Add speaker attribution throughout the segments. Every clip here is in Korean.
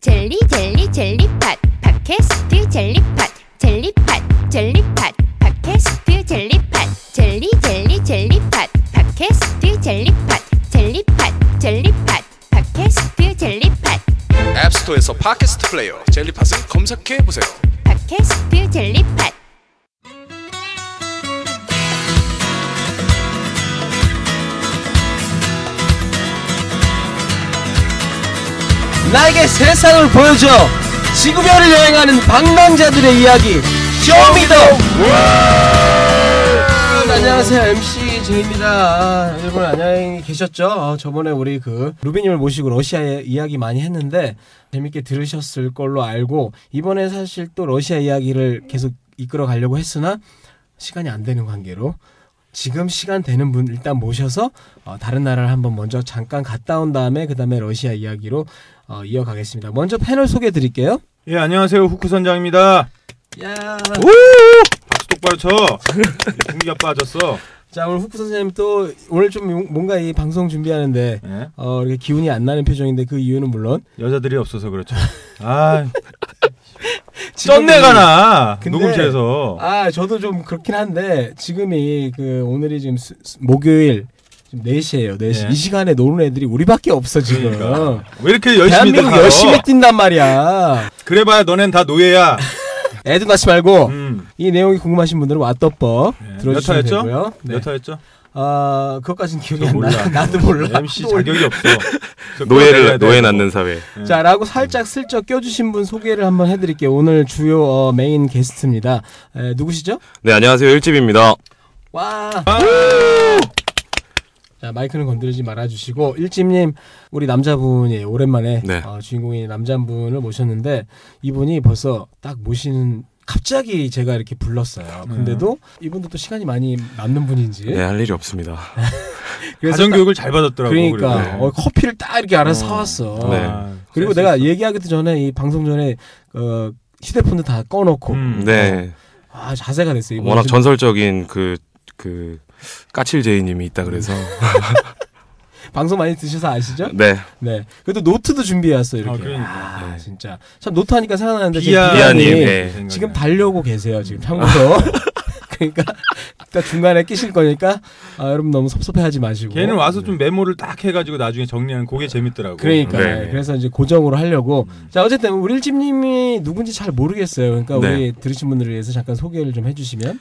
Speaker 1: 젤리 젤리 젤리팟 팟캐스트 젤리팟 젤리팟 젤리팟 팟캐스트 젤리팟 젤리 젤리 젤리팟 팟캐스트 젤리팟 젤리팟 젤리팟 팟캐스트 젤리팟
Speaker 2: 앱스토어에서 팟캐스트 플레이어 젤리팟을 검색해 보세요.
Speaker 1: 팟캐스트 젤리팟
Speaker 3: 나에게 세상을 보여줘 지구별을 여행하는 방랑자들의 이야기 쇼미더 월드! 안녕하세요 MC 제입니다 여러분 안녕히 계셨죠 어, 저번에 우리 그 루비님을 모시고 러시아의 이야기 많이 했는데 재밌게 들으셨을 걸로 알고 이번에 사실 또 러시아 이야기를 계속 이끌어 가려고 했으나 시간이 안 되는 관계로 지금 시간 되는 분 일단 모셔서 어, 다른 나라를 한번 먼저 잠깐 갔다 온 다음에 그 다음에 러시아 이야기로 어, 이어가겠습니다. 먼저 패널 소개해 드릴게요.
Speaker 4: 예 안녕하세요 후쿠 선장입니다.
Speaker 3: 야.
Speaker 4: 박수 똑바로 쳐. 공기가 빠졌어.
Speaker 3: 자 오늘 후쿠 선생님 또 오늘 좀 용- 뭔가 이 방송 준비하는데
Speaker 4: 예?
Speaker 3: 어, 이렇게 기운이 안 나는 표정인데 그 이유는 물론
Speaker 4: 여자들이 없어서 그렇죠. 아
Speaker 3: 지금이-
Speaker 4: 쩐내가 나
Speaker 3: 근데-
Speaker 4: 녹음실에서.
Speaker 3: 아 저도 좀 그렇긴 한데 지금이 그 오늘이 지금 수- 수- 목요일 지금 4시예요. 4시.
Speaker 4: 예.
Speaker 3: 이 시간에 노는 애들이 우리밖에 없어 지금.
Speaker 4: 그러니까. 왜 이렇게 열심히
Speaker 3: 대한민국
Speaker 4: 다
Speaker 3: 열심히 뛴단 말이야.
Speaker 4: 그래봐야 너넨 다 노예야.
Speaker 3: 애도 낳지 말고
Speaker 4: 음.
Speaker 3: 이 내용이 궁금하신 분들은 왓더법
Speaker 4: 예.
Speaker 3: 들어주시면
Speaker 4: 몇 화였죠?
Speaker 3: 되고요. 네.
Speaker 4: 몇 화였죠?
Speaker 3: 아 그것까지는 기억이
Speaker 4: 저
Speaker 3: 안
Speaker 4: 몰라. 네,
Speaker 3: 나. 나도 몰라.
Speaker 4: MC
Speaker 3: 또 올려.
Speaker 4: 자격이 없어. 저 끊어내야
Speaker 5: 노예를
Speaker 4: 돼.
Speaker 5: 노예 낳는 사회.
Speaker 4: 예.
Speaker 3: 자라고 살짝 슬쩍 껴주신 분 소개를 한번 해드릴게요. 오늘 주요 어, 메인 게스트입니다. 에, 누구시죠?
Speaker 5: 네 안녕하세요 일집입니다.
Speaker 3: 와.
Speaker 4: 아,
Speaker 3: 자 마이크는 건드리지 말아주시고 일집님 우리 남자분이 오랜만에
Speaker 5: 네.
Speaker 3: 어, 주인공인 남자분을 모셨는데 이분이 벌써 딱 모시는 갑자기 제가 이렇게 불렀어요.
Speaker 4: 네.
Speaker 3: 근데도 이분도 또 시간이 많이 남는 분인지
Speaker 5: 네 할 일이 없습니다.
Speaker 3: 그래서
Speaker 4: 가정
Speaker 3: 딱-
Speaker 4: 교육을 잘 받았더라고.
Speaker 3: 그러니까
Speaker 4: 그래서.
Speaker 3: 어, 커피를 딱 이렇게 알아서 사왔어.
Speaker 5: 네.
Speaker 4: 아,
Speaker 3: 그리고
Speaker 4: 센스
Speaker 3: 내가
Speaker 4: 있어.
Speaker 3: 얘기하기도 전에 이 방송 전에 어, 휴대폰도 다 꺼놓고
Speaker 4: 음.
Speaker 5: 네
Speaker 3: 아 자세가 됐어요. 예. 이번에
Speaker 5: 워낙
Speaker 3: 좀-
Speaker 5: 전설적인 그 그 까칠 제이님이 있다 그래서
Speaker 3: 방송 많이 드셔서 아시죠?
Speaker 5: 네
Speaker 3: 네. 그래도 노트도 준비해왔어요 이렇게.
Speaker 4: 아, 그러니까.
Speaker 3: 아,
Speaker 5: 네.
Speaker 3: 진짜 참 노트 하니까 생각나는데 지금
Speaker 4: 비아-
Speaker 3: 비아님이
Speaker 5: 비아님 네.
Speaker 4: 생각나네.
Speaker 3: 지금 달려고 계세요 지금 참고로. 그러니까 일단 중간에 끼실 거니까 아, 여러분 너무 섭섭해하지 마시고.
Speaker 4: 걔는 와서 좀 메모를 딱 해가지고 나중에 정리하는 그게 재밌더라고.
Speaker 3: 그러니까
Speaker 5: 네.
Speaker 3: 네. 그래서 이제 고정으로 하려고
Speaker 4: 음.
Speaker 3: 자 어쨌든 우리 일집님이 누군지 잘 모르겠어요 그러니까
Speaker 5: 네.
Speaker 3: 우리 들으신 분들을 위해서 잠깐 소개를 좀 해주시면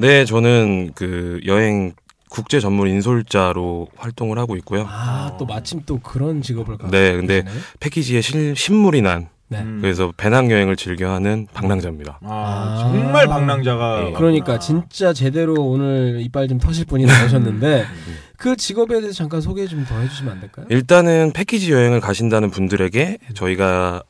Speaker 5: 네 저는 그 여행 국제 전문 인솔자로 활동을 하고 있고요.
Speaker 3: 아 또 마침 또 그런 직업을 갖고
Speaker 5: 네, 근데
Speaker 3: 계시네.
Speaker 5: 패키지에 실, 신물이 난
Speaker 3: 네.
Speaker 4: 음.
Speaker 5: 그래서 배낭여행을 즐겨하는 방랑자입니다.
Speaker 4: 아,
Speaker 3: 아.
Speaker 4: 정말 방랑자가
Speaker 5: 예.
Speaker 3: 그러니까 진짜 제대로 오늘 이빨 좀 터실 분이 나오셨는데
Speaker 5: 음.
Speaker 3: 그 직업에 대해서 잠깐 소개 좀 더 해주시면 안
Speaker 5: 예.
Speaker 3: 될까요?
Speaker 5: 일단은 패키지 여행을 가신다는 분들에게 저희가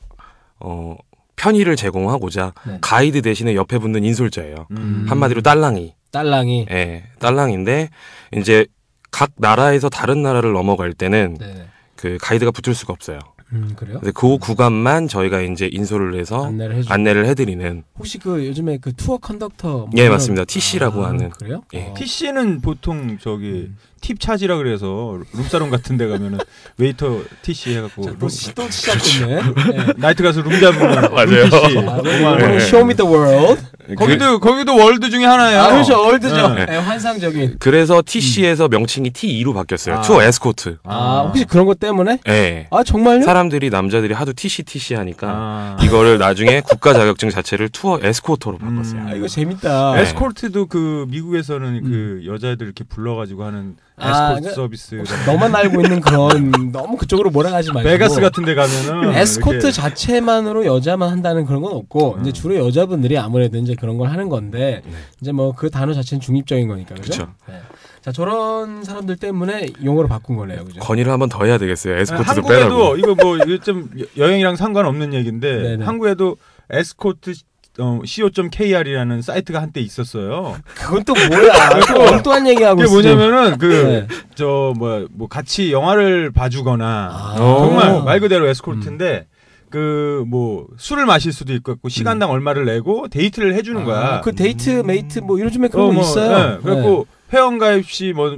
Speaker 5: 어 편의를 제공하고자
Speaker 3: 네.
Speaker 5: 가이드 대신에 옆에 붙는 인솔자예요.
Speaker 4: 음.
Speaker 5: 한마디로 딸랑이.
Speaker 3: 딸랑이
Speaker 5: 예, 딸랑인데 이제 각 나라에서 다른 나라를 넘어갈 때는
Speaker 3: 네.
Speaker 5: 그 가이드가 붙을 수가 없어요.
Speaker 3: 음 그래요?
Speaker 5: 근데 그 구간만 저희가 이제 인솔을 해서
Speaker 3: 안내를 해주. 고
Speaker 5: 안내를 해드리는
Speaker 3: 혹시 그 요즘에 그 투어 컨덕터 뭐
Speaker 5: 예,
Speaker 3: 이런-
Speaker 5: 맞습니다. TC 라고 하는.
Speaker 3: 그래요?
Speaker 5: 예.
Speaker 3: 어.
Speaker 4: TC는 보통
Speaker 3: 음.
Speaker 4: 저기 팁 차지라 그래서 룸사롱 같은 데 가면은 웨이터 TC 해갖고
Speaker 3: 자,
Speaker 4: 룸-
Speaker 3: 또, 시- 또 시작됐네. 네.
Speaker 4: 나이트 가서 룸 잡으면
Speaker 5: 맞아요.
Speaker 4: 룸
Speaker 5: 네. 그
Speaker 4: TC.
Speaker 3: 아,
Speaker 4: 정말.
Speaker 3: 그리고 Show me the world.
Speaker 4: 거기도 거기도 월드 중에
Speaker 5: 네.
Speaker 4: 하나야.
Speaker 3: 아, 그렇죠. 월드죠.
Speaker 4: 네.
Speaker 3: 예, 환상적인.
Speaker 5: 그래서 TC에서 명칭이 T2로 바뀌었어요.
Speaker 4: 아.
Speaker 5: 투어 에스코트.
Speaker 3: 음. 아, 혹시 그런 것 때문에?
Speaker 5: 예.
Speaker 3: 아, 정말요?
Speaker 5: 사람들이 남자들이 하도 TC TC 하니까
Speaker 4: 아.
Speaker 5: 이거를 나중에 국가 자격증 자체를 투어 에스코터로 바꿨어요.
Speaker 4: 음.
Speaker 3: 아, 이거 재밌다.
Speaker 5: 네.
Speaker 4: 에스코트도 그 미국에서는 그 여자애들 이렇게 불러가지고 하는
Speaker 3: 음. 아,
Speaker 4: 에스코트
Speaker 3: 그-
Speaker 4: 서비스
Speaker 3: 혹시 너만 알고 있는 그런 너무 그쪽으로 몰아가지 말고
Speaker 4: 베가스 같은 데 가면은
Speaker 3: 에스코트
Speaker 4: 음, 이렇게 음.
Speaker 3: 자체만으로 여자만 한다는 그런 건 없고 이제 주로 여자분들이 아무래도 이제 그런 걸 하는 건데
Speaker 4: 네.
Speaker 3: 이제 뭐 그 단어 자체는 중립적인 거니까 그죠?
Speaker 5: 그쵸.
Speaker 3: 네. 자 저런 사람들 때문에 용어로 바꾼 거네요, 그죠?
Speaker 5: 건의를 한번 더 해야 되겠어요. 에스코트도 빼라고.
Speaker 4: 아, 한국에도 이거 뭐좀 여행이랑 상관없는 얘기인데
Speaker 3: 네네.
Speaker 4: 한국에도 에스코트 어, co.kr이라는 사이트가 한때 있었어요.
Speaker 3: 그건 또 뭐야? 또 엉뚱한 얘기하고
Speaker 4: 그게
Speaker 3: 있어.
Speaker 4: 뭐냐면은
Speaker 3: 아, 네.
Speaker 4: 그 저 뭐 뭐 같이 영화를 봐주거나
Speaker 3: 아. 음.
Speaker 4: 정말 말 그대로 에스코트인데 그 뭐 술을 마실 수도 있고 시간당 얼마를 내고 데이트를 해주는 거야.
Speaker 3: 음.
Speaker 4: 음.
Speaker 3: 아, 그 데이트 메이트 뭐 요즘에
Speaker 4: 어,
Speaker 3: 그런 거
Speaker 4: 뭐,
Speaker 3: 있어요. 네.
Speaker 4: 예. 그래갖고 회원가입 시 뭐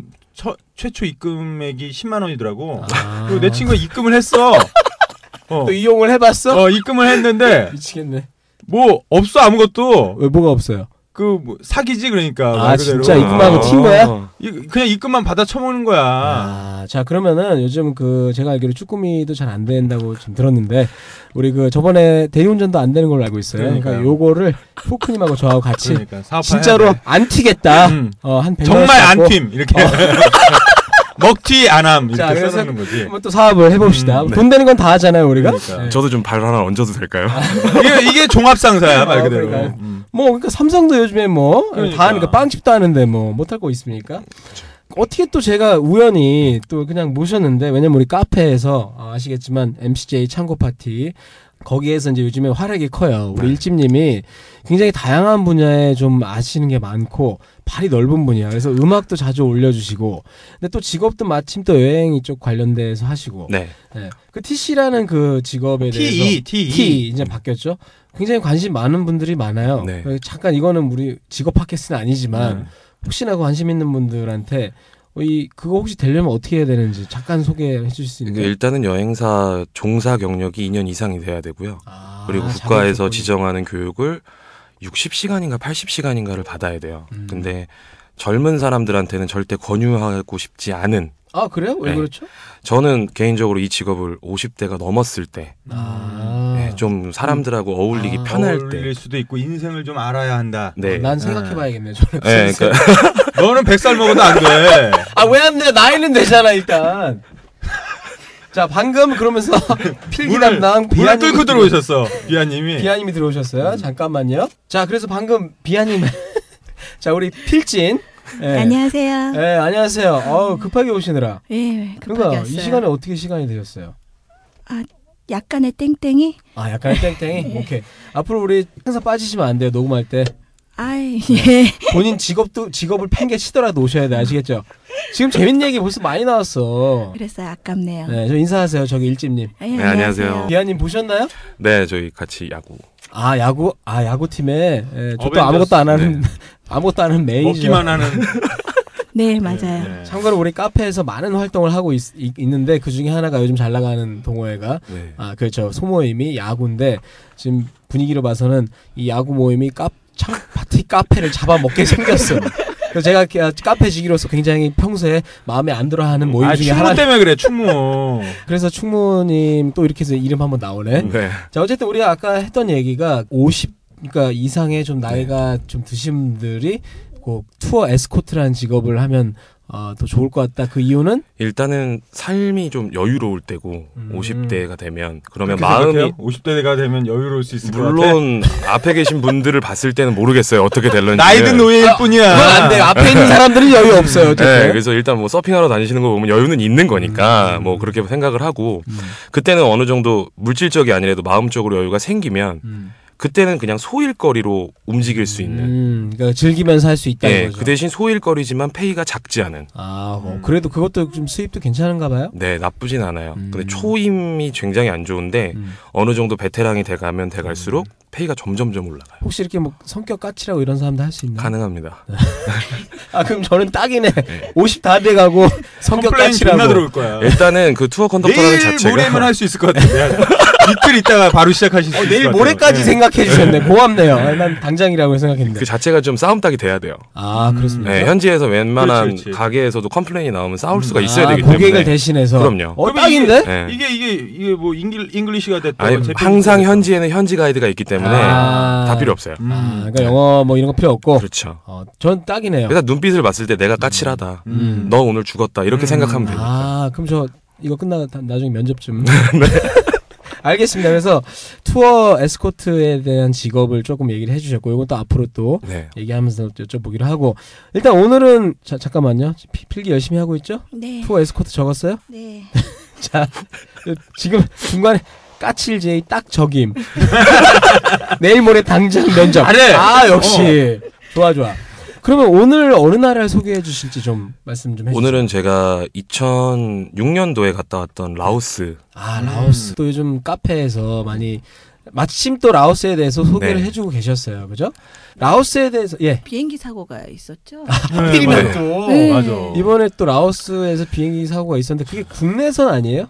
Speaker 4: 최초 입금액이 10만 원이더라고.
Speaker 3: 네. 아.
Speaker 4: 그리고 내 친구가 입금을 했어. 어.
Speaker 3: 또 이용을 해봤어?
Speaker 4: 어, 입금을 했는데
Speaker 3: 미치겠네.
Speaker 4: 뭐 없어 아무것도
Speaker 3: 왜 뭐가 없어요?
Speaker 4: 그 뭐, 사기지 그러니까
Speaker 3: 아,
Speaker 4: 말 그대로. 어.
Speaker 3: 진짜 입금하고
Speaker 5: 어.
Speaker 3: 튄 거야?
Speaker 4: 이- 그냥 입금만 받아 처먹는 거야.
Speaker 3: 아, 자 그러면은 요즘 그 제가 알기로 쭈꾸미도 잘 안 된다고 지금 들었는데 우리 그 저번에 대리운전도 안 되는 걸로 알고 있어요. 그러니까
Speaker 4: 그러니까요.
Speaker 3: 요거를 포크님하고 저하고 같이
Speaker 4: 그러니까 사업
Speaker 3: 진짜로 안 튀겠다.
Speaker 4: 음.
Speaker 3: 어, 한 100만
Speaker 4: 정말
Speaker 3: 원씩
Speaker 4: 안
Speaker 3: 받고 어.
Speaker 4: 튀임 이렇게 먹튀 안함 이렇게
Speaker 3: 자, 그래서- 뭐.
Speaker 4: 써놓는 거지.
Speaker 3: 한번 또 사업을 해봅시다.
Speaker 4: 음,
Speaker 3: 돈 되는 건 다 하잖아요 우리가.
Speaker 4: 그러니까.
Speaker 5: 저도 좀 발 하나 얹어도 될까요?
Speaker 4: 이게 이게 종합상사야 말
Speaker 3: 아,
Speaker 4: 그대로.
Speaker 3: 그러니까요.
Speaker 4: 음.
Speaker 3: 뭐 그러니까 삼성도 요즘에 뭐
Speaker 4: 그러니까.
Speaker 3: 다 하니까 빵집도 하는데 뭐 못할 거 있습니까? 어떻게 또 제가 우연히 또 그냥 모셨는데 왜냐면 우리 카페에서 아, 아시겠지만 MCJ 창고 파티 거기에서 이제 요즘에 활약이 커요.
Speaker 4: 네.
Speaker 3: 우리 일집님이 굉장히 다양한 분야에 좀 아시는 게 많고 발이 넓은 분이야. 그래서 음악도 자주 올려주시고 근데 또 직업도 마침 또 여행 이쪽 관련돼서 하시고
Speaker 5: 네.
Speaker 3: 네. 그 TC라는 그 직업에
Speaker 5: E,
Speaker 3: 대해서
Speaker 4: T2 T2
Speaker 3: T E 이제 바뀌었죠. 굉장히 관심 많은 분들이 많아요.
Speaker 5: 네.
Speaker 3: 그래서 잠깐 이거는 우리 직업 팟캐스트는 아니지만
Speaker 4: 음.
Speaker 3: 혹시나 그 관심 있는 분들한테 어, 이 그거 혹시 되려면 어떻게 해야 되는지 잠깐 소개해 주실 수
Speaker 5: 이게
Speaker 3: 있나요?
Speaker 5: 그 일단은 여행사 종사 경력이 2년 이상이 돼야 되고요.
Speaker 3: 아,
Speaker 5: 그리고
Speaker 3: 자격
Speaker 5: 국가에서
Speaker 3: 조건이.
Speaker 5: 지정하는 교육을 60시간인가 80시간인가를 받아야 돼요.
Speaker 3: 음.
Speaker 5: 근데 젊은 사람들한테는 절대 권유하고 싶지 않은
Speaker 3: 아 그래요? 왜
Speaker 5: 네.
Speaker 3: 그렇죠?
Speaker 5: 저는 개인적으로 이 직업을 50대가 넘었을 때
Speaker 3: 아,
Speaker 5: 예, 좀 사람들하고 어울리기
Speaker 3: 아,
Speaker 5: 편할 때
Speaker 4: 어울릴 수도 있고 인생을 좀 알아야 한다.
Speaker 5: 네.
Speaker 3: 난 생각해봐야겠네. 저는.
Speaker 5: 예, 그러니까
Speaker 4: 너는 100살 먹어도 안 돼.
Speaker 3: 아왜 안 돼? 나이는 되잖아 일단. 자 방금 그러면서
Speaker 5: 네.
Speaker 3: 필기
Speaker 4: 문을
Speaker 3: 담당
Speaker 4: 문을
Speaker 3: 비아님이-
Speaker 4: 뚫고 들어오셨어. 비아님이.
Speaker 3: 비아님이
Speaker 4: 음.
Speaker 3: 들어오셨어요. 잠깐만요. 자 그래서 방금 비아님 자 우리 필진 예.
Speaker 6: 안녕하세요.
Speaker 3: 네, 안녕하세요. 어 급하게 오시느라.
Speaker 6: 예, 급하게
Speaker 3: 그러니까
Speaker 6: 왔어요. 아,
Speaker 3: 이 시간에 어떻게 시간이 되셨어요?
Speaker 6: 약간의 땡땡이?
Speaker 3: 아, 약간 땡땡이.
Speaker 6: 네.
Speaker 3: 오케이. 앞으로 우리 항상 빠지시면 안 돼요. 녹음할 때
Speaker 6: 아이,
Speaker 3: 네.
Speaker 6: 예.
Speaker 3: 본인 직업도 직업을 팽개치더라도 오셔야 돼. 아시겠죠? 지금 재밌는 얘기 벌써 많이 나왔어.
Speaker 6: 그래서 아깝네요.
Speaker 3: 네, 저 인사하세요. 저기 일집님.
Speaker 6: 예,
Speaker 5: 네,
Speaker 4: 어.
Speaker 5: 안녕하세요.
Speaker 3: 비아님 보셨나요?
Speaker 5: 네, 저희 같이 야구.
Speaker 3: 아 야구 아 야구 팀에 예, 저도
Speaker 4: 어벤져스. 네.
Speaker 3: 아무것도 안 하는 아무것도 안 하는 메이저.
Speaker 4: 먹기만 하는.
Speaker 6: 네, 맞아요.
Speaker 4: 네.
Speaker 3: 참고로 우리 카페에서 많은 활동을 하고 있, 이- 있는데 그 중에 하나가 요즘 잘 나가는 동호회가
Speaker 5: 네.
Speaker 3: 아 그렇죠 소모임이 야구인데 지금 분위기로 봐서는 이 야구 모임이 카창 파티 카페를 잡아먹게 생겼어요. 그래서 제가 카- 카페지기로서 굉장히 평소에 마음에 안 들어하는 모임
Speaker 4: 아,
Speaker 3: 중에
Speaker 4: 충무
Speaker 3: 하나.
Speaker 4: 때문에 그래, 충무.
Speaker 3: 그래서 충무님 또 이렇게 해서 이름 한번 나오네.
Speaker 4: 음.
Speaker 5: 네.
Speaker 3: 자 어쨌든 우리가 아까 했던 얘기가 50 그러니까 이상의
Speaker 4: 네.
Speaker 3: 좀 나이가 좀 드신 분들이 꼭 투어 에스코트라는 직업을 하면 어, 더 좋을 것 같다. 그 이유는
Speaker 5: 일단은 삶이 좀 여유로울 때고
Speaker 3: 음.
Speaker 5: 50대가 되면 그러면
Speaker 4: 그렇게
Speaker 5: 마음이
Speaker 4: 생각해요? 50대가 되면 여유로울 수 있을 것 같아.
Speaker 5: 물론 앞에 계신 분들을 봤을 때는 모르겠어요. 어떻게 될런지.
Speaker 4: 나이든 노예일 뿐이야.
Speaker 3: 아,
Speaker 4: 아,
Speaker 3: 그건 안 돼요. 앞에 있는 사람들은 여유 없어요.
Speaker 5: 네,
Speaker 3: 어쨌든.
Speaker 5: 그래서 일단 뭐 서핑하러 다니시는 거 보면 여유는 있는 거니까
Speaker 4: 음.
Speaker 5: 뭐 그렇게 생각을 하고 그때는 어느 정도 물질적이 아니라도 마음적으로 여유가 생기면
Speaker 3: 음.
Speaker 5: 그때는 그냥 소일거리로 움직일 수 있는
Speaker 3: 음, 그러니까 즐기면서 할 수 있다는
Speaker 5: 예,
Speaker 3: 거죠.
Speaker 5: 그 대신 소일거리지만 페이가 작지 않은
Speaker 3: 아, 어, 그래도 그것도 좀 수입도 괜찮은가 봐요.
Speaker 5: 네, 나쁘진 않아요.
Speaker 3: 음.
Speaker 5: 근데 초임이 굉장히 안 좋은데
Speaker 3: 음.
Speaker 5: 어느 정도 베테랑이 돼 가면 돼 갈수록
Speaker 4: 음.
Speaker 5: 페이가 점점점 올라가요.
Speaker 3: 혹시 이렇게 뭐 성격 까칠하고 이런 사람도 할 수
Speaker 4: 음.
Speaker 3: 있나?
Speaker 5: 가능합니다.
Speaker 4: 네.
Speaker 3: 아, 그럼 저는 딱이네. 50 다 돼가고 성격
Speaker 4: 컴플레인 존나
Speaker 3: 까칠하고.
Speaker 4: 들어올 거야.
Speaker 5: 일단은 그 투어 컨덕터라는
Speaker 4: 내일
Speaker 5: 자체가
Speaker 4: 모레면 할 수 있을 것 같아. 이틀 있다가 바로 시작하실 수
Speaker 3: 어,
Speaker 4: 있을
Speaker 3: 내일
Speaker 4: 것 같아요.
Speaker 3: 모레까지
Speaker 4: 예.
Speaker 3: 생각해 주셨네. 고맙네요. 아, 난 당장이라고 생각했는데.
Speaker 5: 그 자체가 좀 싸움 딱이 돼야 돼요.
Speaker 3: 아, 네. 그렇습니까?
Speaker 5: 네, 현지에서 웬만한
Speaker 4: 그렇지, 그렇지.
Speaker 5: 가게에서도 컴플레인이 나오면 싸울 수가
Speaker 3: 아,
Speaker 5: 있어야 되기 때문에
Speaker 3: 고객을 대신해서.
Speaker 5: 그럼요.
Speaker 3: 어,
Speaker 4: 그러면 이게-
Speaker 3: 딱인데?
Speaker 5: 예.
Speaker 4: 이게 이게 이게 뭐 잉글 잉글리시가 됐다.
Speaker 5: 아니, 항상 현지에는 현지 가이드가 있기 때문에
Speaker 3: 그러니까. 아.
Speaker 5: 다 필요 없어요.
Speaker 3: 아, 그러니까 영어 뭐 이런 거 필요 없고.
Speaker 5: 그렇죠.
Speaker 3: 어, 전 딱이네요.
Speaker 5: 일단 눈빛을 봤을 때 내가 까칠하다.
Speaker 3: 음.
Speaker 5: 너 오늘 죽었다. 이렇게
Speaker 4: 음.
Speaker 5: 생각하면 되니까.
Speaker 3: 아, 그럼 저 이거 끝나고 다- 나중에 면접 좀.
Speaker 5: 네.
Speaker 3: 알겠습니다. 그래서 투어 에스코트에 대한 직업을 조금 얘기를 해주셨고, 이건 또 앞으로 또
Speaker 5: 네.
Speaker 3: 얘기하면서 또 여쭤보기로 하고, 일단 오늘은 자, 잠깐만요. 피- 필기 열심히 하고 있죠?
Speaker 6: 네.
Speaker 3: 투어 에스코트 적었어요?
Speaker 6: 네.
Speaker 3: 자, 지금 중간에 까칠 제이 딱 적임. 내일 모레 당장 면접.
Speaker 5: 네.
Speaker 4: 잘해.
Speaker 3: 아, 역시
Speaker 5: 어.
Speaker 3: 좋아 좋아. 그러면 오늘 어느 나라를 소개해 주실지 좀 말씀 좀 해주세요.
Speaker 5: 오늘은 제가 2006년도에 갔다 왔던 라오스.
Speaker 4: 음.
Speaker 3: 아 라오스 또 요즘 카페에서 많이 마침 또 라오스에 대해서 소개를
Speaker 5: 네.
Speaker 3: 해주고 계셨어요, 그죠? 라오스에 대해서 예
Speaker 6: 비행기 사고가 있었죠?
Speaker 3: 하필이면
Speaker 5: 맞아요.
Speaker 3: 또
Speaker 6: 네.
Speaker 4: 음. 맞아.
Speaker 3: 이번에 또 라오스에서 비행기 사고가 있었는데 그게 국내선 아니에요?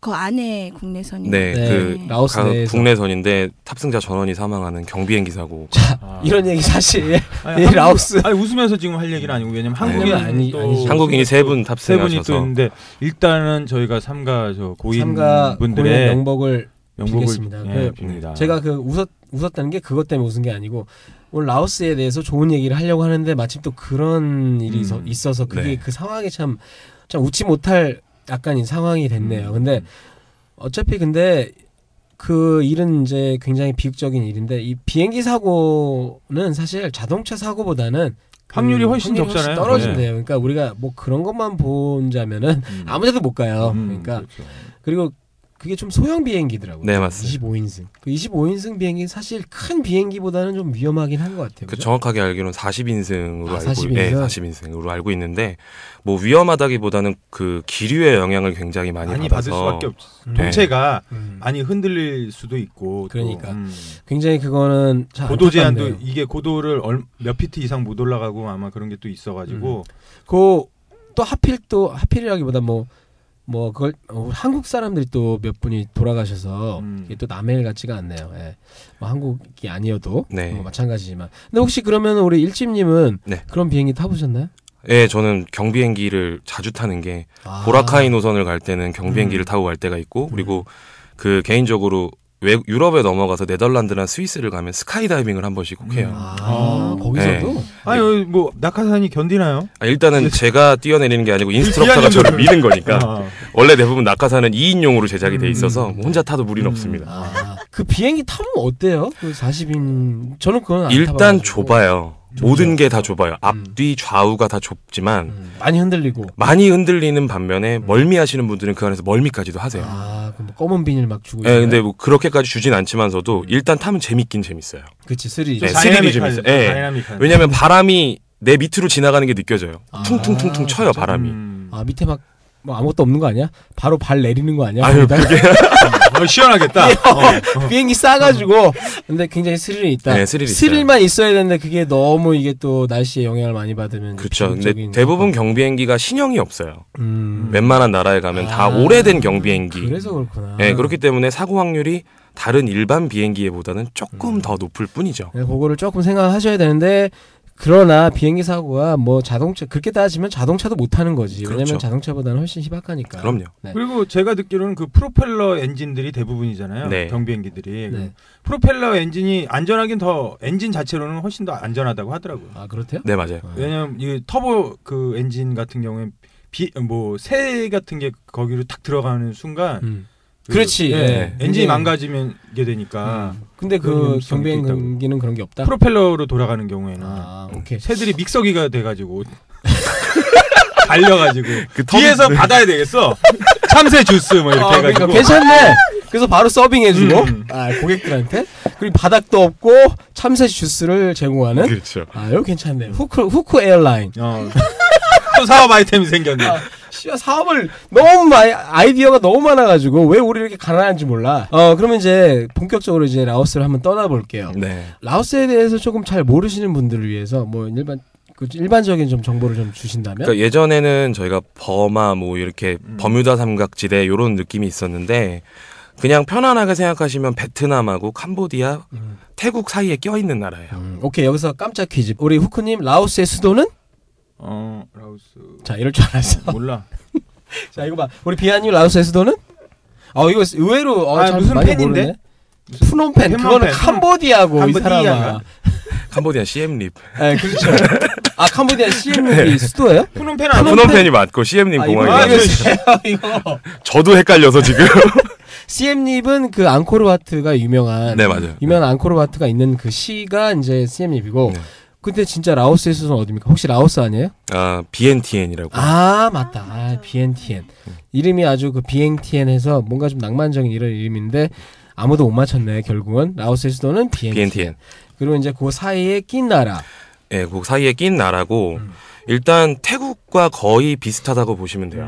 Speaker 6: 그 안에 국내선이
Speaker 5: 네,
Speaker 3: 네,
Speaker 5: 그
Speaker 3: 라오스
Speaker 5: 가-
Speaker 3: 내에서.
Speaker 5: 국내선인데 탑승자 전원이 사망하는 경비행기 사고.
Speaker 4: 아.
Speaker 3: 이런 얘기 사실 예.
Speaker 4: 아니,
Speaker 3: 이
Speaker 4: 한국-
Speaker 3: 라오스
Speaker 4: 아니 웃으면서 지금 할 얘기는 아니고 왜냐면 한국인
Speaker 3: 아니, 아니,
Speaker 4: 또
Speaker 3: 아니죠.
Speaker 5: 한국인이 세 분
Speaker 4: 세 분이 또
Speaker 5: 탑승하셔서
Speaker 4: 있는데 일단은 저희가 삼가 저 고인
Speaker 3: 참가 고려
Speaker 4: 분들의
Speaker 3: 명복을 빌겠습니다.
Speaker 4: 예,
Speaker 3: 그
Speaker 4: 빕니다.
Speaker 3: 제가 그 웃었 웃었다는 게 그것 때문에 웃은 게 아니고 오늘 라오스에 대해서 좋은 얘기를 하려고 하는데 마침 또 그런 일이
Speaker 4: 음.
Speaker 3: 있어- 있어서 그게
Speaker 5: 네.
Speaker 3: 그 상황이 참, 참 웃지 못할 약간 이 상황이 됐네요.
Speaker 4: 음.
Speaker 3: 근데 어차피 근데 그 일은 이제 굉장히 비극적인 일인데 이 비행기 사고는 사실 자동차 사고보다는 그
Speaker 4: 확률이 훨씬 적잖아요. 네.
Speaker 3: 떨어진대요. 그러니까 우리가 뭐 그런 것만 본다면은
Speaker 4: 음.
Speaker 3: 아무데도 못 가요.
Speaker 4: 음,
Speaker 3: 그러니까
Speaker 4: 그렇죠.
Speaker 3: 그리고 그게 좀 소형 비행기더라고요.
Speaker 5: 네, 맞습니다.
Speaker 3: 25인승. 그 25인승 비행기 사실 큰 비행기보다는 좀 위험하긴 한 것
Speaker 4: 네,
Speaker 3: 같아요.
Speaker 5: 그
Speaker 3: 그죠?
Speaker 5: 정확하게 알기로는 40인승으로
Speaker 3: 아,
Speaker 5: 알고
Speaker 3: 40인승?
Speaker 5: 예, 40인승으로 알고 있는데 뭐 위험하다기보다는 그 기류의 영향을 굉장히 많이,
Speaker 4: 많이 받을
Speaker 5: 받아서
Speaker 4: 수밖에 없죠.
Speaker 3: 음.
Speaker 5: 네.
Speaker 4: 동체가
Speaker 3: 음.
Speaker 4: 많이 흔들릴 수도 있고 또,
Speaker 3: 그러니까.
Speaker 4: 음.
Speaker 3: 굉장히 그거는 참
Speaker 4: 고도 제한도
Speaker 3: 안타깝네요.
Speaker 4: 이게 고도를 얼- 몇 피트 이상 못 올라가고 아마 그런 게 또 있어가지고
Speaker 3: 그또 하필 또 하필이라기보다 뭐. 뭐 그걸 어, 한국 사람들이 또 몇 분이 돌아가셔서
Speaker 4: 음.
Speaker 3: 이게 또 남의 일 같지가 않네요. 예. 뭐 한국이 아니어도
Speaker 5: 네.
Speaker 3: 뭐 마찬가지지만. 근데 혹시 그러면 우리 일집님은
Speaker 5: 네.
Speaker 3: 그런 비행기 타보셨나요?
Speaker 5: 예, 저는 경비행기를 자주 타는 게
Speaker 3: 아.
Speaker 5: 보라카이 노선을 갈 때는 경비행기를
Speaker 4: 음.
Speaker 5: 타고 갈 때가 있고 그리고 그 개인적으로 외, 유럽에 넘어가서 네덜란드나 스위스를 가면 스카이다이빙을 한 번씩 꼭 해요.
Speaker 4: 음.
Speaker 3: 아, 거기서도
Speaker 5: 네.
Speaker 4: 아니 여기 뭐 낙하산이 견디나요?
Speaker 5: 아, 일단은 제가 뛰어내리는 게 아니고
Speaker 4: 그
Speaker 5: 인스트럭터가
Speaker 4: 미안해요.
Speaker 5: 저를 미는 거니까
Speaker 4: 아.
Speaker 5: 원래 대부분 낙하산은 2인용으로 제작이 돼 있어서 뭐 혼자 타도 무리는
Speaker 4: 음.
Speaker 5: 없습니다.
Speaker 3: 아, 그 비행기 타면 어때요? 그 40인 저는 그건 안
Speaker 5: 일단
Speaker 3: 타봐가지고.
Speaker 5: 좁아요.
Speaker 3: 좁죠.
Speaker 5: 모든 게 다 좁아요. 앞뒤 좌우가 다 좁지만
Speaker 3: 음, 많이 흔들리고
Speaker 5: 많이 흔들리는 반면에 멀미 하시는 분들은 그 안에서 멀미까지도 하세요.
Speaker 3: 아, 그뭐 검은 비닐 막 주고.
Speaker 5: 예,
Speaker 3: 있잖아요.
Speaker 5: 근데 뭐 그렇게까지 주진
Speaker 3: 음.
Speaker 5: 않지만서도 일단 타면 재밌긴 재밌어요.
Speaker 3: 그치 쓰리.
Speaker 5: 네,
Speaker 4: 좀
Speaker 5: 스릴이 좀
Speaker 4: 다이나믹한-
Speaker 5: 있어요. 예.
Speaker 4: 다이나믹한.
Speaker 5: 왜냐면 바람이 내 밑으로 지나가는 게 느껴져요.
Speaker 3: 네. 아,
Speaker 5: 퉁퉁퉁퉁 쳐요,
Speaker 3: 진짜?
Speaker 5: 바람이.
Speaker 4: 음.
Speaker 3: 아 밑에 막 뭐 아무것도 없는 거 아니야? 바로 발 내리는 거 아니야?
Speaker 5: 아유, 뭐.
Speaker 3: 거기다가
Speaker 4: 어, 시원하겠다. 어.
Speaker 3: 비행기 싸가지고 근데 굉장히 스릴이 있다.
Speaker 5: 네, 스릴이 있어요.
Speaker 3: 만 있어야 되는데 그게 너무 이게 또 날씨에 영향을 많이 받으면
Speaker 5: 그렇죠. 근데
Speaker 3: 비극적인-
Speaker 5: 대부분 경비행기가 신형이 없어요.
Speaker 3: 음.
Speaker 5: 웬만한 나라에 가면
Speaker 3: 아,
Speaker 5: 다 오래된 경비행기.
Speaker 3: 그래서 아. 그렇구나.
Speaker 5: 예, 그렇기 때문에 사고 확률이 다른 일반 비행기에보다는
Speaker 3: 음.
Speaker 5: 조금 더 높을 뿐이죠.
Speaker 3: 네, 그거를 조금 생각하셔야 되는데 그러나 비행기 사고가 뭐 자동차 그렇게 따지면 자동차도 못 타는 거지. 왜냐면
Speaker 5: 그렇죠.
Speaker 3: 자동차보다는 훨씬 희박하니까.
Speaker 5: 그럼요.
Speaker 3: 네.
Speaker 4: 그리고 제가 듣기로는 그 프로펠러 엔진들이 대부분이잖아요.
Speaker 5: 네.
Speaker 4: 경비행기들이.
Speaker 3: 네.
Speaker 4: 프로펠러 엔진이 안전하긴 더 엔진 자체로는 훨씬 더 안전하다고 하더라고요.
Speaker 3: 아 그렇대요?
Speaker 5: 네, 맞아요.
Speaker 4: 왜냐면 이 터보 그 엔진 같은 경우엔 비뭐새 같은 게 거기로 탁 들어가는 순간
Speaker 3: 음. 그렇지.
Speaker 4: 예,
Speaker 3: 예.
Speaker 4: 엔진이
Speaker 3: 굉장히-
Speaker 4: 망가지면 이게 되니까
Speaker 3: 근데
Speaker 4: 그런
Speaker 3: 그
Speaker 4: 위험성이 또 있다고.
Speaker 3: 경비행기는 그런 게 없다.
Speaker 4: 프로펠러로 네. 돌아가는 경우에는
Speaker 3: 아 오케이.
Speaker 4: 새들이 믹서기가 돼가지고 달려가지고
Speaker 5: 그
Speaker 4: 뒤에서 받아야 되겠어 참새 주스 뭐 이렇게
Speaker 3: 네. 아, 그러니까
Speaker 4: 해가지고
Speaker 3: 괜찮네. 그래서 바로 서빙해주고
Speaker 4: 음.
Speaker 3: 아, 고객들한테 그리고 바닥도 없고 참새 주스를 제공하는
Speaker 5: 그렇죠.
Speaker 3: 아 이거 괜찮네. 후크 후크 에어라인.
Speaker 4: 어. 또 사업 아이템이 생겼네.
Speaker 3: 아, 씨야 사업을 너무 많이 아이디어가 너무 많아가지고 왜 우리 이렇게 가난한지 몰라. 어 그러면 이제 본격적으로 이제 라오스를 한번 떠나볼게요.
Speaker 5: 네.
Speaker 3: 라오스에 대해서 조금 잘 모르시는 분들을 위해서 뭐 일반 그 일반적인 좀 정보를 좀 주신다면.
Speaker 5: 그러니까 예전에는 저희가 버마 뭐 이렇게 버뮤다 삼각지대 요런 느낌이 있었는데 그냥 편안하게 생각하시면 베트남하고 캄보디아,
Speaker 3: 음.
Speaker 5: 태국 사이에 껴 있는 나라예요.
Speaker 3: 음, 오케이 여기서 깜짝 퀴즈. 우리 후크님 라오스의 수도는
Speaker 4: 어 라우스
Speaker 3: 자 이럴 줄 알았어.
Speaker 4: 몰라.
Speaker 3: 자 이거 봐. 우리 비아님 라오스의 수도는? 어 이거 의외로 어,
Speaker 4: 아,
Speaker 3: 잘
Speaker 4: 무슨
Speaker 3: 많이
Speaker 4: 펜인데?
Speaker 3: 모르네. 푸놈펜
Speaker 4: 펜놈펜.
Speaker 3: 그거는 캄보디아고 이
Speaker 4: 캄보디아인가?
Speaker 3: 사람아.
Speaker 5: 캄보디아 CM 립.
Speaker 3: 예, 그렇죠. 아 캄보디아 CM이 수도예요?
Speaker 4: 푸놈펜
Speaker 5: 아,
Speaker 4: 아니야?
Speaker 5: 프놈펜이 맞고 CM 립
Speaker 3: 아, 이거
Speaker 5: 네, 공항이 맞고.
Speaker 4: 알겠어요.
Speaker 3: 알겠어요, 이거.
Speaker 5: 저도 헷갈려서 지금.
Speaker 3: CM립은 그 앙코르와트가 유명한
Speaker 5: 네, 맞아요.
Speaker 3: 유명한 앙코르와트가 있는 그 시가 이제 CM립이고
Speaker 5: 네.
Speaker 3: 근데 진짜 라오스의 수도는 어디입니까? 혹시 라오스 아니에요?
Speaker 5: 아, BNTN이라고.
Speaker 3: 아 맞다. 아 비엔티엔
Speaker 5: 음.
Speaker 3: 이름이 아주 그 비엔티엔에서 뭔가 좀 낭만적인 이런 이름인데 아무도 못 맞췄네 결국은 라오스의 수도는 비엔티엔.
Speaker 5: BNTN.
Speaker 3: 그리고 이제 그 사이에 낀 나라.
Speaker 5: 예, 그 사이에 낀 나라고 일단 태국과 거의 비슷하다고 보시면 돼요.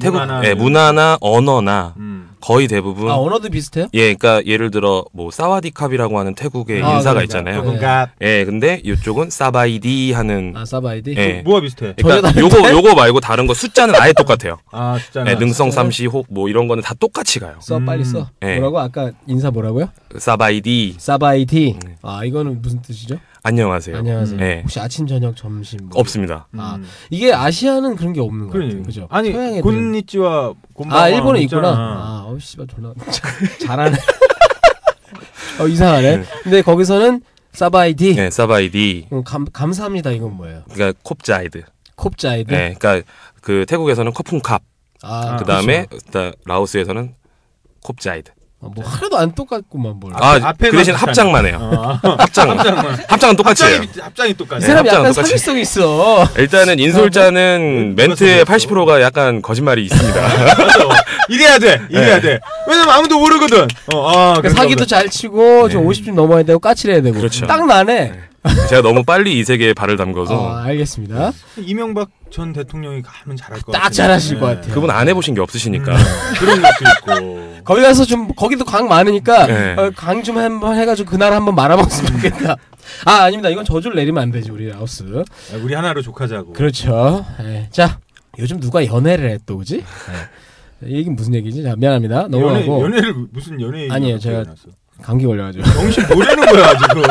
Speaker 5: 태국
Speaker 4: 음. 문화나
Speaker 5: 문화나, 예,
Speaker 4: 이런
Speaker 5: 문화나 언어나
Speaker 4: 음.
Speaker 5: 거의 대부분
Speaker 3: 아 언어도 비슷해요?
Speaker 5: 예, 그러니까 예를 들어 뭐 사와디캅이라고 하는 태국의
Speaker 3: 아,
Speaker 5: 인사가
Speaker 3: 그러니까.
Speaker 5: 있잖아요.
Speaker 3: 네.
Speaker 4: 뭔가
Speaker 5: 예, 근데 이쪽은 사바이디 하는
Speaker 3: 아 사바이디.
Speaker 5: 예.
Speaker 4: 뭐가 비슷해?
Speaker 5: 그러니까
Speaker 3: 전혀
Speaker 5: 요거 요거 말고 다른 거 숫자는 아예 똑같아요.
Speaker 4: 아 진짜.
Speaker 5: 예, 능성 삼시 호뭐 이런 거는 다 똑같이 가요.
Speaker 3: 써 빨리 써.
Speaker 5: 예.
Speaker 3: 뭐라고 아까 인사 뭐라고요?
Speaker 5: 사바이디
Speaker 3: 사바이디. 아 이거는 무슨 뜻이죠?
Speaker 5: 안녕하세요.
Speaker 3: 안녕하세요.
Speaker 5: 음. 예.
Speaker 3: 혹시 아침 저녁 점심 뭐.
Speaker 5: 없습니다.
Speaker 3: 아 이게 아시아는 그런 게 없는 거 같아요. 그죠?
Speaker 4: 음. 아니
Speaker 3: 서양애들은.
Speaker 4: 곤니치와 곤바와
Speaker 3: 음. 아 일본에 있구나.
Speaker 4: 있잖아.
Speaker 3: 아 어씨발 졸라 잘하네. 어 이상하네. 근데 거기서는 사바이디.
Speaker 5: 예, 사바이디.
Speaker 3: 음, 감 감사합니다 이건 뭐예요?
Speaker 5: 그러니까 콥자이드.
Speaker 3: 콥자이드.
Speaker 5: 예. 그러니까 그 태국에서는 커풍캅.
Speaker 3: 네. 아
Speaker 5: 그다음에 일단 라오스에서는 콥자이드.
Speaker 3: 아, 뭐 하나도 안 똑같구만 뭘.
Speaker 5: 아,
Speaker 4: 앞에- 앞에만
Speaker 5: 그 대신
Speaker 4: 똑같아요.
Speaker 5: 합장만 해요.
Speaker 4: 아.
Speaker 5: 합장. 합장은 똑같이에요.
Speaker 4: 합장이 합장이
Speaker 3: 이
Speaker 4: 똑같아.
Speaker 3: 사람
Speaker 5: 합장은
Speaker 3: 약간
Speaker 5: 똑같이. 아,
Speaker 3: 사기성 있어.
Speaker 5: 일단은 인솔자는
Speaker 4: 누가
Speaker 5: 멘트의
Speaker 4: 소개했어?
Speaker 5: 80%가 약간 거짓말이 있습니다.
Speaker 4: 맞아. 이래야 돼.
Speaker 5: 네.
Speaker 4: 이래야 돼. 왜냐면 아무도 모르거든. 어, 아,
Speaker 3: 그러니까
Speaker 4: 그런가
Speaker 3: 사기도
Speaker 4: 보다.
Speaker 3: 잘 치고 저 50쯤 넘어야 되고 까칠해야 되고.
Speaker 5: 네. 그렇죠.
Speaker 3: 딱 나네.
Speaker 5: 제가 너무 빨리 이 세계에 발을 담궈서
Speaker 3: 아, 알겠습니다.
Speaker 4: 이명박 전 대통령이 가면 잘할 것 같아.
Speaker 3: 딱 잘하실 것
Speaker 4: 네.
Speaker 3: 같아요.
Speaker 5: 그분 안 해보신 게 없으시니까.
Speaker 4: 음. 그런 것도 있고.
Speaker 3: 거기 가서 좀 거기도 강 많으니까
Speaker 5: 네.
Speaker 3: 어, 강 좀 한번 해가지고 그날 한번 말아먹으면 좋겠다. 음. 아 아닙니다. 이건 저주를 내리면 안 되지 우리 라오스.
Speaker 4: 야, 우리 하나로 족하자고.
Speaker 3: 그렇죠. 예. 자 요즘 누가 연애를 했또 그지? 예. 이게 무슨 얘기지? 자 미안합니다.
Speaker 4: 연애,
Speaker 3: 넘어가고
Speaker 4: 연애를 무슨 연애 얘기가
Speaker 3: 아니에요,
Speaker 4: 갑자기
Speaker 3: 제가-
Speaker 4: 나왔어?
Speaker 3: 감기 걸려가지고.
Speaker 4: 정신 뭐라는 거야 지금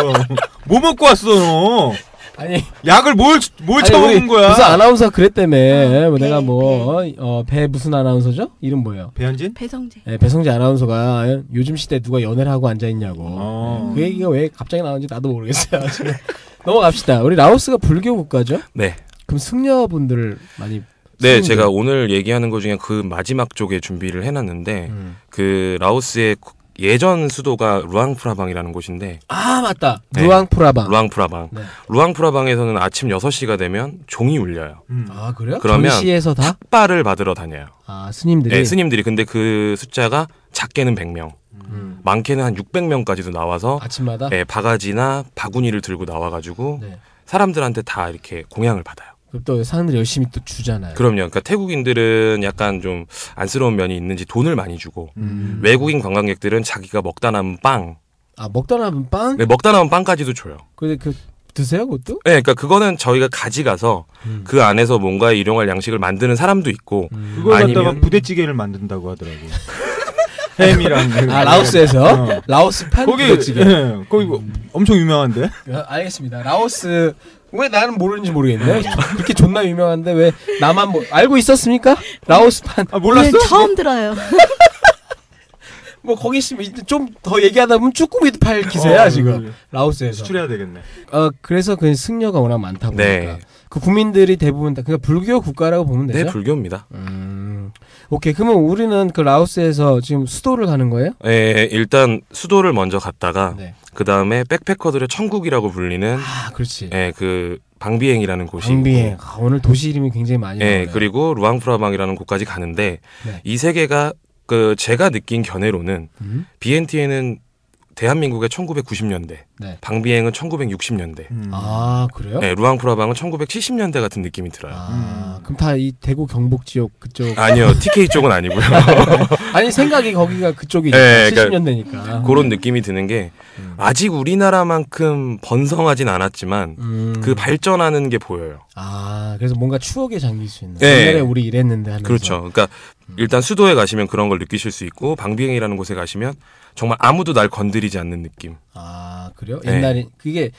Speaker 4: 뭐 먹고 왔어 너
Speaker 3: 아니
Speaker 4: 약을 뭘뭘
Speaker 3: 아니, 우리
Speaker 4: 처먹은 거야
Speaker 3: 무슨 아나운서 그랬다며. 뭐 내가 뭐배 무슨 아나운서죠? 이름 뭐예요?
Speaker 4: 배현진
Speaker 6: 배성재.
Speaker 3: 예, 배성재 아나운서가 요즘 시대 누가 연애를 하고 앉아 있냐고.
Speaker 4: 어.
Speaker 3: 그 얘기가 왜 갑자기 나오는지 나도 모르겠어요. 지금. 넘어갑시다. 우리 라오스가 불교 국가죠?
Speaker 5: 네.
Speaker 3: 그럼 승려분들을 많이
Speaker 5: 네,
Speaker 3: 승인들.
Speaker 5: 제가 오늘 얘기하는 것 중에 그 마지막 쪽에 준비를 해놨는데
Speaker 3: 음.
Speaker 5: 그 라오스의 국- 예전 수도가 루앙프라방이라는 곳인데
Speaker 3: 아 맞다
Speaker 5: 네.
Speaker 3: 루앙프라방
Speaker 5: 루앙프라방
Speaker 3: 네.
Speaker 5: 루앙프라방에서는 아침 6시가 되면 종이 울려요.
Speaker 4: 음.
Speaker 3: 아 그래요?
Speaker 5: 그러면
Speaker 3: 전시에서 다?
Speaker 5: 빨을 받으러 다녀요.
Speaker 3: 아 스님들이
Speaker 5: 네, 스님들이 근데 그 숫자가 작게는 100명,
Speaker 3: 음.
Speaker 5: 많게는 한 600명까지도 나와서
Speaker 3: 아침마다
Speaker 5: 예, 바가지나 바구니를 들고 나와가지고
Speaker 3: 네.
Speaker 5: 사람들한테 다 이렇게 공양을 받아요.
Speaker 3: 그럼 또 사람들이 열심히 또 주잖아요
Speaker 5: 그럼요. 그러니까 태국인들은 약간 좀 안쓰러운 면이 있는지 돈을 많이 주고
Speaker 4: 음.
Speaker 5: 외국인 관광객들은 자기가 먹다 남은 빵,
Speaker 3: 아 먹다 남은 빵?
Speaker 5: 네, 먹다 남은 빵까지도 줘요.
Speaker 3: 근데 그 드세요 그것도?
Speaker 5: 네, 그러니까 그거는 저희가 가져가서
Speaker 3: 음.
Speaker 5: 그 안에서 뭔가 일용할 양식을 만드는 사람도 있고
Speaker 4: 그걸 갖다가
Speaker 5: 아니면-
Speaker 4: 부대찌개를 만든다고 하더라고 햄이랑 이런
Speaker 3: 아
Speaker 4: 거.
Speaker 3: 라오스에서
Speaker 4: 네. 어.
Speaker 3: 라오스판
Speaker 4: 거기
Speaker 3: 부대찌개
Speaker 4: 예, 거기 뭐 엄청 유명한데
Speaker 3: 아, 알겠습니다 라오스 왜 나는 모르는지 모르겠네 그렇게 존나 유명한데 왜 나만 모... 알고 있었습니까? 라오스판
Speaker 4: 아 몰랐어
Speaker 6: 오늘 네, 처음 들어요.
Speaker 3: 뭐 거기 있으면 좀 더 얘기하다 보면 쭈꾸미도 팔 기세야
Speaker 4: 어,
Speaker 3: 지금
Speaker 4: 음.
Speaker 3: 라오스에서
Speaker 4: 수출해야 되겠네
Speaker 3: 어 그래서 그 승려가 워낙 많다 보니까
Speaker 5: 네.
Speaker 3: 그 국민들이 대부분 다 그러니까 불교 국가라고 보면
Speaker 5: 네,
Speaker 3: 되죠.
Speaker 5: 불교입니다.
Speaker 3: 음. 오케이 그러면 우리는 그 라오스에서 지금 수도를 가는 거예요?
Speaker 5: 예, 일단 수도를 먼저 갔다가
Speaker 3: 네.
Speaker 5: 그 다음에 백패커들의 천국이라고 불리는
Speaker 3: 아 그렇지.
Speaker 5: 예, 그 방비행이라는 곳이
Speaker 3: 방비행.
Speaker 5: 있고,
Speaker 3: 아, 오늘 도시 이름이 굉장히 많이
Speaker 5: 예,
Speaker 3: 나오네요.
Speaker 5: 그리고 루앙프라방이라는 곳까지 가는데
Speaker 3: 네.
Speaker 5: 이 세 개가 그 제가 느낀 견해로는
Speaker 3: 음?
Speaker 5: BNT에는 대한민국의 1990년대,
Speaker 3: 네.
Speaker 5: 방비행은 1960년대,
Speaker 4: 음.
Speaker 3: 아 그래요?
Speaker 5: 예, 루앙프라방은 1970년대 같은 느낌이 들어요.
Speaker 3: 아 그럼 다 이 대구 경북 지역 그쪽.
Speaker 5: 아. 니요 TK 쪽은 아니고요.
Speaker 3: 아니 생각이 거기가 그쪽이니까
Speaker 5: 네, 그러니까
Speaker 3: 70년대니까.
Speaker 5: 그런 느낌이 드는 게
Speaker 3: 음.
Speaker 5: 아직 우리나라만큼 번성하진 않았지만
Speaker 3: 음.
Speaker 5: 그 발전하는 게 보여요.
Speaker 3: 아 그래서 뭔가 추억에 잠길 수 있는.
Speaker 5: 네.
Speaker 3: 옛날에 우리 이랬는데 하면서.
Speaker 5: 그렇죠. 그러니까 일단 수도에 가시면 그런 걸 느끼실 수 있고 방비행이라는 곳에 가시면 정말 아무도 날 건드리지 않는 느낌.
Speaker 3: 아 그래요?
Speaker 5: 네.
Speaker 3: 옛날에 그게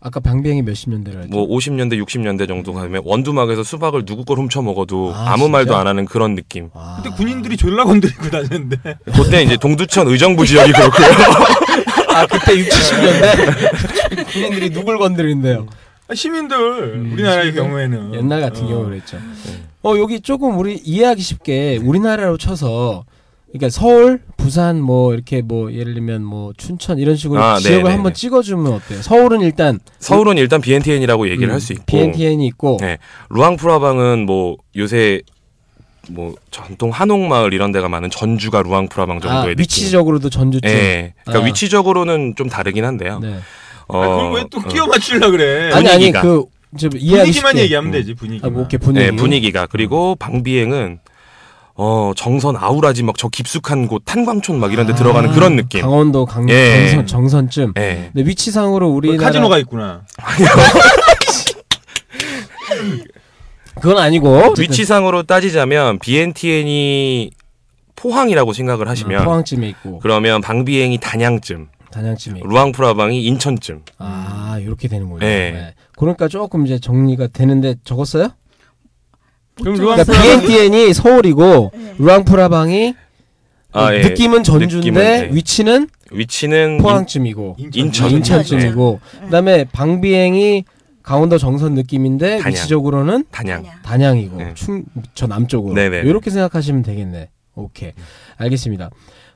Speaker 3: 아까 방비행이 몇십 년대라 했죠?
Speaker 5: 뭐 50년대, 60년대 정도 가면 원두막에서 수박을 누구 걸 훔쳐 먹어도
Speaker 3: 아,
Speaker 5: 아, 무
Speaker 3: 진짜?
Speaker 5: 말도 안 하는 그런 느낌.
Speaker 3: 아.
Speaker 4: 근데 군인들이 졸라 건드리고 다니는데
Speaker 5: 그때 이제 동두천 의정부 지역이 그렇고요.
Speaker 3: 음. 아 그때 60,
Speaker 5: 네.
Speaker 3: 70년대 군인들이 누굴 건드린대요.
Speaker 4: 아, 시민들
Speaker 3: 음,
Speaker 4: 우리나라의
Speaker 3: 시민들?
Speaker 5: 음.
Speaker 4: 경우에는
Speaker 3: 옛날 같은
Speaker 4: 어.
Speaker 3: 경우 그랬죠.
Speaker 5: 네.
Speaker 3: 어 여기 조금 우리 이해하기 쉽게 우리나라로 쳐서 그러니까 서울, 부산 뭐 이렇게 뭐 예를 들면 뭐 춘천 이런 식으로
Speaker 5: 아,
Speaker 3: 지역을
Speaker 5: 네네네.
Speaker 3: 한번 찍어주면 어때요? 서울은 일단
Speaker 5: 서울은 일단 BNTN이라고
Speaker 3: 음.
Speaker 5: 얘기를 할 수 있고
Speaker 3: BNTN이 있고
Speaker 5: 네. 루앙프라방은 뭐 요새 뭐 전통 한옥마을 이런 데가 많은 전주가 루앙프라방
Speaker 3: 아,
Speaker 5: 그 정도의 느낌.
Speaker 3: 위치적으로도 전주쪽.
Speaker 5: 예. 그러니까
Speaker 3: 아.
Speaker 5: 위치적으로는 좀 다르긴 한데요.
Speaker 3: 네.
Speaker 5: 어,
Speaker 4: 아, 그걸 왜 또
Speaker 5: 어.
Speaker 4: 끼워 맞추려 그래
Speaker 3: 아니 아니
Speaker 5: 분위기가.
Speaker 3: 그좀 이해하기 쉽게.
Speaker 4: 분위기만 얘기하면 되지 분위기
Speaker 3: 아, 뭐 이렇게
Speaker 5: 네, 분위기.
Speaker 3: 분위기.
Speaker 5: 네, 분위기가 그리고 방비행은 어, 정선 아우라지 막 저 깊숙한 곳 탄광촌 막 이런 데 들어가는
Speaker 3: 아,
Speaker 5: 그런 느낌.
Speaker 3: 강원도 음. 강
Speaker 5: 예.
Speaker 3: 정선, 정선쯤.
Speaker 5: 예.
Speaker 3: 근데 위치상으로
Speaker 4: 그
Speaker 3: 우리나라
Speaker 4: 카지노가 있구나.
Speaker 3: 그건 아니고
Speaker 5: 위치상으로 따지자면 BNTN이 포항이라고 생각을 하시면
Speaker 3: 음, 아, 포항쯤에 있고
Speaker 5: 그러면 방비행이 단양쯤,
Speaker 3: 단양쯤에 있고.
Speaker 5: 루앙프라방이 인천쯤.
Speaker 3: 아 이렇게 되는 거예요.
Speaker 5: 예.
Speaker 3: 그러니까 조금 이제 정리가 되는데 적었어요?
Speaker 4: 그럼
Speaker 6: 못 네.
Speaker 4: 루앙
Speaker 3: 그러니까 BNTN이 서울이고 루앙프라방이
Speaker 5: 아, 예.
Speaker 3: 어, 느낌은 전주인데
Speaker 5: 느낌은, 음, 예.
Speaker 3: 위치는
Speaker 5: 위치는
Speaker 3: 포항쯤이고 음, 네.
Speaker 5: 인천.
Speaker 3: 인천쯤이고 그다음에 방비행이 강원도 정선 느낌인데
Speaker 5: 단양.
Speaker 3: 위치적으로는
Speaker 5: 단양.
Speaker 6: 그냥.
Speaker 3: 단양이고
Speaker 5: 네.
Speaker 3: 충저 남쪽으로
Speaker 5: 네네.
Speaker 3: 이렇게 생각하시면 되겠네. 오케이 알겠습니다.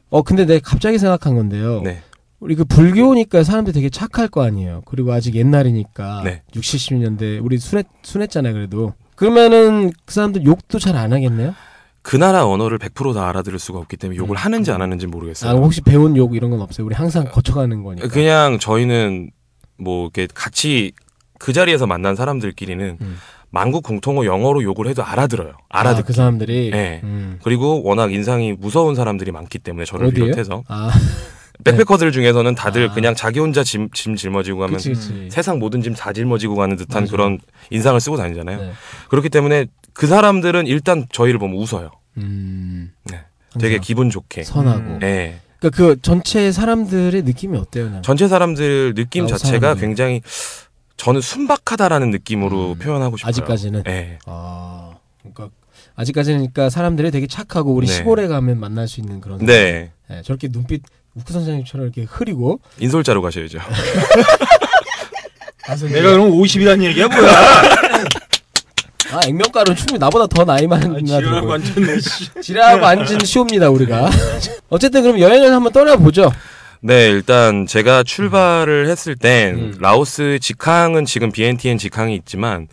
Speaker 3: 어 근데 내가 갑자기 생각한 건데요.
Speaker 5: 네.
Speaker 3: 우리 그 불교니까 사람들 이 되게 착할 거 아니에요. 그리고 아직 옛날이니까
Speaker 5: 네.
Speaker 3: 60, 70년대 우리 순했 순했잖아요. 그래도 그러면은 그 사람들 욕도 잘 안 하겠네요. 아,
Speaker 5: 그 나라 언어를 100%다 알아들을 수가 없기 때문에 욕을 하는지 안 하는지
Speaker 3: 아
Speaker 5: 모르겠어요.
Speaker 3: 혹시 배운 욕 이런 건 없어요. 우리 항상 거쳐가는 거니까.
Speaker 5: 그렇죠. 그냥 저희는 뭐 이렇게 같이 그 자리에서 만난 사람들끼리는
Speaker 3: 음.
Speaker 5: 만국 공통어 영어로 욕을 해도 알아들어요.
Speaker 3: 아,
Speaker 5: 알아듣.
Speaker 3: 그 사람들이.
Speaker 5: 예.
Speaker 3: 음.
Speaker 5: 그리고 워낙 인상이 무서운 사람들이 많기 때문에 저를
Speaker 3: 어디예요?
Speaker 5: 비롯해서
Speaker 3: 아
Speaker 5: 백패커들 중에서는 다들
Speaker 3: 아.
Speaker 5: 그냥 자기 혼자 짐, 짐 짊어지고 가면
Speaker 3: 그치 그치.
Speaker 5: 세상 모든 짐 다 짊어지고 가는 듯한
Speaker 3: 맞아요.
Speaker 5: 그런 인상을 쓰고 다니잖아요.
Speaker 3: 네.
Speaker 5: 그렇기 때문에 그 사람들은 일단 저희를 보면 웃어요.
Speaker 3: 음.
Speaker 5: 네. 되게
Speaker 3: 항상
Speaker 5: 기분 좋게.
Speaker 3: 선하고.
Speaker 4: 음.
Speaker 5: 예.
Speaker 3: 그러니까 그 전체 사람들의 느낌이 어때요? 그냥?
Speaker 5: 전체 사람들 느낌
Speaker 3: 나우
Speaker 5: 자체가
Speaker 3: 사람들.
Speaker 5: 굉장히 저는 순박하다라는 느낌으로
Speaker 3: 음,
Speaker 5: 표현하고 싶어요.
Speaker 3: 아직까지는.
Speaker 5: 예.
Speaker 3: 아, 그러니까 아직까지는 그러니까 사람들이 되게 착하고 우리
Speaker 5: 네.
Speaker 3: 시골에 가면 만날 수 있는 그런.
Speaker 5: 네.
Speaker 3: 사람. 예, 저렇게 눈빛 우쿠 선생님처럼 이렇게 흐리고.
Speaker 5: 인솔자로 가셔야죠.
Speaker 4: 내가 그럼 50이라는 얘기야 아, 뭐야?
Speaker 3: 아 액면가로 충분히 나보다 더 나이 많은
Speaker 4: 지랄
Speaker 3: 나도.
Speaker 4: 완전 내 씨.
Speaker 3: 지랄하고 아, 앉은 시옵니다 우리가. 어쨌든 그럼 여행을 한번 떠나보죠.
Speaker 5: 네, 일단 제가 출발을 했을 땐
Speaker 3: 음.
Speaker 5: 라오스 직항은 지금 BNTN 직항이 있지만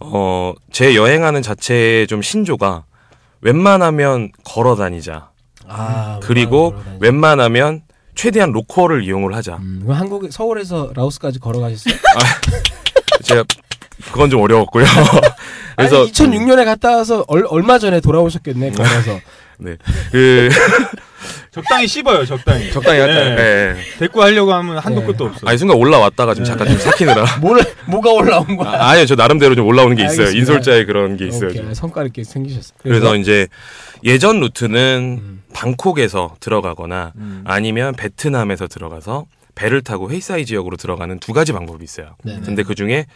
Speaker 5: 어, 제 여행하는 자체의 좀 신조가 웬만하면 걸어 다니자.
Speaker 3: 아
Speaker 5: 음, 그리고 웬만하면 최대한 로컬을 이용을 하자.
Speaker 3: 음, 그럼 한국 서울에서 라오스까지 걸어가셨어요?
Speaker 5: 제가 그건 좀 어려웠고요.
Speaker 3: 그래서
Speaker 5: 그래서
Speaker 3: 아니, 음. 2006년에 갔다 와서 얼, 얼마 전에 돌아오셨겠네 걸어서.
Speaker 5: 네. 그
Speaker 4: 적당히 씹어요 적당히.
Speaker 5: 적당히 할까요?
Speaker 4: 네.
Speaker 5: 예.
Speaker 4: 대꾸 하려고 하면 한도
Speaker 3: 네.
Speaker 4: 끝도 없어.
Speaker 5: 아니 순간 올라왔다가 지금 잠깐 좀 삭히느라
Speaker 3: 뭘 뭐가 올라온 거야?
Speaker 5: 아, 아니요 저 나름대로 좀 올라오는 게 있어요
Speaker 3: 알겠습니다.
Speaker 5: 인솔자의 그런 게 있어요
Speaker 3: 오케이,
Speaker 5: 좀.
Speaker 3: 성과 이렇게 생기셨어.
Speaker 5: 그래서 이제 예전 루트는
Speaker 3: 음.
Speaker 5: 방콕에서 들어가거나
Speaker 4: 음.
Speaker 5: 아니면 베트남에서 들어가서 배를 타고 헤이사이 지역으로 들어가는 두 가지 방법이 있어요
Speaker 3: 네네.
Speaker 5: 근데 그중에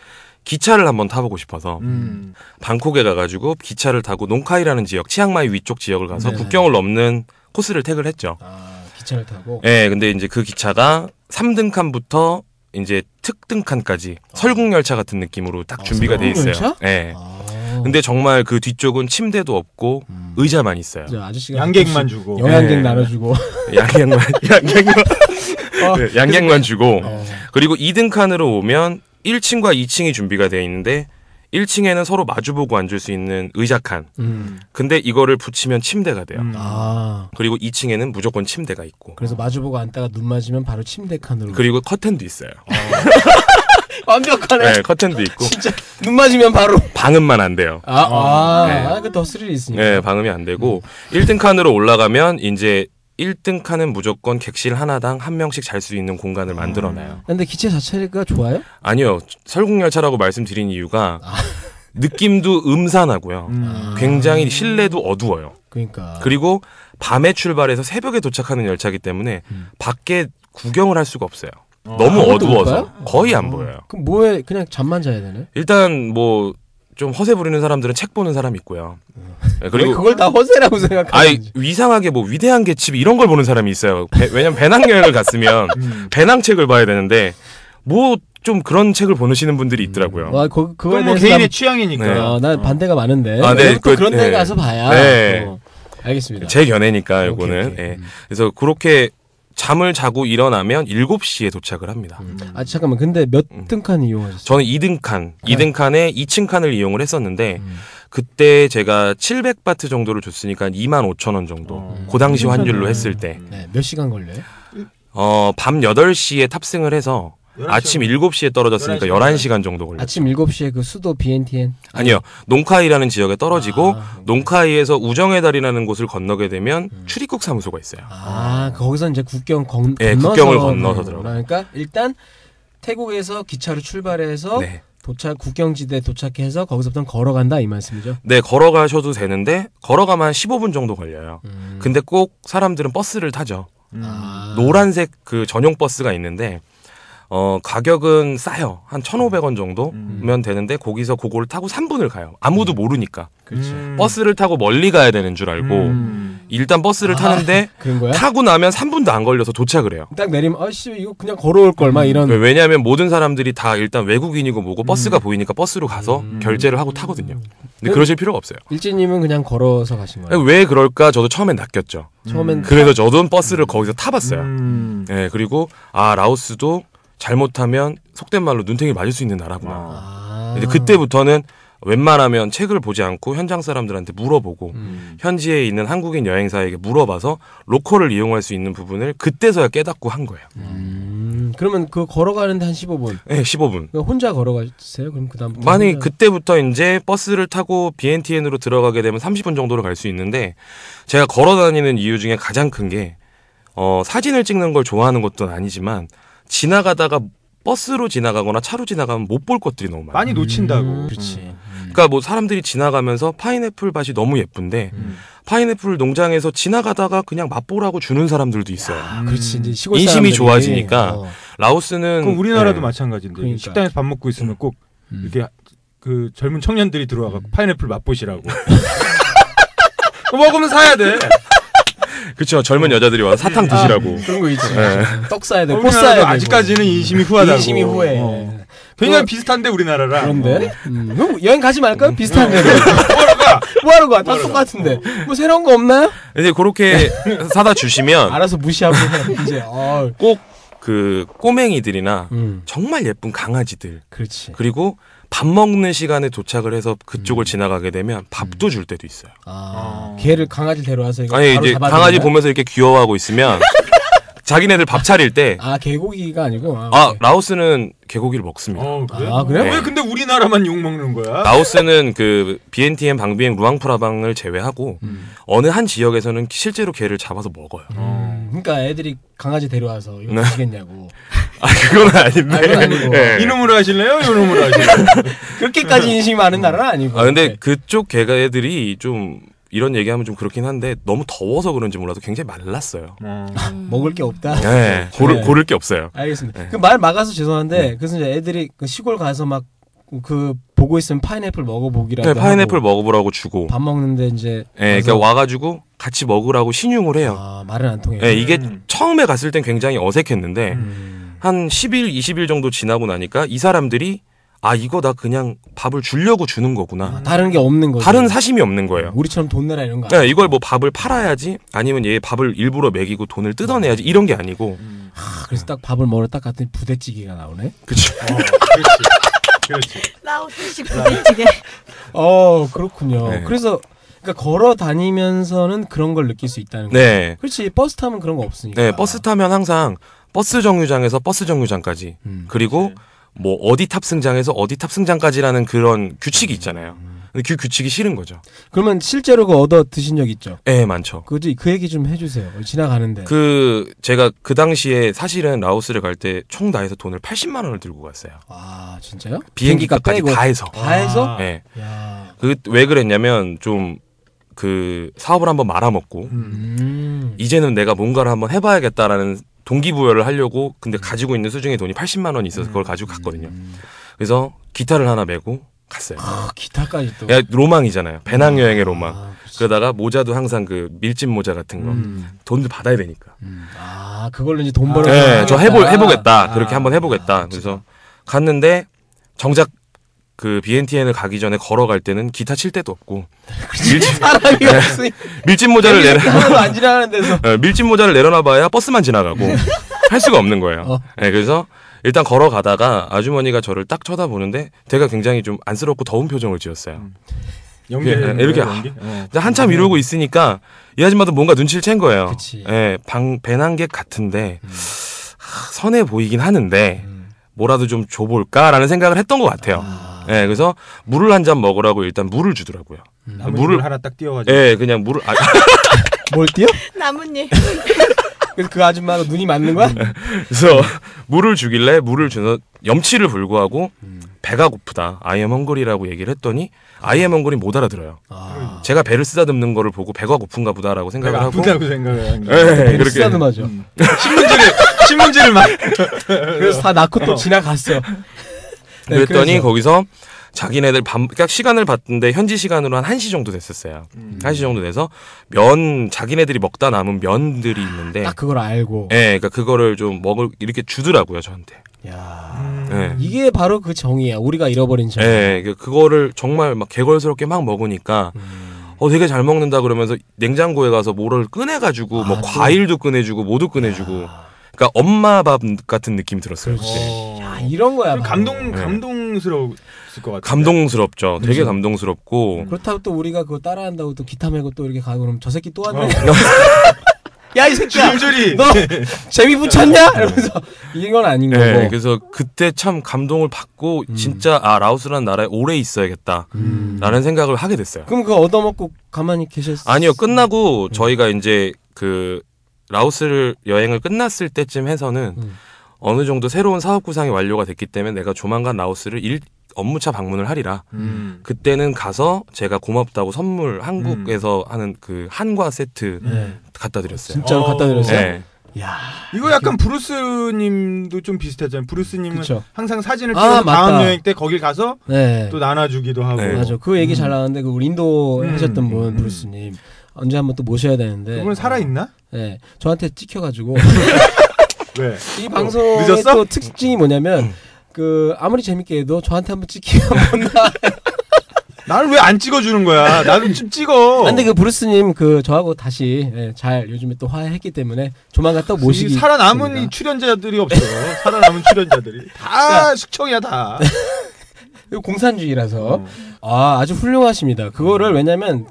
Speaker 5: 기차를 한번 타보고 싶어서
Speaker 4: 음.
Speaker 5: 방콕에 가가지고 기차를 타고 농카이라는 지역 치앙마이 위쪽 지역을 가서
Speaker 3: 네네.
Speaker 5: 국경을 넘는 코스를 택을 했죠
Speaker 3: 아 기차를 타고.
Speaker 5: 예, 근데 이제 그 기차가 3등 칸부터 이제 특등 칸까지 설국 열차 같은 느낌으로 딱
Speaker 3: 아,
Speaker 5: 준비가 돼
Speaker 3: 설국
Speaker 5: 있어요.
Speaker 3: 열차?
Speaker 5: 예.
Speaker 3: 아.
Speaker 5: 근데 정말 그 뒤쪽은 침대도 없고
Speaker 3: 음.
Speaker 5: 의자만 있어요.
Speaker 3: 이제 아저씨가
Speaker 4: 양객만 주고.
Speaker 3: 영양객
Speaker 5: 예.
Speaker 3: 나눠주고.
Speaker 5: 양양만 양양만
Speaker 3: 어.
Speaker 5: 네, 양양만 주고
Speaker 3: 어.
Speaker 5: 그리고 2등 칸으로 오면 1층과 2층이 준비가 돼 있는데 1층에는 서로 마주보고 앉을 수 있는 의자 칸.
Speaker 3: 음.
Speaker 5: 근데 이거를 붙이면 침대가 돼요.
Speaker 4: 음.
Speaker 3: 아
Speaker 5: 그리고 2층에는 무조건 침대가 있고
Speaker 3: 그래서 마주보고 앉다가 눈 맞으면 바로 침대 칸으로.
Speaker 5: 음. 그리고 커튼도 있어요.
Speaker 3: 아, 완벽하네.
Speaker 5: 네, 커튼도 있고
Speaker 3: 진짜 눈 맞으면 바로.
Speaker 5: 방음만 안 돼요.
Speaker 3: 아, 아,
Speaker 5: 네.
Speaker 3: 아, 그더 스릴이 있으니까.
Speaker 5: 네, 방음이 안 되고 1등 칸으로 올라가면 이제 1등 칸은 무조건 객실 하나당 한 명씩 잘 수 있는 공간을 만들어 놔요.
Speaker 3: 근데 기차 자체가
Speaker 5: 음.
Speaker 3: 좋아요?
Speaker 5: 아니요. 설국열차라고 말씀드린 이유가 느낌도 음산하고요.
Speaker 3: 아.
Speaker 4: 음.
Speaker 5: 굉장히 실내도 어두워요.
Speaker 3: 그러니까.
Speaker 5: 그리고 밤에 출발해서 새벽에 도착하는 열차이기 때문에
Speaker 3: 음.
Speaker 5: 밖에 구경을 할 수가 없어요.
Speaker 4: 어.
Speaker 5: 너무
Speaker 3: 아무것도 못
Speaker 5: 어두워서
Speaker 3: 봐요?
Speaker 5: 거의
Speaker 3: 어.
Speaker 5: 안 보여요.
Speaker 3: 그럼 뭐해? 그냥 잠만 자야 되네.
Speaker 5: 일단 뭐 좀 허세 부리는 사람들은 책 보는 사람이 있고요. 네,
Speaker 3: 왜
Speaker 5: 그리고
Speaker 3: 그걸 다 허세라고 생각하는지.
Speaker 5: 아이 이상하게 뭐 위대한 개집 이런 걸 보는 사람이 있어요. 배- 왜냐면 배낭 여행을 갔으면
Speaker 4: 음.
Speaker 5: 배낭 책을 봐야 되는데 뭐 좀 그런 책을 보내시는 분들이 있더라고요.
Speaker 3: 음. 와, 거, 그거에
Speaker 4: 그건 뭐
Speaker 3: 대해서
Speaker 4: 개인의
Speaker 3: 난-
Speaker 4: 취향이니까.
Speaker 5: 네.
Speaker 3: 어, 난 반대가 많은데.
Speaker 5: 아, 네,
Speaker 3: 그,
Speaker 5: 그-
Speaker 3: 그런 데
Speaker 5: 네.
Speaker 3: 가서 봐야.
Speaker 5: 네.
Speaker 3: 어, 알겠습니다.
Speaker 5: 제 견해니까
Speaker 3: 오케이,
Speaker 5: 요거는.
Speaker 3: 오케이.
Speaker 5: 예.
Speaker 3: 음.
Speaker 5: 그래서 그렇게 잠을 자고 일어나면 7시에 도착을 합니다.
Speaker 3: 아 잠깐만, 근데 몇 등칸 이용하셨어요?
Speaker 5: 음. 저는 2등 칸,
Speaker 3: 네.
Speaker 5: 2등 칸에 2층 칸을 이용을 했었는데
Speaker 3: 음.
Speaker 5: 그때 제가 700바트 정도를 줬으니까 2만 5천 원 정도.
Speaker 4: 어.
Speaker 5: 그 당시
Speaker 3: 음.
Speaker 4: 괜찮네.
Speaker 5: 환율로 했을 때.
Speaker 3: 네, 몇 시간 걸려요?
Speaker 5: 어, 밤 8시에 탑승을 해서
Speaker 4: 11시간.
Speaker 5: 아침 7시에 떨어졌으니까
Speaker 4: 11시간.
Speaker 5: 11시간 정도 걸려요.
Speaker 3: 아침 7시에 그 수도 BNTN
Speaker 5: 아니요. 농카이라는 지역에 떨어지고
Speaker 3: 아, 음.
Speaker 5: 농카이에서 우정의 달이라는 곳을 건너게 되면 출입국 사무소가 있어요.
Speaker 3: 아 거기서 이제 국경 건,
Speaker 5: 예,
Speaker 3: 건너서
Speaker 5: 국경을 건너서 들어가요.
Speaker 3: 그러니까 일단 태국에서 기차로 출발해서
Speaker 5: 네.
Speaker 3: 도착 국경지대 도착해서 거기서부터 걸어간다 이 말씀이죠.
Speaker 5: 네, 걸어가셔도 되는데 걸어가면 한 15분 정도 걸려요. 근데 꼭 사람들은 버스를 타죠.
Speaker 4: 음.
Speaker 3: 아.
Speaker 5: 노란색 그 전용 버스가 있는데 어 가격은 싸요. 한 1,500원 정도면 되는데 거기서 그걸 타고 3분을 가요. 아무도 모르니까.
Speaker 3: 그렇죠.
Speaker 4: 음.
Speaker 5: 버스를 타고 멀리 가야 되는 줄 알고
Speaker 4: 음.
Speaker 5: 일단 버스를
Speaker 3: 아.
Speaker 5: 타는데
Speaker 3: 그런 거야?
Speaker 5: 타고 나면 3분도 안 걸려서 도착을 해요.
Speaker 3: 딱 내리면 아씨 이거 그냥 걸어올 걸 막 이런
Speaker 5: 음, 왜- 왜냐하면 모든 사람들이 다 일단 외국인이고 뭐고 버스가 보이니까 버스로 가서 결제를 하고 타거든요. 근데 그러실 필요가 없어요.
Speaker 3: 일진님은 그냥 걸어서 가신 거예요.
Speaker 5: 왜 그럴까 저도 처음엔 낚였죠.
Speaker 3: 처음엔
Speaker 5: 그래서 저도 버스를 거기서 타봤어요.
Speaker 4: 음.
Speaker 5: 예, 그리고 아 라오스도 잘못하면 속된 말로 눈탱이를 맞을 수 있는 나라구나.
Speaker 4: 아.
Speaker 3: 아.
Speaker 5: 근데 그때부터는 웬만하면 책을 보지 않고 현장 사람들한테 물어보고
Speaker 3: 음.
Speaker 5: 현지에 있는 한국인 여행사에게 물어봐서 로컬을 이용할 수 있는 부분을 그때서야 깨닫고 한 거예요.
Speaker 3: 음, 그러면 그 걸어가는데 한 15분.
Speaker 5: 예, 15분.
Speaker 3: 그러니까 혼자 걸어가세요? 그럼 그다음
Speaker 5: 만약에 그때부터 이제 버스를 타고 BNTN으로 들어가게 되면 30분 정도로 갈 수 있는데 제가 걸어 다니는 이유 중에 가장 큰 게 어, 사진을 찍는 걸 좋아하는 것도 아니지만 지나가다가 버스로 지나가거나 차로 지나가면 못 볼 것들이 너무 많아요.
Speaker 4: 많이 놓친다고.
Speaker 3: 음,
Speaker 4: 음.
Speaker 3: 그렇지.
Speaker 5: 그러니까 뭐 사람들이 지나가면서 파인애플 밭이 너무 예쁜데
Speaker 4: 음.
Speaker 5: 파인애플 농장에서 지나가다가 그냥 맛보라고 주는 사람들도 있어요.
Speaker 3: 아, 그렇지 이제 시골
Speaker 5: 인심이
Speaker 3: 사람들이. 어.
Speaker 5: 좋아지니까. 라오스는
Speaker 4: 그럼 우리나라도
Speaker 5: 예.
Speaker 4: 마찬가지인데
Speaker 3: 음. 그러니까.
Speaker 4: 식당에서 밥 먹고 있으면 꼭
Speaker 3: 음.
Speaker 4: 이렇게 그 젊은 청년들이 들어와서 파인애플 맛보시라고. 먹으면 사야 돼.
Speaker 5: 그렇죠.
Speaker 4: 어.
Speaker 5: 젊은 여자들이 와서 사탕
Speaker 4: 아.
Speaker 5: 드시라고. 네.
Speaker 3: 그런 거 있지. 떡 싸야 돼. 꽃
Speaker 4: 우리나라도
Speaker 3: 싸야 돼.
Speaker 4: 아직까지는 인심이
Speaker 3: 뭐.
Speaker 4: 후하다고.
Speaker 3: 인심이 후해. 네.
Speaker 4: 어. 굉장히
Speaker 3: 그거-
Speaker 4: 비슷한데 우리나라랑.
Speaker 3: 그런데 음, 그럼 여행 가지 말까요? 비슷한 데로.
Speaker 4: 음.
Speaker 3: 뭐하러 가? 다 똑같은데. 뭐 새로운 거 없나요?
Speaker 5: 근데 그렇게 사다 주시면
Speaker 3: 알아서 무시하고 해, 이제. 어.
Speaker 5: 꼭 그 꼬맹이들이나
Speaker 3: 음,
Speaker 5: 정말 예쁜 강아지들
Speaker 3: 그렇지.
Speaker 5: 그리고 밥 먹는 시간에 도착을 해서
Speaker 3: 음.
Speaker 5: 그쪽을 지나가게 되면 밥도 줄 때도 있어요.
Speaker 3: 아,
Speaker 4: 아.
Speaker 3: 개를 강아지 데려와서 음. 이거
Speaker 5: 아니
Speaker 3: 바로
Speaker 5: 이제
Speaker 3: 잡아주는
Speaker 5: 강아지
Speaker 3: 거야?
Speaker 5: 보면서 이렇게 귀여워하고 있으면 자기네들 밥 차릴 때 아
Speaker 3: 아 개고기가 아니고. 아, 오케이.
Speaker 5: 라오스는 개고기를 먹습니다.
Speaker 4: 어, 그래?
Speaker 3: 아, 그래요?
Speaker 4: 왜 근데 우리나라만 욕 먹는 거야?
Speaker 5: 아, 라오스는 그 BNTN 방비행 루앙프라방을 제외하고
Speaker 3: 음.
Speaker 5: 어느 한 지역에서는 실제로 개를 잡아서 먹어요.
Speaker 4: 어.
Speaker 3: 그러니까 애들이 강아지 데려와서 이거
Speaker 5: 네.
Speaker 3: 드시겠냐고.
Speaker 5: 아 그건 아닌데.
Speaker 3: 아, 그건 아니고.
Speaker 5: 예.
Speaker 4: 이놈으로 하실래요? 이놈으로 하실래요?
Speaker 3: 그렇게까지 인심이 많은 나라는 아니고.
Speaker 5: 아 근데
Speaker 3: 네.
Speaker 5: 그쪽 개가 애들이 좀 이런 얘기하면 좀 그렇긴 한데 너무 더워서 그런지 몰라도 굉장히 말랐어요.
Speaker 3: 먹을 게 없다.
Speaker 5: 네. 고를
Speaker 3: 네.
Speaker 5: 고를 게 없어요.
Speaker 3: 알겠습니다.
Speaker 5: 네.
Speaker 3: 그 말 막아서 죄송한데 그래서 이제 애들이 그 시골 가서 막 그 보고 있으면 파인애플 먹어보기라도
Speaker 5: 네, 파인애플
Speaker 3: 하고
Speaker 5: 먹어보라고 주고,
Speaker 3: 밥 먹는데 이제
Speaker 5: 예,
Speaker 3: 가서
Speaker 5: 그러니까 와가지고 같이 먹으라고 신용을 해요.
Speaker 3: 아, 말은 안 통해요.
Speaker 5: 예, 이게
Speaker 4: 음.
Speaker 5: 처음에 갔을 땐 굉장히 어색했는데
Speaker 3: 음.
Speaker 5: 한 10일, 20일 정도 지나고 나니까 이 사람들이 아 이거 나 그냥 밥을 주려고 주는 거구나.
Speaker 3: 아, 다른 게 없는 거죠.
Speaker 5: 다른 사심이 없는 거예요.
Speaker 3: 우리처럼 돈 내라 이런 거.
Speaker 5: 네, 이걸 뭐 밥을 팔아야지 아니면 얘 밥을 일부러 먹이고 돈을 뜯어내야지 이런 게 아니고
Speaker 3: 아, 그래서 딱 밥을 먹으러 딱 갔더니 부대찌개가 나오네.
Speaker 5: 그쵸
Speaker 4: 어, 그렇지. 그렇지.
Speaker 6: 라오스식 부대찌개.
Speaker 3: 어, 그렇군요.
Speaker 5: 네.
Speaker 3: 그래서 그러니까 걸어 다니면서는 그런 걸 느낄 수 있다는 거.
Speaker 5: 네.
Speaker 3: 그렇지. 버스 타면 그런 거 없으니까.
Speaker 5: 네, 버스 타면 항상 버스 정류장에서 버스 정류장까지
Speaker 3: 음.
Speaker 5: 그리고 뭐 어디 탑승장에서 어디 탑승장까지라는 그런 규칙이 있잖아요. 근데 그 규칙이 싫은 거죠.
Speaker 3: 그러면 실제로 그 얻어 드신 적 있죠?
Speaker 5: 예, 많죠.
Speaker 3: 그지 그 얘기 좀해 주세요. 지나가는데.
Speaker 5: 그 제가 그 당시에 사실은 라오스를 갈 때 총 다해서 돈을 80만 원을 들고 갔어요.
Speaker 3: 아, 진짜요?
Speaker 5: 비행기값까지
Speaker 3: 빼고.
Speaker 5: 다 해서.
Speaker 3: 다 해서?
Speaker 4: 아.
Speaker 5: 예.
Speaker 3: 야.
Speaker 5: 그 왜 그랬냐면 좀 그 사업을 한번 말아먹고
Speaker 4: 음.
Speaker 3: 음.
Speaker 5: 이제는 내가 뭔가를 한번 해봐야겠다라는 동기부여를 하려고 근데 가지고 있는 수중에 돈이 80만 원이 있어서 그걸 가지고 갔거든요. 그래서 기타를 하나 메고 갔어요.
Speaker 3: 아, 기타까지 또.
Speaker 5: 야, 로망이잖아요. 배낭 여행의 로망.
Speaker 3: 아, 그치.
Speaker 5: 그러다가 모자도 항상 그 밀짚 모자 같은 거
Speaker 4: 음.
Speaker 5: 돈을 받아야 되니까.
Speaker 3: 아, 그걸로 이제 돈 벌어.
Speaker 5: 네, 저 해보
Speaker 3: 아,
Speaker 5: 해보겠다. 그렇게 한번 해보겠다. 그래서 갔는데 정작 그 BNTN을 가기 전에 걸어갈 때는 기타 칠 데도 없고 밀짚,
Speaker 3: 사람이 없으니
Speaker 5: 밀짚 모자를 네. 내려
Speaker 3: 하나도 안 지나가는 데서.
Speaker 5: 어, 밀짚 모자를 내려놔봐야 버스만 지나가고 할 수가 없는 거예요.
Speaker 3: 어.
Speaker 5: 네, 그래서 일단 걸어가다가 아주머니가 저를 딱 쳐다보는데 제가 굉장히 좀 안쓰럽고 더운 표정을 지었어요.
Speaker 4: 연기
Speaker 5: 예, 예, 이렇게
Speaker 4: 연기? 어.
Speaker 5: 근데 한참 이러고 있으니까 이 아줌마도 뭔가 눈치를 챈 거예요.
Speaker 3: 네.
Speaker 5: 네,
Speaker 3: 그치. 음.
Speaker 5: 예, 방 배낭객 같은데 하, 선해 보이긴 하는데 뭐라도 좀 줘볼까라는 생각을 했던 것 같아요. 예, 그래서 물을 한 잔 먹으라고 일단 물을 주더라고요.
Speaker 4: 아, 물을 하나 딱 띄워가지고.
Speaker 5: 예, 그냥 물을 아,
Speaker 3: 뭘 띄어?
Speaker 6: 나뭇잎.
Speaker 3: 그래서 그 아줌마가 눈이 맞는 거야?
Speaker 5: 네. 그래서 물을 주길래 물을 주서 염치를 불구하고 배가 고프다. 아이엠 헝거리라고 얘기를 했더니 아이엠 헝거리 못 알아들어요.
Speaker 3: 아,
Speaker 5: 제가 배를 쓰다듬는 거를 보고 배가 고픈가 보다라고 생각을
Speaker 4: 내가
Speaker 5: 하고
Speaker 4: 아프다고 생각을 음. 한 거야.
Speaker 5: 예,
Speaker 3: 베리스다맞죠
Speaker 4: 신문지를 신문지를 막.
Speaker 3: 그래서 다 낳고 또 지나갔어. 네,
Speaker 5: 그랬더니
Speaker 3: 그래서.
Speaker 5: 거기서 자기네들 밤 그러니까 시간을 봤는데 현지 시간으로 한 1시 정도 됐었어요.
Speaker 4: 음.
Speaker 5: 한 1시 정도 돼서 면 자기네들이 먹다 남은 면들이 있는데
Speaker 3: 딱 그걸 알고.
Speaker 5: 예, 그러니까 그거를 좀 먹을 이렇게 주더라고요, 저한테.
Speaker 3: 야
Speaker 5: 예.
Speaker 3: 이게 바로 그 정의야. 우리가 잃어버린 정의.
Speaker 5: 예, 그- 그거를 정말 막 개걸스럽게 막 먹으니까 어 되게 잘 먹는다 그러면서 냉장고에 가서 뭐를 꺼내가지고 뭐
Speaker 3: 아, 또.
Speaker 5: 과일도 꺼내주고 뭐도 꺼내주고 그러니까 엄마 밥 같은 느낌이 들었어요. 그때.
Speaker 3: 야, 아, 이런 거야.
Speaker 4: 좀
Speaker 3: 바로.
Speaker 4: 감동 예. 감동스러웠을 것 같아.
Speaker 5: 감동스럽죠. 되게 감동스럽고
Speaker 3: 그렇다고 또 우리가 그거 따라한다고 또 기타 메고 또 이렇게 가고 그럼 저 새끼 또 왔네.
Speaker 4: 어.
Speaker 3: 야 이 새끼야.
Speaker 4: 줄줄이.
Speaker 3: 너 재미 붙였냐? 이러면서 이건 아닌 거고.
Speaker 5: 네, 그래서 그때 참 감동을 받고 진짜 아 라오스라는 나라에 오래 있어야겠다라는
Speaker 3: 음.
Speaker 5: 생각을 하게 됐어요.
Speaker 3: 그럼 그거 얻어먹고 가만히 계셨어.
Speaker 5: 아니요 끝나고
Speaker 3: 음.
Speaker 5: 저희가 이제 그 라오스를 여행을 끝났을 때쯤 해서는
Speaker 3: 음.
Speaker 5: 어느 정도 새로운 사업 구상이 완료가 됐기 때문에 내가 조만간 라오스를 일 업무차 방문을 하리라.
Speaker 4: 음.
Speaker 5: 그때는 가서 제가 고맙다고 선물 한국에서 하는 그 한과 세트
Speaker 3: 음.
Speaker 4: 예.
Speaker 3: 네.
Speaker 5: 갖다 드렸어요.
Speaker 3: 진짜로 갖다 드렸어요.
Speaker 5: 네.
Speaker 3: 야.
Speaker 4: 이거 약간 브루스님도 좀 비슷했잖아요. 브루스님은
Speaker 3: 그쵸.
Speaker 4: 항상 사진을
Speaker 3: 아,
Speaker 4: 찍어서 다음
Speaker 3: 맞다.
Speaker 4: 여행 때 거길 가서
Speaker 3: 네.
Speaker 4: 또 나눠주기도 하고.
Speaker 5: 네.
Speaker 3: 맞아. 그 얘기 잘 나왔는데 그 우리 인도
Speaker 4: 음.
Speaker 3: 하셨던 분
Speaker 4: 음.
Speaker 3: 브루스님 언제 한번 또 모셔야 되는데.
Speaker 4: 그분 살아 있나?
Speaker 3: 네. 저한테 찍혀가지고
Speaker 4: 왜?
Speaker 3: 이 방송의
Speaker 4: 늦었어?
Speaker 3: 또 특징이
Speaker 5: 음.
Speaker 3: 뭐냐면 그 아무리 재밌게 해도 저한테 한번 찍히면 뭔가.
Speaker 4: 나를 왜 안 찍어주는 거야? 나도 좀 찍어.
Speaker 3: 근데 그 브루스님 그 저하고 다시 예, 잘 요즘에 또 화해했기 때문에 조만간 또
Speaker 4: 이
Speaker 3: 모시기.
Speaker 4: 살아남은 이
Speaker 3: 있습니다.
Speaker 4: 출연자들이 없어. 살아남은 출연자들이
Speaker 5: 그러니까
Speaker 4: 다 숙청이야 다.
Speaker 5: 네.
Speaker 3: 이거 공산주의라서.
Speaker 4: 어.
Speaker 5: 음.
Speaker 3: 아, 아주 훌륭하십니다. 그거를 왜냐면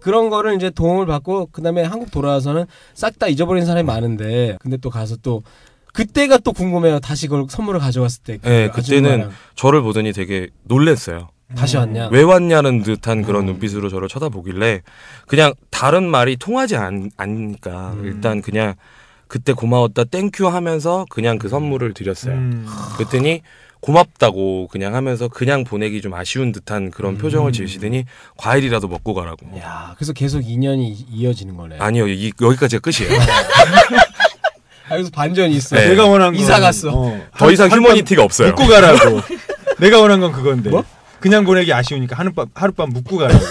Speaker 3: 그런 거를 이제 도움을 받고 그다음에 한국 돌아와서는 싹 다 잊어버린 사람이 많은데 근데 또 가서 또 그때가 또 궁금해요. 다시 그걸 선물을 가져왔을 때. 그
Speaker 5: 네, 그때는
Speaker 3: 아줌마랑
Speaker 5: 저를 보더니 되게 놀랬어요.
Speaker 3: 다시 왔냐?
Speaker 5: 왜 왔냐는 듯한 그런 눈빛으로 저를 쳐다보길래 그냥 다른 말이 통하지 않, 않으니까 일단 그냥 그때 고마웠다 땡큐 하면서 그냥 그 선물을 드렸어요.
Speaker 4: 음.
Speaker 5: 그랬더니 고맙다고 그냥 하면서 그냥 보내기 좀 아쉬운 듯한 그런 표정을 지으시더니 과일이라도 먹고 가라고.
Speaker 3: 야, 그래서 계속 인연이 이- 이어지는 거네. 아,
Speaker 5: 아니요 이, 여기까지가 끝이에요.
Speaker 3: 여기서 아, 반전이 있어.
Speaker 5: 네.
Speaker 4: 내가 원한 건
Speaker 3: 이사 갔어.
Speaker 4: 어.
Speaker 5: 더 이상
Speaker 4: 한-
Speaker 5: 휴머니티가 없어요.
Speaker 4: 묶고 가라고. 내가 원한 건 그건데.
Speaker 3: 뭐?
Speaker 4: 그냥 보내기 아쉬우니까 하룻밤 하룻밤 묶고 가라고.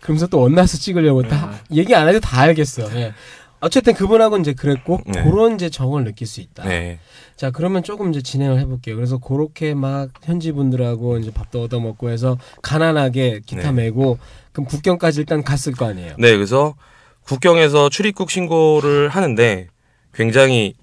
Speaker 3: 그러면서 또 언나서 찍으려고 다
Speaker 5: 네.
Speaker 3: 얘기 안 해도 다 알겠어. 예. 어쨌든 그분하고 이제 그랬고
Speaker 5: 네.
Speaker 3: 그런 이제 정을 느낄 수 있다.
Speaker 5: 네.
Speaker 3: 자 그러면 조금 이제 진행을 해볼게요. 그래서 그렇게 막 현지 분들하고 이제 밥도 얻어 먹고 해서 가난하게 기타
Speaker 5: 네.
Speaker 3: 메고 그럼 국경까지 일단 갔을 거 아니에요.
Speaker 5: 네, 그래서 국경에서 출입국 신고를 하는데 굉장히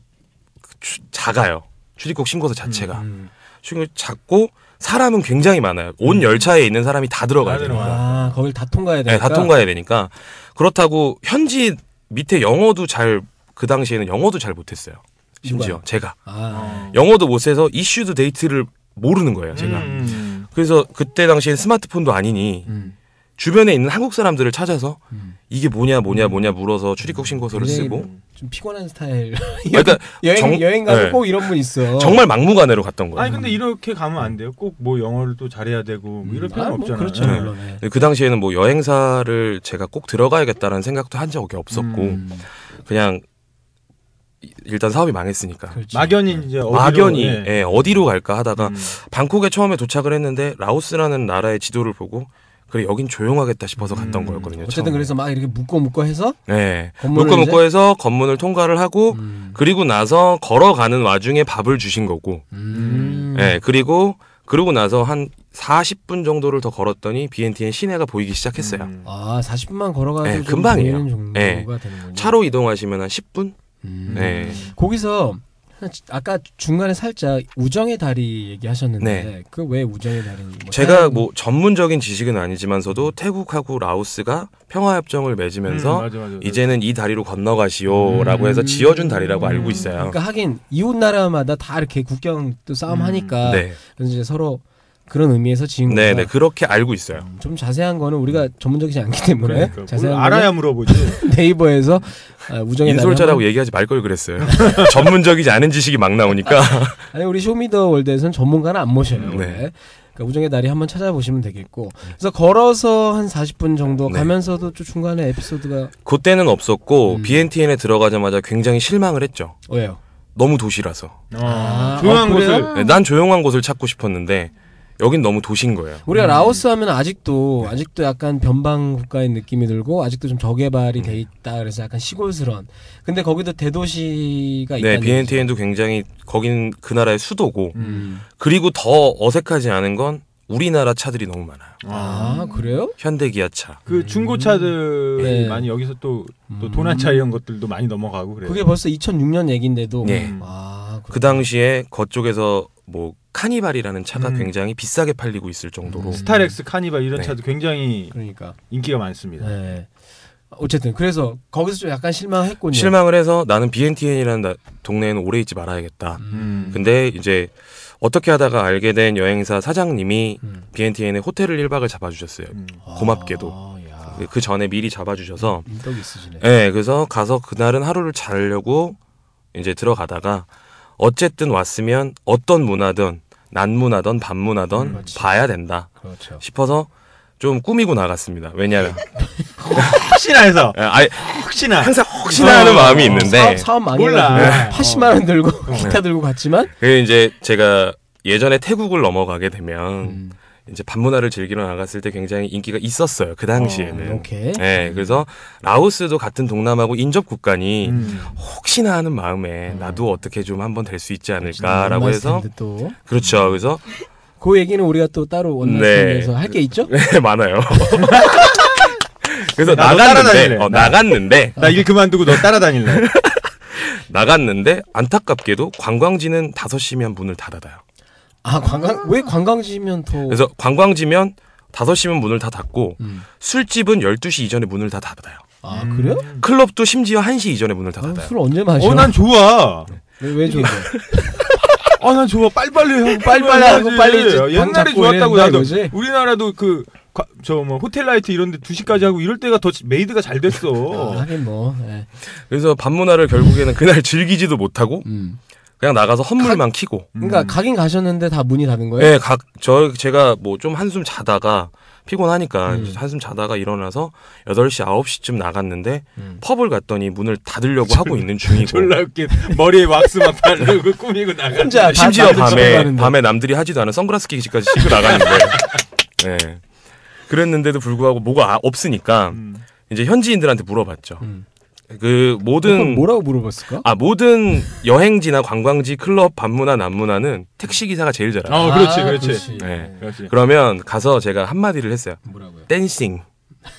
Speaker 5: 추- 작아요. 출입국 신고서 자체가.
Speaker 3: 음.
Speaker 5: 지금 작고 사람은 굉장히 많아요. 온 열차에 있는 사람이 다 들어가야
Speaker 4: 다
Speaker 5: 되니까.
Speaker 3: 아 거길 다 통과해야
Speaker 5: 네,
Speaker 3: 되니까.
Speaker 5: 다 통과해야 되니까. 그렇다고 현지 밑에 영어도 잘 그 당시에는 영어도 잘 못했어요. 심지어 제가
Speaker 3: 아,
Speaker 5: 영어도 못해서 이슈드 데이트를 모르는 거예요. 제가.
Speaker 4: 음.
Speaker 5: 그래서 그때 당시엔 스마트폰도 아니니
Speaker 3: 음.
Speaker 5: 주변에 있는 한국 사람들을 찾아서
Speaker 3: 음. 예.
Speaker 5: 이게 뭐냐 뭐냐 뭐냐 물어서 출입국 신고서를
Speaker 3: 굉장히
Speaker 5: 쓰고
Speaker 3: 좀 피곤한 스타일.
Speaker 5: 그러니까
Speaker 3: 여행
Speaker 5: 정-
Speaker 3: 여행 가서
Speaker 5: 네.
Speaker 3: 꼭 이런 분 있어.
Speaker 5: 정말 막무가내로 갔던 거예요.
Speaker 4: 아니 근데 이렇게 가면 안 돼요. 꼭 뭐 영어를 또 잘해야 되고 뭐 이럴
Speaker 3: 아,
Speaker 4: 필요는
Speaker 3: 뭐
Speaker 4: 없잖아요.
Speaker 3: 그렇죠
Speaker 5: 네.
Speaker 3: 물론. 네.
Speaker 5: 그 당시에는 뭐 여행사를 제가 꼭 들어가야겠다라는 생각도 한 적이 없었고
Speaker 3: 음,
Speaker 5: 그냥 이- 일단 사업이 망했으니까
Speaker 3: 그렇지.
Speaker 4: 막연히 이제 어디로,
Speaker 5: 막연히
Speaker 4: 네.
Speaker 5: 예, 어디로 갈까 하다가
Speaker 4: 음.
Speaker 5: 방콕에 처음에 도착을 했는데 라오스라는 나라의 지도를 보고 그래 여긴 조용하겠다 싶어서 갔던
Speaker 4: 음.
Speaker 5: 거였거든요.
Speaker 3: 어쨌든
Speaker 5: 처음에.
Speaker 3: 그래서 막 이렇게 묶고 묶고 해서
Speaker 5: 네.
Speaker 3: 건물을
Speaker 5: 묶고
Speaker 3: 이제-
Speaker 5: 묶고 해서 건문을 통과를 하고
Speaker 3: 음.
Speaker 5: 그리고 나서 걸어가는 와중에 밥을 주신 거고
Speaker 3: 음.
Speaker 5: 예, 그리고 그러고 나서 한 40분 정도를 더 걸었더니 BNTN 시내가 보이기 시작했어요.
Speaker 4: 음.
Speaker 3: 아 40분만 걸어가도
Speaker 5: 네,
Speaker 3: 좀
Speaker 5: 금방이에요.
Speaker 3: 보이는 정도가
Speaker 5: 네.
Speaker 3: 되는군요.
Speaker 5: 차로 이동하시면 한 10분?
Speaker 3: 음.
Speaker 5: 네.
Speaker 3: 거기서 아까 중간에 살짝 우정의 다리 얘기하셨는데
Speaker 5: 네.
Speaker 3: 그 왜 우정의 다리? 뭐
Speaker 5: 제가 뭐 전문적인 지식은 아니지만서도 태국하고 라오스가 평화협정을
Speaker 3: 음,
Speaker 5: 맺으면서
Speaker 4: 맞아, 맞아, 맞아.
Speaker 5: 이제는 이 다리로 건너가시오라고 해서 지어준 다리라고 알고 있어요.
Speaker 3: 그러니까 하긴 이웃 나라마다 다 이렇게 국경 또 싸움
Speaker 4: 음.
Speaker 3: 하니까
Speaker 5: 네,
Speaker 3: 그래서 이제 서로 그런 의미에서 지은 거다.
Speaker 5: 네, 네 그렇게 알고 있어요.
Speaker 3: 좀 자세한 거는 우리가 전문적이지 않기 때문에
Speaker 5: 뭐
Speaker 4: 그러니까 뭘
Speaker 3: 네? 자세한
Speaker 4: 알아야 물어보지.
Speaker 3: 거는 네이버에서 아, 우정의 다리
Speaker 5: 인솔자라고
Speaker 3: 한번-
Speaker 5: 얘기하지 말 걸 그랬어요. 전문적이지 않은 지식이 막 나오니까.
Speaker 3: 아니 우리 쇼미더월드에서는 전문가는 안 모셔요.
Speaker 5: 네.
Speaker 3: 원래. 그러니까 우정의 다리 한번 찾아보시면 되겠고 그래서 걸어서 한 40분 정도
Speaker 5: 네.
Speaker 3: 가면서도 좀 중간에 에피소드가
Speaker 5: 그때는 없었고
Speaker 3: 음.
Speaker 5: BNTN에 들어가자마자 굉장히 실망을 했죠.
Speaker 3: 왜요?
Speaker 5: 너무 도시라서.
Speaker 4: 어,
Speaker 3: 아,
Speaker 4: 조용한
Speaker 3: 아, 그래요?
Speaker 4: 곳을
Speaker 5: 네, 난 조용한 곳을 찾고 싶었는데 여긴 너무 도시인 거예요.
Speaker 3: 우리가 라오스 하면
Speaker 5: 네.
Speaker 3: 아직도 아직도 약간 변방 국가인 느낌이 들고 아직도 좀
Speaker 5: 음.
Speaker 3: 저개발이 돼 있다 그래서 약간 시골스러운 근데 거기도 대도시가 있다
Speaker 5: 네, BNTN도 굉장히 거긴 그 나라의 수도고
Speaker 4: 음.
Speaker 5: 그리고 더 어색하지 않은 건 우리나라 차들이 너무 많아요. 음.
Speaker 3: 아 그래요?
Speaker 5: 현대 기아차.
Speaker 4: 그 중고차들이
Speaker 3: 네.
Speaker 4: 많이 여기서 또, 또
Speaker 3: 음.
Speaker 4: 도난차 이런 것들도 많이 넘어가고 그래요.
Speaker 3: 그게 벌써 2006년 얘긴데도
Speaker 5: 네.
Speaker 3: 아,
Speaker 5: 그 당시에 거쪽에서 뭐 카니발이라는 차가
Speaker 4: 음.
Speaker 5: 굉장히 비싸게 팔리고 있을 정도로
Speaker 3: 음.
Speaker 4: 스타렉스, 카니발 이런
Speaker 5: 네.
Speaker 4: 차도 굉장히
Speaker 3: 그러니까
Speaker 4: 인기가
Speaker 5: 예.
Speaker 4: 많습니다.
Speaker 3: 네. 어쨌든 그래서 거기서 좀 약간 실망했군요.
Speaker 5: 실망을 해서 나는 BNTN이라는 동네에는 오래 있지 말아야겠다.
Speaker 4: 음.
Speaker 5: 근데 이제 어떻게 하다가 알게 된 여행사 사장님이
Speaker 3: 음.
Speaker 5: BNTN에 호텔을 1박을 잡아주셨어요.
Speaker 4: 음.
Speaker 5: 고맙게도.
Speaker 3: 아, 야.
Speaker 5: 그 전에 미리 잡아주셔서
Speaker 3: 인덕 있으시네.
Speaker 5: 예, 그래서 가서 그날은 하루를 자려고 이제 들어가다가 어쨌든 왔으면 어떤 문화든 난문화든 반문화든
Speaker 3: 음, 맞지.
Speaker 5: 봐야 된다
Speaker 3: 그렇죠.
Speaker 5: 싶어서 좀 꾸미고 나갔습니다. 왜냐면
Speaker 4: 혹시나 해서
Speaker 5: 아, 아예
Speaker 4: 혹시나
Speaker 5: 항상 혹시나
Speaker 4: 어,
Speaker 5: 하는 마음이
Speaker 4: 어,
Speaker 5: 있는데
Speaker 3: 사업, 사업 많이
Speaker 4: 몰라.
Speaker 3: 해가지고
Speaker 4: 어.
Speaker 3: 80만 원 들고 기타 들고 갔지만
Speaker 5: 그 이제 제가 예전에 태국을 넘어가게 되면
Speaker 3: 음.
Speaker 5: 이제 반문화를 즐기러 나갔을 때 굉장히 인기가 있었어요. 그 당시에는.
Speaker 3: 오케이.
Speaker 5: 네, 그래서 라오스도 같은 동남아고 인접 국가니
Speaker 4: 음.
Speaker 5: 혹시나 하는 마음에 나도 어떻게 좀 한번 될 수 있지
Speaker 3: 만났을
Speaker 5: 아, 않을까라고 해서
Speaker 3: 텐데 또.
Speaker 5: 그렇죠. 그래서
Speaker 3: 그 얘기는 우리가 또 따로 원나잇에서
Speaker 5: 네.
Speaker 3: 할 게 있죠?
Speaker 5: 네, 많아요. 그래서
Speaker 4: 나도 따라다닐래,
Speaker 5: 나갔는데 어,
Speaker 4: 나.
Speaker 5: 나갔는데
Speaker 4: 나 일 그만두고 너 따라다닐래.
Speaker 3: 아,
Speaker 5: 나갔는데 안타깝게도 관광지는 5시면 문을 닫아요.
Speaker 3: 아 관광 왜 관광지면 더
Speaker 5: 그래서 관광지면 5시면 문을 다 닫고
Speaker 3: 음.
Speaker 5: 술집은 12시 이전에 문을 다 닫아요.
Speaker 3: 아 그래요?
Speaker 5: 클럽도 심지어 1시 이전에 문을 다
Speaker 3: 아,
Speaker 5: 닫아요.
Speaker 3: 술 언제 마셔?
Speaker 4: 어, 난 좋아.
Speaker 3: 왜, 왜 좋은데?
Speaker 4: 아, 난 좋아. 빨리빨리 해.
Speaker 3: 빨리빨리 하고
Speaker 4: 해야지.
Speaker 3: 빨리 이제 방
Speaker 4: 옛날에
Speaker 3: 잡고
Speaker 4: 좋았다고
Speaker 3: 이랬나
Speaker 4: 나도.
Speaker 3: 이거지?
Speaker 4: 우리나라도 그 저 뭐 호텔 라이트 이런데 2시까지 하고 이럴 때가 더 메이드가 잘 됐어.
Speaker 3: 아, 하긴 뭐. 예.
Speaker 5: 그래서 밤문화를 결국에는 그날 즐기지도 못하고
Speaker 3: 음.
Speaker 5: 그냥 나가서 헌물만 키고
Speaker 3: 그러니까 가긴 가셨는데 다 문이 닫은 거예요?
Speaker 5: 예, 각, 저, 제가 뭐 좀 한숨 자다가 피곤하니까
Speaker 3: 음.
Speaker 5: 한숨 자다가 일어나서 8시, 9시쯤 나갔는데
Speaker 3: 음.
Speaker 5: 펍을 갔더니 문을 닫으려고 하고 있는 중이고
Speaker 4: 졸라 웃긴 머리에 왁스 막 바르고 꾸미고 나가.
Speaker 3: 혼자 다
Speaker 5: 네, 심지어
Speaker 3: 남들 집에
Speaker 5: 밤에,
Speaker 3: 가는데.
Speaker 5: 밤에 남들이 하지도 않은 선글라스 끼기까지 신고 나가는데 예. 그랬는데도 불구하고 뭐가 아- 없으니까 이제 현지인들한테 물어봤죠.
Speaker 3: 음.
Speaker 5: 그
Speaker 3: 그럼
Speaker 5: 모든
Speaker 3: 뭐라고 물어봤을까?
Speaker 5: 아 모든 여행지나 관광지, 클럽, 밤문화, 남문화는 택시 기사가 제일 잘 알아요.
Speaker 4: 어, 그렇지, 그렇지.
Speaker 5: 네.
Speaker 4: 그렇지.
Speaker 5: 그러면 가서 제가 한 마디를 했어요.
Speaker 3: 뭐라고요?
Speaker 5: 댄싱.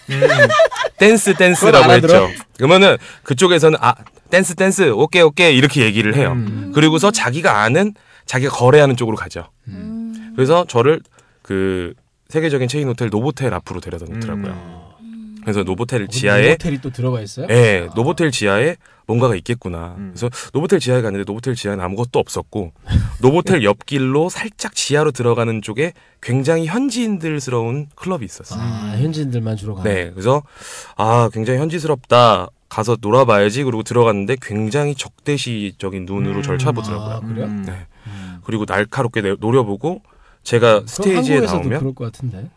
Speaker 4: 음.
Speaker 5: 댄스
Speaker 3: 그건
Speaker 5: 댄스라고
Speaker 3: 알아들어?
Speaker 5: 했죠. 그러면은 그쪽에서는 아 댄스 댄스 오케이 오케이 이렇게 얘기를 해요.
Speaker 3: 음.
Speaker 5: 그리고서 자기가 아는 자기가 거래하는 쪽으로 가죠. 그래서 저를 그 세계적인 체인 호텔 노보텔 앞으로 데려다
Speaker 4: 음.
Speaker 5: 놓더라고요.
Speaker 3: 음.
Speaker 5: 그래서
Speaker 3: 어,
Speaker 5: 노보텔 지하에
Speaker 3: 호텔이 또 들어가 있어요?
Speaker 5: 예, 노보텔 지하에 뭔가가 있겠구나.
Speaker 4: 음.
Speaker 5: 그래서 노보텔 지하에 갔는데 노보텔 지하에는 아무것도 없었고 노보텔 옆길로 살짝 지하로 들어가는 쪽에 굉장히 현지인들스러운 클럽이 있었어요.
Speaker 3: 아, 현지인들만 주로 가는.
Speaker 5: 네, 그래서 아 굉장히 현지스럽다. 가서 놀아봐야지. 그리고 들어갔는데 굉장히 적대시적인 눈으로
Speaker 4: 음.
Speaker 5: 절
Speaker 3: 아,
Speaker 5: 쳐보더라고요.
Speaker 3: 그래요? 음.
Speaker 5: 네. 그리고 날카롭게 내- 노려보고 제가
Speaker 3: 그럼
Speaker 5: 스테이지에
Speaker 3: 한국에서도
Speaker 5: 나오면
Speaker 3: 그럴 것 같은데.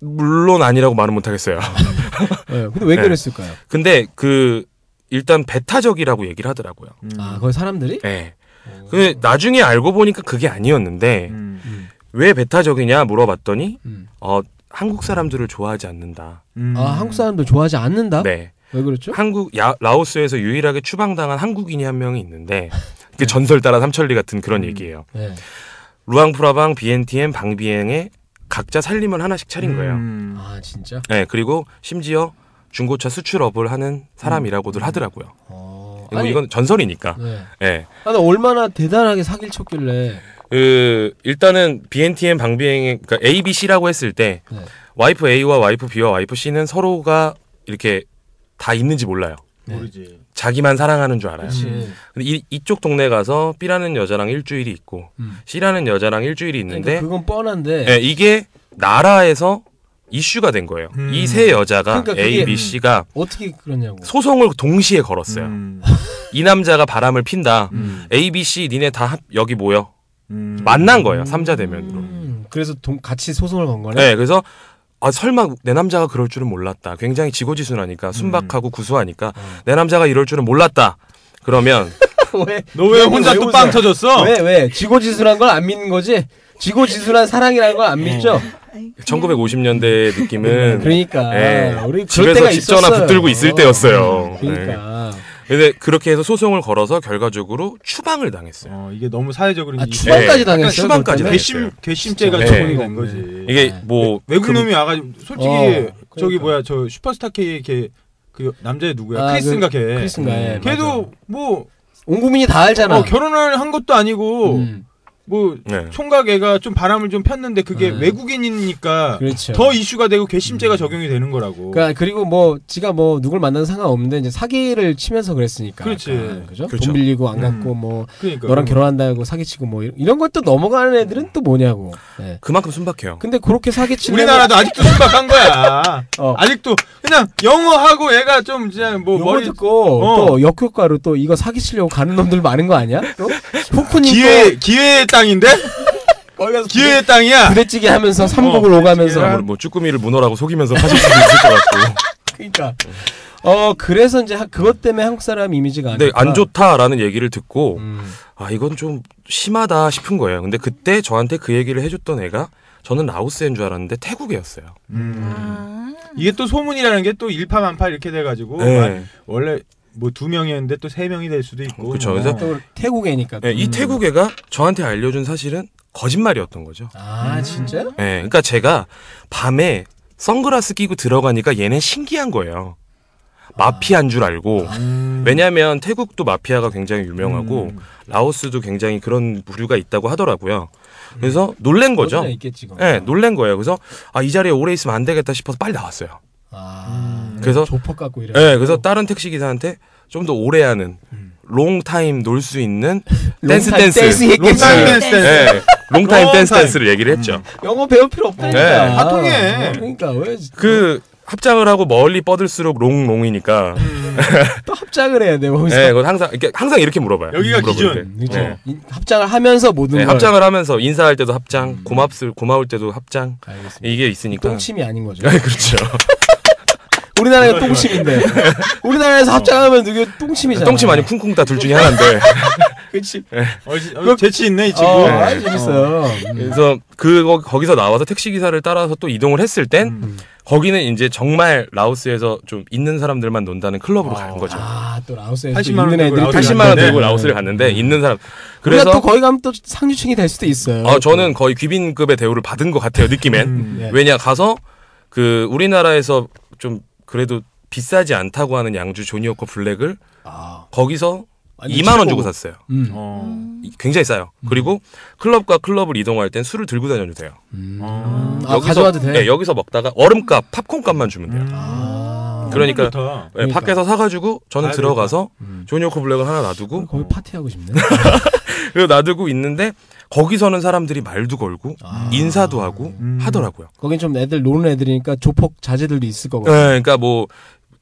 Speaker 5: 물론 아니라고 말은 못하겠어요.
Speaker 3: 예, 근데 왜
Speaker 5: 네.
Speaker 3: 그랬을까요?
Speaker 5: 근데 그 일단 배타적이라고 얘기를 하더라고요.
Speaker 4: 음.
Speaker 3: 아, 거기 사람들이?
Speaker 5: 예. 그 나중에 알고 보니까 그게 아니었는데
Speaker 4: 음.
Speaker 5: 왜 배타적이냐 물어봤더니
Speaker 3: 음.
Speaker 5: 어 한국 사람들을 좋아하지 않는다.
Speaker 4: 음.
Speaker 3: 아, 한국 사람들 좋아하지 않는다?
Speaker 5: 네.
Speaker 3: 왜 그렇죠?
Speaker 5: 한국 야, 라오스에서 유일하게 추방당한 한국인이 한 명이 있는데 그 전설 따라 삼천리 같은 그런 얘기예요.
Speaker 3: 네.
Speaker 5: 루앙프라방, BNTM, 방비행에 각자 살림을 하나씩 차린 거예요.
Speaker 4: 음.
Speaker 3: 아, 진짜?
Speaker 5: 네, 그리고 심지어 중고차 수출업을 하는 사람이라고들 하더라고요.
Speaker 3: 어. 음.
Speaker 5: 뭐
Speaker 3: 아니-
Speaker 5: 이건 전설이니까.
Speaker 3: 네.
Speaker 5: 예.
Speaker 3: 아, 나 얼마나 대단하게 사기를 쳤길래.
Speaker 5: 그 일단은 BNTN 방비행 그러니까 A, B, C라고 했을 때
Speaker 3: 네.
Speaker 5: 와이프 A와 와이프 B와 와이프 C는 서로가 이렇게 다 있는지 몰라요.
Speaker 4: 모르지. 음.
Speaker 5: 자기만 사랑하는 줄 알아요.
Speaker 3: 그치.
Speaker 5: 근데 이, 이쪽 동네 가서 B라는 여자랑 일주일이 있고
Speaker 3: 음.
Speaker 5: C라는 여자랑 일주일이 있는데
Speaker 3: 그러니까 그건 뻔한데.
Speaker 5: 예, 이게 나라에서 이슈가 된 거예요.
Speaker 4: 음.
Speaker 5: 이 세 여자가
Speaker 3: 그러니까 그게-
Speaker 5: A, B, C가
Speaker 3: 어떻게 그러냐고.
Speaker 5: 소송을 동시에 걸었어요.
Speaker 4: 음.
Speaker 5: 이 남자가 바람을 핀다.
Speaker 4: 음.
Speaker 5: A, B, C 니네 다 합- 여기 모여.
Speaker 4: 음.
Speaker 5: 만난 거예요. 삼자 대면으로.
Speaker 3: 음, 그래서 동, 같이 소송을 건 거네.
Speaker 5: 네, 그래서 아 설마 내 남자가 그럴 줄은 몰랐다. 굉장히
Speaker 3: 음.
Speaker 5: 지고지순하니까 순박하고 구수하니까
Speaker 3: 어.
Speaker 5: 내 남자가 이럴 줄은 몰랐다. 그러면
Speaker 3: 왜?
Speaker 4: 너 왜 혼자
Speaker 3: 왜
Speaker 4: 또
Speaker 3: 웃어요? 네.
Speaker 4: 빵 터졌어?
Speaker 3: 왜 왜? 지고지순한 걸 안 믿는 거지? 지고지순한 사랑이라는 걸
Speaker 5: 네.
Speaker 3: 안 믿죠?
Speaker 5: 1950년대의 느낌은
Speaker 3: 그러니까
Speaker 5: 예,
Speaker 3: 우리 그럴
Speaker 5: 집에서
Speaker 3: 때가
Speaker 5: 집 전화
Speaker 3: 있었어요.
Speaker 5: 붙들고 있을 때였어요. 네.
Speaker 3: 그러니까
Speaker 5: 근데 그렇게 해서 소송을 걸어서 결과적으로 추방을 당했어요.
Speaker 4: 어, 이게 너무 사회적으로
Speaker 3: 아,
Speaker 4: 이-
Speaker 5: 추방-
Speaker 3: 추방까지
Speaker 5: 예,
Speaker 3: 당했어요.
Speaker 5: 약간 추방까지
Speaker 3: 그것 때문에?
Speaker 4: 괘씸 괘씸죄가
Speaker 5: 네.
Speaker 4: 적용이 된
Speaker 3: 네.
Speaker 4: 거지.
Speaker 5: 이게 뭐
Speaker 4: 네. 외국
Speaker 5: 그-
Speaker 4: 놈이 와가지고 솔직히
Speaker 3: 어, 그러니까.
Speaker 4: 저기 뭐야 저 슈퍼스타 K 이렇게 그 남자애 누구야
Speaker 3: 아,
Speaker 4: 크리스인가 걔. 음.
Speaker 3: 크리스인가, 예, 맞아요.
Speaker 4: 걔도 뭐
Speaker 3: 온 국민이 다 알잖아.
Speaker 4: 어, 결혼을 한 것도 아니고
Speaker 3: 음,
Speaker 4: 뭐
Speaker 5: 네.
Speaker 4: 총각 애가 좀 바람을 좀 폈는데 그게
Speaker 3: 네.
Speaker 4: 외국인이니까
Speaker 3: 그렇죠.
Speaker 4: 더 이슈가 되고 괘씸죄가 적용이 되는 거라고.
Speaker 3: 그러니까 그리고 뭐 지가 뭐 누굴 만나는 상관없는데 이제 사기를 치면서 그랬으니까.
Speaker 4: 그렇지.
Speaker 3: 약간, 그죠?
Speaker 5: 그렇죠.
Speaker 3: 돈 빌리고 안
Speaker 4: 음.
Speaker 3: 갖고 뭐
Speaker 4: 그러니까.
Speaker 3: 너랑 결혼한다고 사기치고 뭐 이런- 이런 것도 넘어가는 애들은 또 뭐냐고. 예.
Speaker 5: 그만큼 순박해요.
Speaker 3: 근데 그렇게 사기치는
Speaker 4: 우리나라도 아직도 순박한 거야.
Speaker 3: 어.
Speaker 4: 아직도 그냥 영어하고 애가 좀 이제 뭐
Speaker 3: 뭐
Speaker 4: 머리
Speaker 3: 듣고
Speaker 4: 어.
Speaker 3: 또 역효과로 또 이거 사기치려고 가는 놈들 많은 거 아니야? 또 후쿠님
Speaker 4: 기회 기회의 땅인데 기회의 어, 땅이야.
Speaker 3: 부대찌개 하면서 삼복을 오가면서
Speaker 5: 뭐, 뭐 쭈꾸미를 문어라고 속이면서 하실 수도 있을 것 같고.
Speaker 4: 아,
Speaker 3: 그러니까 어 그래서 이제 하- 그것 때문에 한국 사람 이미지가
Speaker 4: 네,
Speaker 5: 근데
Speaker 3: 아닐까.
Speaker 5: 안 좋다라는 얘기를 듣고
Speaker 3: 음.
Speaker 5: 아 이건 좀 심하다 싶은 거예요. 근데 그때 저한테 그 얘기를 해줬던 애가 저는 라오스인 줄 알았는데 태국이었어요.
Speaker 6: 아,
Speaker 4: 음. 이게 또 소문이라는 게 또 일파만파 이렇게 돼가지고
Speaker 5: 네.
Speaker 4: 원래 뭐 두 명이었는데 또 세 명이 될 수도 있고.
Speaker 5: 그쵸,
Speaker 4: 뭐.
Speaker 5: 그래서
Speaker 3: 또 태국애니까. 또.
Speaker 4: 네,
Speaker 5: 예, 이 태국 애가 저한테 알려준 사실은 거짓말이었던 거죠.
Speaker 4: 음.
Speaker 3: 아 진짜?
Speaker 5: 예, 그러니까 제가 밤에 선글라스 끼고 들어가니까 얘는 신기한 거예요. 마피아인 줄 알고
Speaker 4: 음.
Speaker 5: 왜냐하면 태국도 마피아가 굉장히 유명하고 라오스도 굉장히 그런 부류가 있다고 하더라고요. 그래서 놀란 거죠.
Speaker 3: 어디나 있겠지. 그거.
Speaker 5: 예,
Speaker 4: 네.
Speaker 5: 놀란 거예요. 그래서 아 이 자리에 오래 있으면 안 되겠다 싶어서 빨리 나왔어요.
Speaker 3: 아
Speaker 4: 음.
Speaker 5: 그래서-
Speaker 3: 조폭 갖고 이래.
Speaker 5: 네, 그래서 다른 택시 기사한테 좀 더 오래 하는 롱 타임 놀 수 있는 댄스
Speaker 3: 롱타임
Speaker 5: 댄스.
Speaker 3: 댄스 했겠지.
Speaker 4: 롱타임 댄스 댄스.
Speaker 5: 예, 롱 타임
Speaker 4: 롱
Speaker 5: 댄스
Speaker 4: 타임.
Speaker 5: 댄스를 얘기를 했죠.
Speaker 3: 영어 배울 필요 없다니까.
Speaker 5: 네.
Speaker 4: 다 아, 통해.
Speaker 3: 어, 그러니까 왜 또
Speaker 5: 그 합장을 하고 멀리 뻗을수록 롱 롱이니까.
Speaker 3: 음. 합작을 해야 돼
Speaker 4: 네.
Speaker 3: 거기서.
Speaker 5: 예, 그건 항상 이렇게 항상 이렇게 물어봐요.
Speaker 4: 여기가
Speaker 5: 물어볼
Speaker 4: 기준.
Speaker 5: 때.
Speaker 3: 그렇죠.
Speaker 5: 예.
Speaker 3: 이- 합작을 하면서 모든
Speaker 5: 예,
Speaker 3: 걸.
Speaker 5: 합장을 하면서 인사할 때도 합장, 고맙을 고마울 때도 합장
Speaker 3: 알겠습니다.
Speaker 5: 이게 있으니까.
Speaker 3: 음. 똥침이 아닌 거죠.
Speaker 5: 예, 그렇죠.
Speaker 3: 우리나라가 똥침인데. 우리나라에서 합작하면 누구 똥침이잖아.
Speaker 5: 똥침 아니 쿵쿵 다 둘 중에 하나인데.
Speaker 3: 음. 그치.
Speaker 4: 어, 지- 어, 재치 있네 이 친구.
Speaker 3: 어, 아주 재밌어요. 음.
Speaker 5: 그래서 그 거- 거기서 나와서 택시 기사를 따라서 또 이동을 했을 땐
Speaker 3: 음.
Speaker 5: 거기는 이제 정말 라오스에서 좀 있는 사람들만 논다는 클럽으로 간 거죠.
Speaker 3: 아, 또 라오스에서 또
Speaker 4: 80만 원
Speaker 3: 있는
Speaker 4: 들고
Speaker 3: 애들이 또
Speaker 4: 라오스
Speaker 5: 80만 원
Speaker 4: 갔는데.
Speaker 5: 들고
Speaker 3: 있는데.
Speaker 5: 라오스를 갔는데 있는 사람.
Speaker 3: 음. 우리가 또
Speaker 5: 그래서
Speaker 3: 거기 가면 또 상류층이 될 수도 있어요.
Speaker 5: 어, 저는 거의 귀빈급의 대우를 받은 것 같아요 느낌엔.
Speaker 4: 음.
Speaker 3: 네.
Speaker 5: 왜냐 가서 그 우리나라에서 좀 그래도 비싸지 않다고 하는 양주 조니오커 블랙을
Speaker 3: 아,
Speaker 5: 거기서
Speaker 3: 완전
Speaker 5: 2만 원
Speaker 3: 최고급.
Speaker 5: 주고 샀어요.
Speaker 3: 음.
Speaker 4: 어.
Speaker 5: 굉장히 싸요. 그리고 클럽과 클럽을 이동할 땐 술을 들고 다녀도 돼요.
Speaker 4: 어.
Speaker 3: 아, 가져와도 돼.
Speaker 5: 네, 여기서 먹다가 얼음값, 팝콘값만 주면 돼요.
Speaker 3: 아,
Speaker 5: 그러니까
Speaker 4: 좋다.
Speaker 5: 네, 밖에서 사가지고 저는
Speaker 4: 아,
Speaker 5: 들어가서
Speaker 3: 음.
Speaker 5: 조니오커 블랙을 하나 놔두고
Speaker 3: 거기 파티하고 싶네.
Speaker 5: 그리고 놔두고 있는데 거기서는 사람들이 말도 걸고
Speaker 3: 아.
Speaker 5: 인사도 하고
Speaker 4: 음.
Speaker 5: 하더라고요.
Speaker 3: 거긴 좀 애들 노는 애들이니까 조폭 자제들도 있을 거고.
Speaker 5: 네, 그러니까 뭐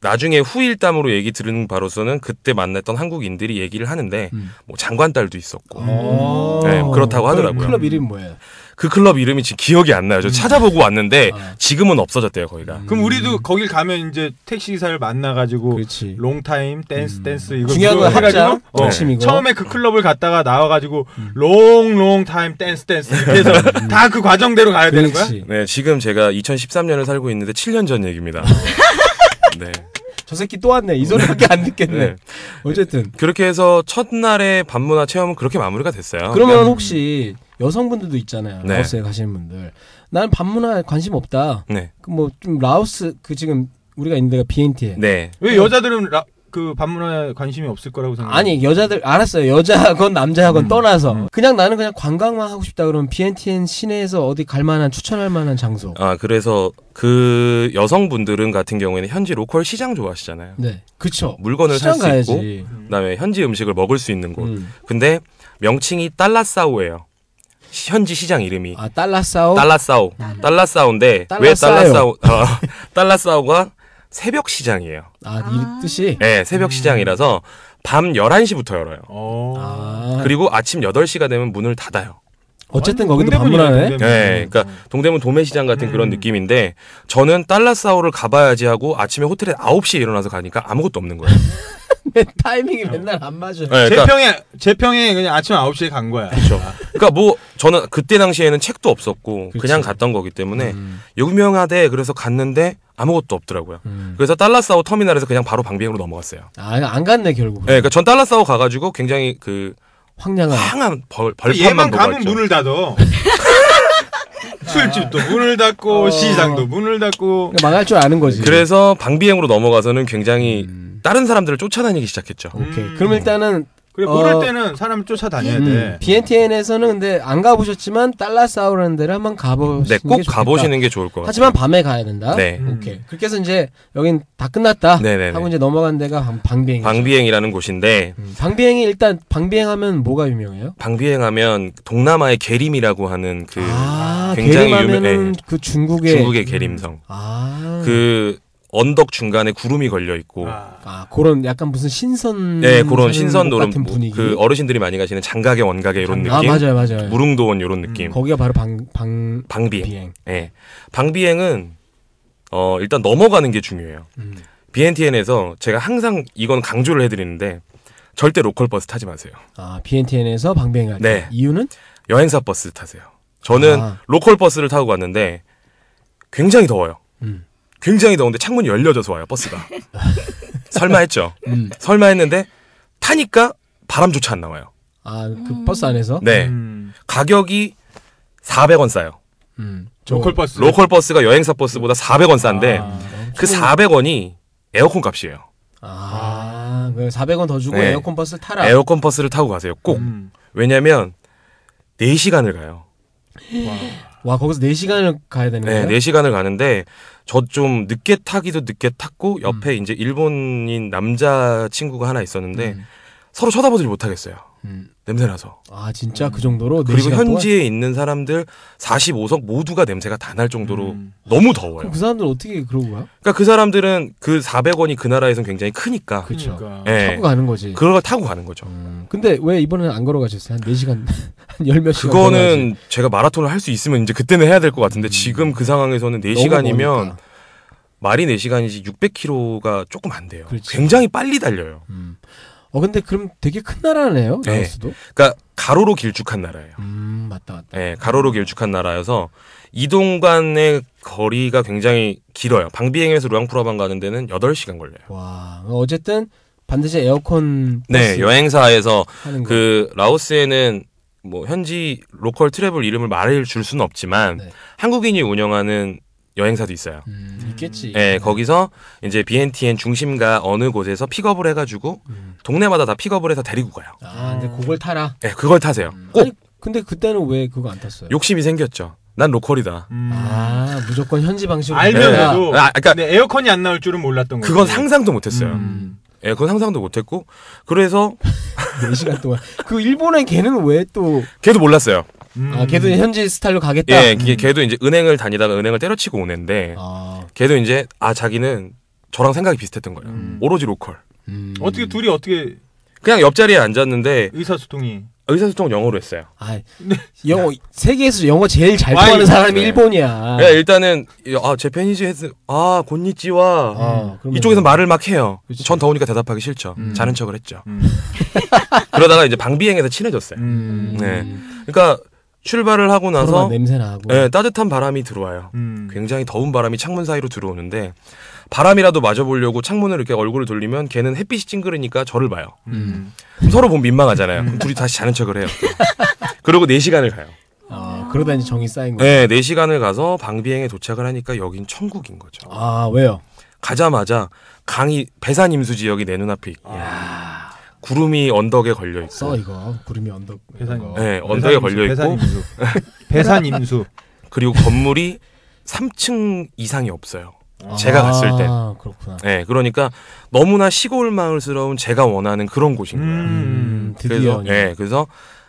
Speaker 5: 나중에 후일담으로 얘기 들은 바로서는 그때 만났던 한국인들이 얘기를 하는데
Speaker 3: 음.
Speaker 5: 뭐 장관 딸도 있었고
Speaker 3: 어.
Speaker 5: 네, 그렇다고 하더라고요.
Speaker 3: 클럽 이름 뭐예요?
Speaker 5: 그 클럽 이름이 지금 기억이 안 나요. 저 찾아보고 왔는데
Speaker 3: 음. 아. 음.
Speaker 5: 지금은 없어졌대요 거기가.
Speaker 4: 그럼 우리도 거길 가면 이제 택시 기사를 만나가지고
Speaker 3: 그렇지. 음.
Speaker 4: 롱타임 댄스 댄스 이거
Speaker 3: 중요한 건 네.
Speaker 4: 그거 해가지고
Speaker 5: 네.
Speaker 3: 합장,
Speaker 4: 어,
Speaker 3: 똥침이고.
Speaker 4: 처음에 그 클럽을 갔다가 나와가지고
Speaker 3: 음.
Speaker 4: 롱롱타임 댄스 댄스 이렇게 해서 다 그 과정대로 가야 되는 거야?
Speaker 3: 그렇지.
Speaker 5: 네, 지금 제가 2013년을 살고 있는데 7년 전
Speaker 3: 아.
Speaker 5: 얘기입니다. 네,
Speaker 3: 저 새끼 또 왔네. 이 소리밖에 안 듣겠네.
Speaker 5: 네.
Speaker 3: 어쨌든
Speaker 5: 그렇게 해서 첫날의 밤문화 체험은 그렇게 마무리가 됐어요.
Speaker 3: 그러면 혹시 여성분들도 있잖아요.
Speaker 5: 네.
Speaker 3: 라오스에 가시는 분들. 난 반문화에 관심 없다.
Speaker 5: 네,
Speaker 3: 그 뭐 좀 라오스 그 지금 우리가 있는 데가 BNT에.
Speaker 5: 네,
Speaker 4: 왜 여자들은 라, 그 반문화에 관심이 없을 거라고 생각해요.
Speaker 3: 아니 여자들 알았어요 여자건 남자건
Speaker 4: 음,
Speaker 3: 떠나서
Speaker 4: 음.
Speaker 3: 그냥 나는 그냥 관광만 하고 싶다 그러면 BNTN 시내에서 어디 갈 만한 추천할 만한 장소
Speaker 5: 아 그래서 그 여성분들은 같은 경우에는 현지 로컬 시장 좋아하시잖아요.
Speaker 3: 네 그쵸
Speaker 5: 물건을 살
Speaker 3: 시장
Speaker 5: 수 있고 뭐
Speaker 3: 가야지
Speaker 5: 그다음에 현지 음식을 먹을 수 있는 곳.
Speaker 3: 음.
Speaker 5: 근데 명칭이 달라싸오예요. 시- 현지 시장 이름이
Speaker 3: 아 달라싸오
Speaker 5: 달라싸오. 달라싸오인데 왜
Speaker 3: 달라싸요.
Speaker 5: 달라싸오? 아, 달라싸오가 새벽 시장이에요.
Speaker 3: 아 이
Speaker 6: 아.
Speaker 3: 뜻이
Speaker 5: 예, 새벽 시장이라서 밤 11시부터 열어요.
Speaker 4: 어.
Speaker 3: 아
Speaker 5: 그리고 아침 8시가 되면 문을 닫아요.
Speaker 3: 어쨌든
Speaker 4: 완전
Speaker 3: 거기도 반문하네
Speaker 4: 동대문이네,
Speaker 5: 예,
Speaker 3: 음.
Speaker 4: 동대문.
Speaker 5: 그러니까 동대문 도매시장 같은 그런
Speaker 4: 음.
Speaker 5: 느낌인데 저는 달라싸오를 가봐야지 하고 아침에 호텔에 9시에 일어나서 가니까 아무것도 없는 거예요.
Speaker 3: 타이밍이 맨날 안 맞아
Speaker 4: 제
Speaker 5: 예, 그러니까,
Speaker 4: 평에 제 평에 그냥 아침 9시에 간 거야. 아,
Speaker 5: 그렇죠. 그러니까 뭐 저는 그때 당시에는 책도 없었고
Speaker 3: 그치.
Speaker 5: 그냥 갔던 거기 때문에
Speaker 3: 음.
Speaker 5: 유명하대 그래서 갔는데 아무것도 없더라고요.
Speaker 3: 음.
Speaker 5: 그래서 달라싸오 터미널에서 그냥 바로 방비행으로 넘어갔어요.
Speaker 3: 아안 갔네 결국
Speaker 5: 예, 그러니까 전 달라싸오 가가지고 굉장히 그
Speaker 3: 황량한
Speaker 5: 황한 벌,
Speaker 4: 얘만
Speaker 5: 벌판만 보고
Speaker 4: 가면
Speaker 5: 왔죠.
Speaker 4: 문을 닫어. 술집도 문을 닫고
Speaker 3: 어.
Speaker 4: 시장도 문을 닫고
Speaker 3: 그러니까 망할 줄 아는 거지
Speaker 5: 그래서 방비행으로 넘어가서는 굉장히
Speaker 3: 음.
Speaker 5: 다른 사람들을 쫓아다니기 시작했죠.
Speaker 3: 오케이
Speaker 4: 음.
Speaker 3: 그럼 일단은 음,
Speaker 4: 그래
Speaker 3: 어.
Speaker 4: 모를 때는 사람을 쫓아다녀야
Speaker 5: 네.
Speaker 4: 돼.
Speaker 3: BNTN에서는 근데 안 가보셨지만 달라싸오라는 데를 한번 가보시는
Speaker 5: 네,
Speaker 3: 게
Speaker 5: 꼭
Speaker 3: 좋겠다.
Speaker 5: 가보시는 게 좋을 것 같아요.
Speaker 3: 하지만 밤에 가야 된다.
Speaker 5: 네.
Speaker 4: 음.
Speaker 3: 오케이. 그렇게 해서 이제 여긴 다 끝났다.
Speaker 5: 네네네.
Speaker 3: 하고 이제 넘어간 데가 방- 방비행이죠.
Speaker 5: 방비행이라는 곳인데
Speaker 3: 음, 방비행이 일단 방비행하면 뭐가 유명해요?
Speaker 5: 방비행하면 동남아의 게림이라고 하는 그
Speaker 3: 아,
Speaker 5: 굉장히
Speaker 3: 게림하면은
Speaker 5: 유명- 네.
Speaker 3: 그 중국의
Speaker 5: 중국의 게림성
Speaker 3: 아, 그...
Speaker 5: 그 언덕 중간에 구름이 걸려 있고
Speaker 4: 아.
Speaker 3: 아 그런 약간 무슨 신선
Speaker 5: 네 그런 신선
Speaker 3: 곳
Speaker 5: 노름
Speaker 3: 같은 분위기.
Speaker 5: 그 어르신들이 많이 가시는 장가게 원가게 이런
Speaker 3: 아
Speaker 5: 느낌
Speaker 3: 맞아요, 맞아요.
Speaker 5: 무릉도원 이런 느낌
Speaker 3: 거기가 바로 방 방.
Speaker 5: 방비행
Speaker 3: 비행.
Speaker 5: 예 방비행은 어 일단 넘어가는 게 중요해요
Speaker 3: 음.
Speaker 5: BNTN에서 제가 항상 이건 강조를 해드리는데 절대 로컬 버스 타지 마세요
Speaker 3: 아 BNTN에서 방비행할 때
Speaker 5: 네.
Speaker 3: 이유는
Speaker 5: 여행사 버스 타세요. 저는
Speaker 3: 아.
Speaker 5: 로컬 버스를 타고 갔는데 굉장히 더워요.
Speaker 3: 음.
Speaker 5: 굉장히 더운데 창문이 열려져서 와요 버스가. 설마 했죠.
Speaker 3: 음.
Speaker 5: 설마 했는데 타니까 바람조차 안 나와요.
Speaker 3: 아그 버스 안에서
Speaker 5: 네
Speaker 4: 음.
Speaker 5: 가격이 400원 싸요.
Speaker 3: 음.
Speaker 4: 로컬 버스.
Speaker 5: 로컬 버스가 여행사 버스보다 400원 싼데 그 400원이 에어컨 값이에요.
Speaker 3: 아, 그 400원 더 주고
Speaker 5: 네.
Speaker 3: 에어컨 버스 타라.
Speaker 5: 에어컨 버스를 타고 가세요. 꼭
Speaker 4: 음.
Speaker 5: 왜냐면 4시간을 가요.
Speaker 3: 와, 거기서 4시간을 가야 되는
Speaker 5: 네,
Speaker 3: 거예요?
Speaker 5: 네 시간을 가는데 저 좀 늦게 타기도 늦게
Speaker 3: 음.
Speaker 5: 탔고 옆에 이제 일본인 남자 친구가 하나 있었는데
Speaker 3: 음.
Speaker 5: 서로 쳐다보질 못하겠어요.
Speaker 3: 음.
Speaker 5: 냄새나서.
Speaker 3: 아, 진짜 그 정도로
Speaker 5: 음. 그리고
Speaker 3: 4시간 동안?
Speaker 5: 현지에 있는 사람들 45석 모두가 냄새가 다 날 정도로
Speaker 4: 음.
Speaker 3: 그럼
Speaker 5: 너무 더워요.
Speaker 3: 그 사람들 어떻게 그러고 가?
Speaker 5: 그러니까 그 사람들은 그 400원이 그 나라에선 굉장히 크니까
Speaker 3: 그쵸.
Speaker 4: 그러니까.
Speaker 5: 예.
Speaker 3: 타고 가는 거지.
Speaker 5: 그걸 타고 가는 거죠.
Speaker 3: 음. 근데 왜 이번에는 안 걸어가셨어요? 한 4시간, 한 열몇 시간. 걸어가지.
Speaker 5: 그거는 제가 마라톤을 할 수 있으면 이제 그때는 해야 될 것 같은데 지금 그 상황에서는
Speaker 3: 너무
Speaker 5: 4시간이면
Speaker 3: 머니까.
Speaker 5: 말이 4시간이지 600km가 조금 안 돼요.
Speaker 3: 그렇지.
Speaker 5: 굉장히 빨리 달려요.
Speaker 3: 음. 어, 근데 그럼 되게 큰 나라네요?
Speaker 5: 네.
Speaker 3: 라오스도?
Speaker 5: 그러니까 가로로 길쭉한 나라예요.
Speaker 3: 음, 맞다, 맞다.
Speaker 5: 예, 가로로 길쭉한 나라여서 이동 간의 거리가 굉장히 길어요. 방비행에서 루앙프라방 가는 데는 8시간 걸려요.
Speaker 3: 와, 어쨌든 반드시 에어컨
Speaker 5: 네,
Speaker 3: 버스
Speaker 5: 여행사에서
Speaker 3: 하는 거.
Speaker 5: 그 라오스에는 뭐 현지 로컬 트래블 이름을 말을 줄 수는 없지만
Speaker 3: 네.
Speaker 5: 한국인이 운영하는 여행사도 있어요.
Speaker 3: 음, 있겠지.
Speaker 5: 예, 거기서 이제 BNTN 중심가 어느 곳에서 픽업을 해가지고
Speaker 3: 음.
Speaker 5: 동네마다 다 픽업을 해서 데리고 가요.
Speaker 3: 아, 근데 그걸 타라.
Speaker 5: 예, 그걸 타세요.
Speaker 3: 음.
Speaker 5: 꼭
Speaker 3: 아니, 근데 그때는 왜 그거 안 탔어요?
Speaker 5: 욕심이 생겼죠. 난 로컬이다.
Speaker 4: 음.
Speaker 3: 아 무조건 현지 방식으로
Speaker 5: 예.
Speaker 4: 알면서도
Speaker 5: 아, 그러니까
Speaker 3: 네.
Speaker 4: 근데 에어컨이 안 나올 줄은 몰랐던 거예요.
Speaker 5: 그건 상상도 못했어요.
Speaker 4: 음.
Speaker 5: 예, 그건 상상도 못했고 그래서
Speaker 3: 네 시간 동안 그 일본에 걔는 왜 또 아
Speaker 5: 걔도 몰랐어요.
Speaker 4: 음.
Speaker 3: 걔도 현지 스타일로 가겠다.
Speaker 5: 예, 걔- 걔도 이제 은행을 다니다가 은행을 때려치고 오는데
Speaker 3: 아,
Speaker 5: 걔도 이제 아 자기는 저랑 생각이 비슷했던 거예요.
Speaker 3: 음.
Speaker 5: 오로지 로컬.
Speaker 3: 음.
Speaker 4: 어떻게 둘이 어떻게
Speaker 5: 그냥 옆자리에 앉았는데
Speaker 4: 의사소통이
Speaker 5: 의사소통 영어로 했어요.
Speaker 3: 아, 영어 세계에서 영어 제일 잘 통하는
Speaker 4: 와이.
Speaker 3: 사람이
Speaker 5: 네.
Speaker 3: 일본이야.
Speaker 5: 예, 일단은 아 제페니즈 했어. 아 곤니찌와
Speaker 3: 아, 그러면-
Speaker 5: 이쪽에서 말을 막 해요.
Speaker 3: 그치.
Speaker 5: 전 더우니까 대답하기 싫죠.
Speaker 3: 음.
Speaker 5: 자는 척을 했죠.
Speaker 4: 음.
Speaker 5: 그러다가 이제 방비행에서 친해졌어요.
Speaker 3: 음.
Speaker 5: 네. 그러니까 출발을 하고
Speaker 3: 서로가
Speaker 5: 나서
Speaker 3: 냄새 나고. 뭐.
Speaker 5: 예, 따뜻한 바람이 들어와요.
Speaker 4: 음.
Speaker 5: 굉장히 더운 바람이 창문 사이로 들어오는데 바람이라도 맞아보려고 창문을 이렇게 얼굴을 돌리면 걔는 햇빛이 찡그리니까 저를 봐요.
Speaker 4: 음.
Speaker 5: 그럼 서로 보면 민망하잖아요. 그럼 둘이 다시 자는 척을 해요. 그리고 4시간을 가요.
Speaker 3: 아, 그러다 이제
Speaker 5: 예.
Speaker 3: 정이 쌓인 거.
Speaker 5: 네, 4시간을 가서 방비행에 도착을 하니까 여긴 천국인 거죠.
Speaker 3: 아, 왜요?
Speaker 5: 가자마자 강이 배산 임수 지역이 내 눈앞에 있고 구름이 언덕에 걸려
Speaker 3: 써
Speaker 5: 있고
Speaker 3: 이거 구름이 언덕
Speaker 4: 배산
Speaker 3: 이런 거.
Speaker 5: 네, 언덕에 걸려 있고.
Speaker 4: 배산 임수. 배산 임수.
Speaker 5: 그리고 건물이 3층 이상이 없어요. 제가 갔을 때.
Speaker 3: 아, 그렇구나.
Speaker 5: 네, 그러니까 너무나 시골 마을스러운 제가 원하는 그런 곳인 거예요.
Speaker 3: 음,
Speaker 4: 음.
Speaker 3: 드디어.
Speaker 5: 그래서, 네, 그래서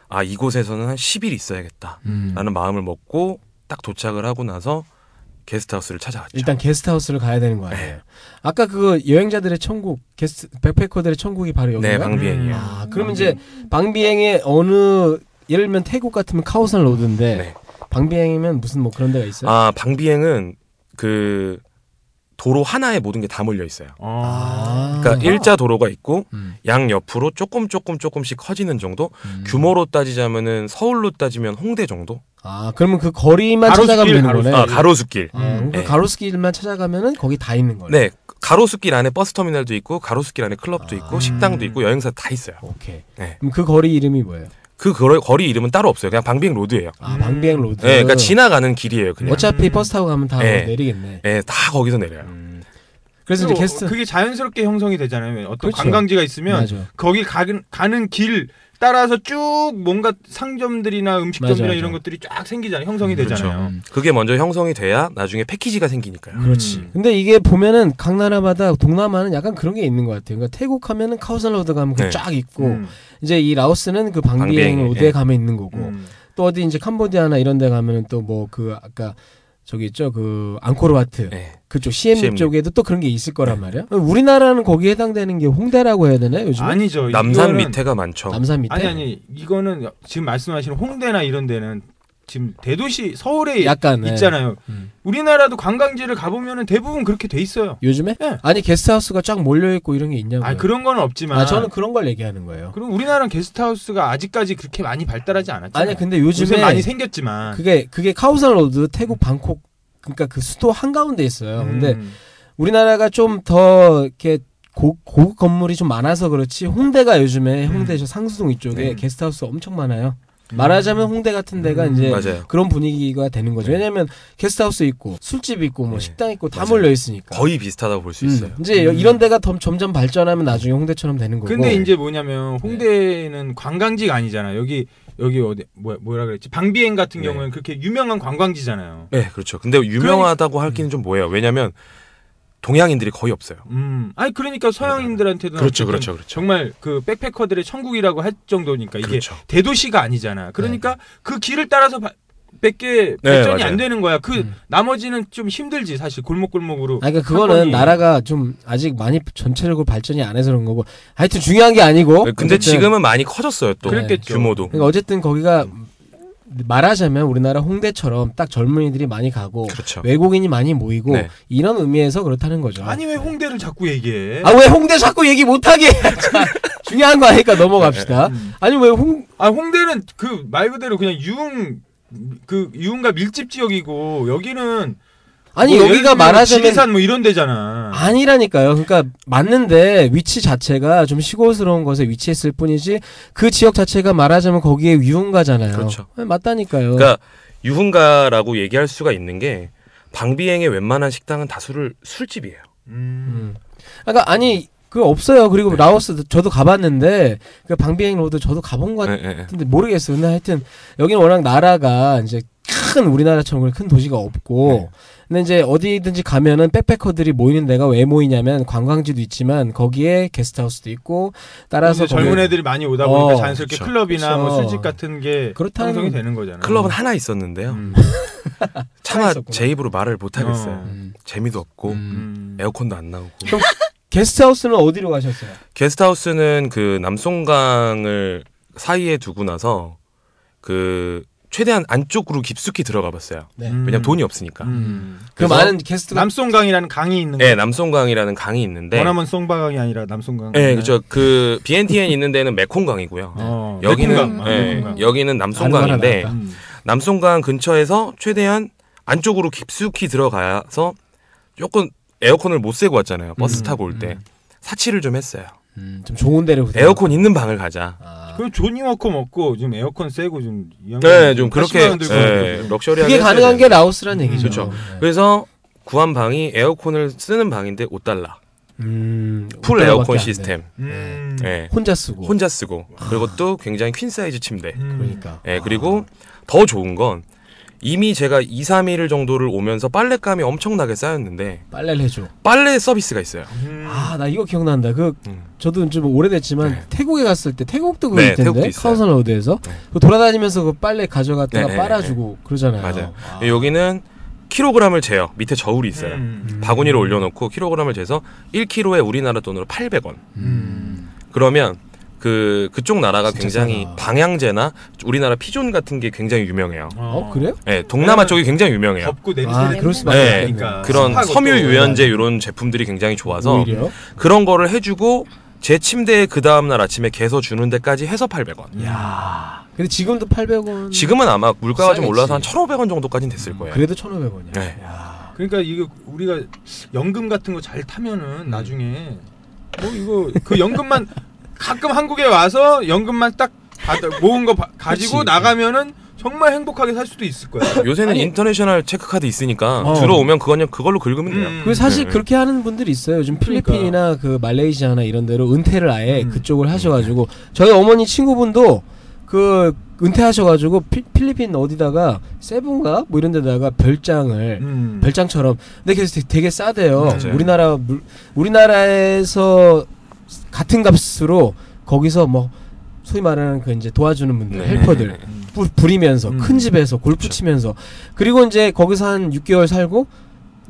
Speaker 5: 아 이곳에서는 한 10일 있어야겠다라는
Speaker 3: 음.
Speaker 5: 마음을 먹고 딱 도착을 하고 나서 게스트하우스를 찾아갔죠.
Speaker 3: 일단 게스트하우스를 가야 되는
Speaker 5: 예.
Speaker 3: 거 아니에요? 아까 그 여행자들의 천국, 게스트 백패커들의 천국이 바로
Speaker 5: 네,
Speaker 3: 여기인가?
Speaker 5: 방비행이요. 에
Speaker 3: 아, 그럼 이제 방비행의 어느 예를 들면 태국 같으면 카오산 로드인데
Speaker 5: 네.
Speaker 3: 방비행이면 무슨 뭐 그런 데가 있어요?
Speaker 5: 아 방비행은 그 도로 하나에 모든 게 다 몰려 있어요.
Speaker 3: 아.
Speaker 5: 그러니까 일자 도로가 있고
Speaker 3: 음.
Speaker 5: 양 옆으로 조금 조금 조금씩 커지는 정도. 규모로 따지자면은 서울로 따지면 홍대 정도.
Speaker 3: 아, 그러면 그 거리만
Speaker 4: 가로수길,
Speaker 3: 찾아가면 되는
Speaker 4: 가로수-
Speaker 3: 거네.
Speaker 5: 아 가로수길.
Speaker 3: 아, 그
Speaker 5: 네.
Speaker 3: 가로수길만 찾아가면은 거기 다 있는 거네.
Speaker 5: 네 가로수길 안에 버스 터미널도 있고 가로수길 안에 클럽도 있고
Speaker 3: 아.
Speaker 5: 식당도 있고 여행사 다 있어요.
Speaker 3: 오케이.
Speaker 5: 네.
Speaker 3: 그럼 그 거리 이름이 뭐예요?
Speaker 5: 그 거리, 거리 이름은 따로 없어요. 그냥 방비행 로드예요.
Speaker 3: 아, 방비행 로드.
Speaker 5: 네, 그러니까 지나가는 길이에요. 그냥.
Speaker 3: 어차피 버스 타고 가면 다
Speaker 5: 네.
Speaker 3: 내리겠네.
Speaker 5: 네, 다 거기서 내려요.
Speaker 3: 그래서 이제
Speaker 4: 그리고
Speaker 3: 게스트
Speaker 4: 그게 자연스럽게 형성이 되잖아요. 어떤
Speaker 3: 그렇죠.
Speaker 4: 관광지가 있으면 그렇죠.
Speaker 3: 맞아.
Speaker 4: 거기 가는 가는 길 따라서 쭉 뭔가 상점들이나 음식점이나
Speaker 3: 맞아, 맞아.
Speaker 4: 이런 것들이 쫙 생기잖아요. 형성이
Speaker 5: 그렇죠.
Speaker 4: 되잖아요.
Speaker 5: 그게 먼저 형성이 돼야 나중에 패키지가 생기니까요.
Speaker 3: 그렇죠. 그렇지.
Speaker 4: 음.
Speaker 3: 근데 이게 보면은 각 나라마다 동남아는 약간 그런 게 있는 것 같아요. 그러니까 태국 하면은 카오산 로드 가면
Speaker 5: 네.
Speaker 3: 그쫙 있고
Speaker 4: 음.
Speaker 3: 이제 이 라오스는 그 방비행
Speaker 5: 방비행,
Speaker 3: 로드에
Speaker 5: 예.
Speaker 3: 가면 있는 거고
Speaker 4: 음.
Speaker 3: 또 어디 이제 캄보디아나 이런 데 가면은 또 뭐 그 아까 저기 있죠 그 앙코르와트
Speaker 5: 네.
Speaker 3: 그쪽 CM
Speaker 5: CMU.
Speaker 3: 쪽에도 또 그런 게 있을
Speaker 4: 네.
Speaker 3: 거란 말이야. 우리나라는 거기에 해당되는 게 홍대라고 해야 되나 요 요즘?
Speaker 4: 아니죠.
Speaker 5: 남산
Speaker 4: 그 이거는-
Speaker 5: 밑에가 많죠.
Speaker 3: 남산 밑에.
Speaker 4: 아니 아니 이거는 지금 말씀하시는 홍대나 이런 데는 지금 대도시 서울에
Speaker 3: 약간 예.
Speaker 4: 있잖아요.
Speaker 3: 음.
Speaker 4: 우리나라도 관광지를 가보면은 대부분 그렇게 돼 있어요.
Speaker 3: 요즘에?
Speaker 4: 예.
Speaker 3: 아니 게스트하우스가 쫙 몰려 있고 이런 게 있냐고.
Speaker 4: 아 그런 건 없지만
Speaker 3: 네, 아 저는 그런 걸 얘기하는 거예요.
Speaker 4: 그럼 우리나라는 게스트하우스가 아직까지 그렇게 많이 발달하지 않았잖아요.
Speaker 3: 아니 근데
Speaker 4: 요새
Speaker 3: 요즘에
Speaker 4: 많이
Speaker 5: 아.
Speaker 4: 생겼지만
Speaker 3: 그게 그게 카오산 로드
Speaker 5: 음.
Speaker 3: 태국 방콕 그러니까 그 수도 한 가운데 있어요. 근데
Speaker 4: 음.
Speaker 3: 우리나라가 좀 더 이렇게 고, 고급 건물이 좀 많아서 그렇지 홍대가 요즘에 홍대 저 상수동 이쪽에
Speaker 5: 음. 네. 음.
Speaker 3: 게스트하우스 엄청 많아요. 말하자면 홍대 같은 데가
Speaker 4: 음.
Speaker 3: 이제
Speaker 5: 맞아요.
Speaker 3: 그런 분위기가 되는 거죠.
Speaker 5: 네.
Speaker 3: 왜냐면 게스트하우스 있고 술집 있고 뭐
Speaker 5: 네.
Speaker 3: 식당 있고 다
Speaker 5: 맞아요.
Speaker 3: 몰려 있으니까.
Speaker 5: 거의 비슷하다고 볼 수
Speaker 3: 음,
Speaker 5: 있어요.
Speaker 3: 이제 여- 이런 데가 더 점점 발전하면 나중에 홍대처럼 되는 거고. 네.
Speaker 4: 근데 이제 뭐냐면 홍대는 관광지가 아니잖아. 여기 여기 어디 뭐 뭐라 그랬지? 방비행 같은
Speaker 5: 네.
Speaker 4: 경우에는 그렇게 유명한 관광지잖아요.
Speaker 5: 네, 그렇죠. 근데 유명하다고 하기는 좀 뭐예요. 왜냐면 동양인들이 거의 없어요.
Speaker 4: 음. 아니 그러니까 서양인들한테도
Speaker 5: 그렇죠,
Speaker 4: 어쨌든
Speaker 5: 그렇죠, 그렇죠.
Speaker 4: 정말 그 백패커들의 천국이라고 할 정도니까 이게
Speaker 5: 그렇죠.
Speaker 4: 대도시가 아니잖아. 그러니까 그 길을 따라서 바- 밖에
Speaker 5: 네,
Speaker 4: 발전이
Speaker 5: 맞아요.
Speaker 4: 안 되는 거야. 그
Speaker 3: 음.
Speaker 4: 나머지는 좀 힘들지 사실 골목골목으로.
Speaker 3: 아, 그러니까
Speaker 4: 사건이-
Speaker 3: 그거는 나라가 좀 아직 많이 전체적으로 발전이 안 해서 그런 거고 하여튼 중요한 게 아니고
Speaker 5: 네, 근데
Speaker 3: 어쨌든
Speaker 5: 지금은 많이 커졌어요. 또
Speaker 4: 그랬겠죠.
Speaker 5: 규모도.
Speaker 3: 그러니까 어쨌든 거기가 말하자면 우리나라 홍대처럼 딱 젊은이들이 많이 가고
Speaker 5: 그렇죠.
Speaker 3: 외국인이 많이 모이고
Speaker 5: 네.
Speaker 3: 이런 의미에서 그렇다는 거죠.
Speaker 4: 아니 왜 홍대를 자꾸 얘기해?
Speaker 3: 아, 왜 홍대 자꾸 얘기 못하게 해? 자, 중요한 거 아니까 넘어갑시다.
Speaker 4: 음.
Speaker 3: 아니 왜 홍
Speaker 4: 아 홍대는 그 말 그대로 그냥 유흥 그 유흥가 밀집 지역이고 여기는
Speaker 3: 아니
Speaker 4: 뭐 예를
Speaker 3: 여기가
Speaker 4: 들면
Speaker 3: 말하자면
Speaker 4: 지리산 뭐 이런 데잖아.
Speaker 3: 아니라니까요. 그러니까 맞는데 위치 자체가 좀 시골스러운 곳에 위치했을 뿐이지 그 지역 자체가 말하자면 거기에 유흥가잖아요.
Speaker 5: 그렇죠.
Speaker 3: 네, 맞다니까요.
Speaker 5: 그러니까 유흥가라고 얘기할 수가 있는 게 방비행의 웬만한 식당은 다 술을 술집이에요.
Speaker 4: 음.
Speaker 3: 음. 그러니까 아니 그 없어요.
Speaker 5: 네.
Speaker 3: 그리고 라오스 저도 가봤는데 그 방비행 로드 저도 가본 것
Speaker 5: 네, 네, 네.
Speaker 3: 같은데 모르겠어요. 근데 하여튼 여기는 워낙 나라가 이제 큰 우리나라처럼 그렇게 큰 도시가 없고
Speaker 5: 네.
Speaker 3: 근데 이제 어디든지 가면은 백패커들이 모이는 데가 왜 모이냐면 관광지도 있지만 거기에 게스트하우스도 있고 따라서
Speaker 4: 이제 젊은
Speaker 3: 거기-
Speaker 4: 애들이 많이 오다
Speaker 3: 어,
Speaker 4: 보니까 자연스럽게
Speaker 5: 그쵸.
Speaker 4: 클럽이나 뭐
Speaker 3: 그쵸.
Speaker 4: 술집 같은 게
Speaker 3: 그렇다는
Speaker 4: 형성이 되는 거잖아.
Speaker 5: 클럽은 하나 있었는데요.
Speaker 4: 음.
Speaker 5: 차마
Speaker 3: 있었구나.
Speaker 5: 제 입으로 말을 못 하겠어요.
Speaker 4: 어.
Speaker 3: 음.
Speaker 5: 재미도 없고
Speaker 4: 음.
Speaker 5: 에어컨도 안 나오고.
Speaker 3: 게스트하우스는 어디로 가셨어요?
Speaker 5: 게스트하우스는 그 남송강을 사이에 두고 나서 그 최대한 안쪽으로 깊숙이 들어가 봤어요.
Speaker 3: 네.
Speaker 4: 음.
Speaker 5: 왜냐면 돈이 없으니까.
Speaker 4: 음.
Speaker 3: 그
Speaker 5: 그래서
Speaker 3: 많은 게스트가
Speaker 4: 남송강이라는 강이 있는 거.
Speaker 5: 네, 남송강이라는 강이 있는데.
Speaker 4: 원하면 송바강이 아니라 남송강.
Speaker 5: 네, 그죠. 그 BNTN 있는 데는 메콩강이고요.
Speaker 4: 어,
Speaker 5: 여기는
Speaker 4: 메콩강.
Speaker 5: 예,
Speaker 4: 아, 메콩강.
Speaker 5: 여기는
Speaker 3: 아는
Speaker 5: 남송강인데
Speaker 3: 거나
Speaker 4: 음.
Speaker 5: 남송강 근처에서 최대한 안쪽으로 깊숙이 들어가서 조금 에어컨을 못 쐬고 왔잖아요. 버스
Speaker 4: 음,
Speaker 5: 타고 올 때.
Speaker 4: 음.
Speaker 5: 사치를 좀 했어요.
Speaker 3: 음, 좀 좋은 데를 구해요.
Speaker 5: 에어컨 있는 방을 가자.
Speaker 3: 아.
Speaker 4: 그리고 조니워커 먹고 지금 에어컨 쐬고 좀. 이 양반
Speaker 5: 네, 좀
Speaker 4: 80만
Speaker 5: 그렇게
Speaker 4: 원 들고
Speaker 5: 예,
Speaker 4: 오는 거.
Speaker 5: 럭셔리하게
Speaker 3: 그게
Speaker 5: 했어야 음,
Speaker 3: 가능한
Speaker 5: 돼요.
Speaker 3: 게 라오스라는 얘기죠.
Speaker 5: 그렇죠. 그래서 구한 방이 에어컨을 쓰는 방인데 5달러.
Speaker 3: 음,
Speaker 5: 풀
Speaker 3: 오빠밖에
Speaker 5: 에어컨
Speaker 3: 안 돼.
Speaker 5: 시스템.
Speaker 4: 음.
Speaker 5: 예.
Speaker 3: 혼자 쓰고.
Speaker 5: 혼자 쓰고. 그것도 굉장히 퀸 사이즈 침대.
Speaker 4: 음.
Speaker 3: 그러니까.
Speaker 5: 예, 그리고 더 좋은 건 이미 제가 2, 3일 정도를 오면서 빨랫감이 엄청나게 쌓였는데
Speaker 3: 빨래를 해줘.
Speaker 5: 빨래 서비스가 있어요.
Speaker 4: 음.
Speaker 3: 아 나 이거 기억난다. 그
Speaker 5: 음.
Speaker 3: 저도 좀 오래됐지만
Speaker 5: 네.
Speaker 3: 태국에 갔을 때 태국도
Speaker 5: 네,
Speaker 3: 그럴 텐데
Speaker 5: 태국도 있어요.
Speaker 3: 카운슬 로드에서
Speaker 5: 네.
Speaker 3: 그 돌아다니면서 그 빨래 가져갔다가
Speaker 5: 네, 네,
Speaker 3: 빨아주고 그러잖아요.
Speaker 5: 맞아요. 여기는 킬로그램을 재요. 밑에 저울이 있어요.
Speaker 4: 음.
Speaker 5: 바구니를 올려놓고 킬로그램을 재서 1kg에 우리나라 돈으로 800원.
Speaker 4: 음.
Speaker 5: 그러면 그 그쪽 나라가
Speaker 3: 진짜
Speaker 5: 굉장히
Speaker 3: 싸다.
Speaker 5: 방향제나 우리나라 피존 같은 게 굉장히 유명해요.
Speaker 3: 어 그래요?
Speaker 5: 예, 동남아
Speaker 4: 왜냐면
Speaker 5: 쪽이 굉장히 유명해요.
Speaker 4: 덥고 냄새
Speaker 3: 아 그럴 수밖에
Speaker 5: 네.
Speaker 3: 없겠네요.
Speaker 5: 그런
Speaker 4: 습하고
Speaker 5: 섬유
Speaker 4: 또
Speaker 5: 유연제 이런 제품들이 굉장히 좋아서
Speaker 3: 오히려
Speaker 5: 그런 거를 해주고 제 침대에 그 다음날 아침에 개서 주는 데까지 해서
Speaker 3: 음.
Speaker 5: 800원.
Speaker 3: 야. 근데 지금도 800원.
Speaker 5: 지금은 아마 물가가 좀
Speaker 3: 싸겠지.
Speaker 5: 올라서 한 1,500원 정도까지는 됐을 거예요.
Speaker 3: 그래도 1,500원이야.
Speaker 5: 네.
Speaker 3: 야.
Speaker 4: 그러니까 이게 우리가 연금 같은 거 잘
Speaker 3: 음.
Speaker 4: 타면은 나중에 뭐 이거 그 연금만 가끔 한국에 와서 연금만 딱 받아, 모은 거 바- 가지고
Speaker 3: 그치. 네.
Speaker 4: 나가면은 정말 행복하게 살 수도 있을 거야.
Speaker 5: 요새는 인터내셔널 체크카드 있으니까
Speaker 3: 어.
Speaker 5: 들어오면 그건 그냥 그걸로 긁으면 돼요.
Speaker 4: 음.
Speaker 3: 그 사실
Speaker 5: 네.
Speaker 3: 그렇게 하는 분들이 있어요. 요즘 필리핀이나 그 말레이시아나 이런 데로 은퇴를 아예
Speaker 4: 음.
Speaker 3: 그쪽을
Speaker 5: 네,
Speaker 3: 하셔가지고 저희 어머니 친구분도 그 은퇴하셔가지고 피- 필리핀 어디다가 세븐가 뭐 이런 데다가 별장을
Speaker 4: 음.
Speaker 3: 별장처럼 근데 그래서 되게, 되게 싸대요.
Speaker 5: 맞아요.
Speaker 3: 우리나라 물- 우리나라에서 같은 값으로 거기서 뭐 소위 말하는 그 이제 도와주는 분들
Speaker 5: 네.
Speaker 3: 헬퍼들
Speaker 4: 음.
Speaker 3: 부, 부리면서
Speaker 4: 음.
Speaker 3: 큰 집에서 골프
Speaker 5: 그쵸.
Speaker 3: 치면서 그리고 이제 거기서 한 6개월 살고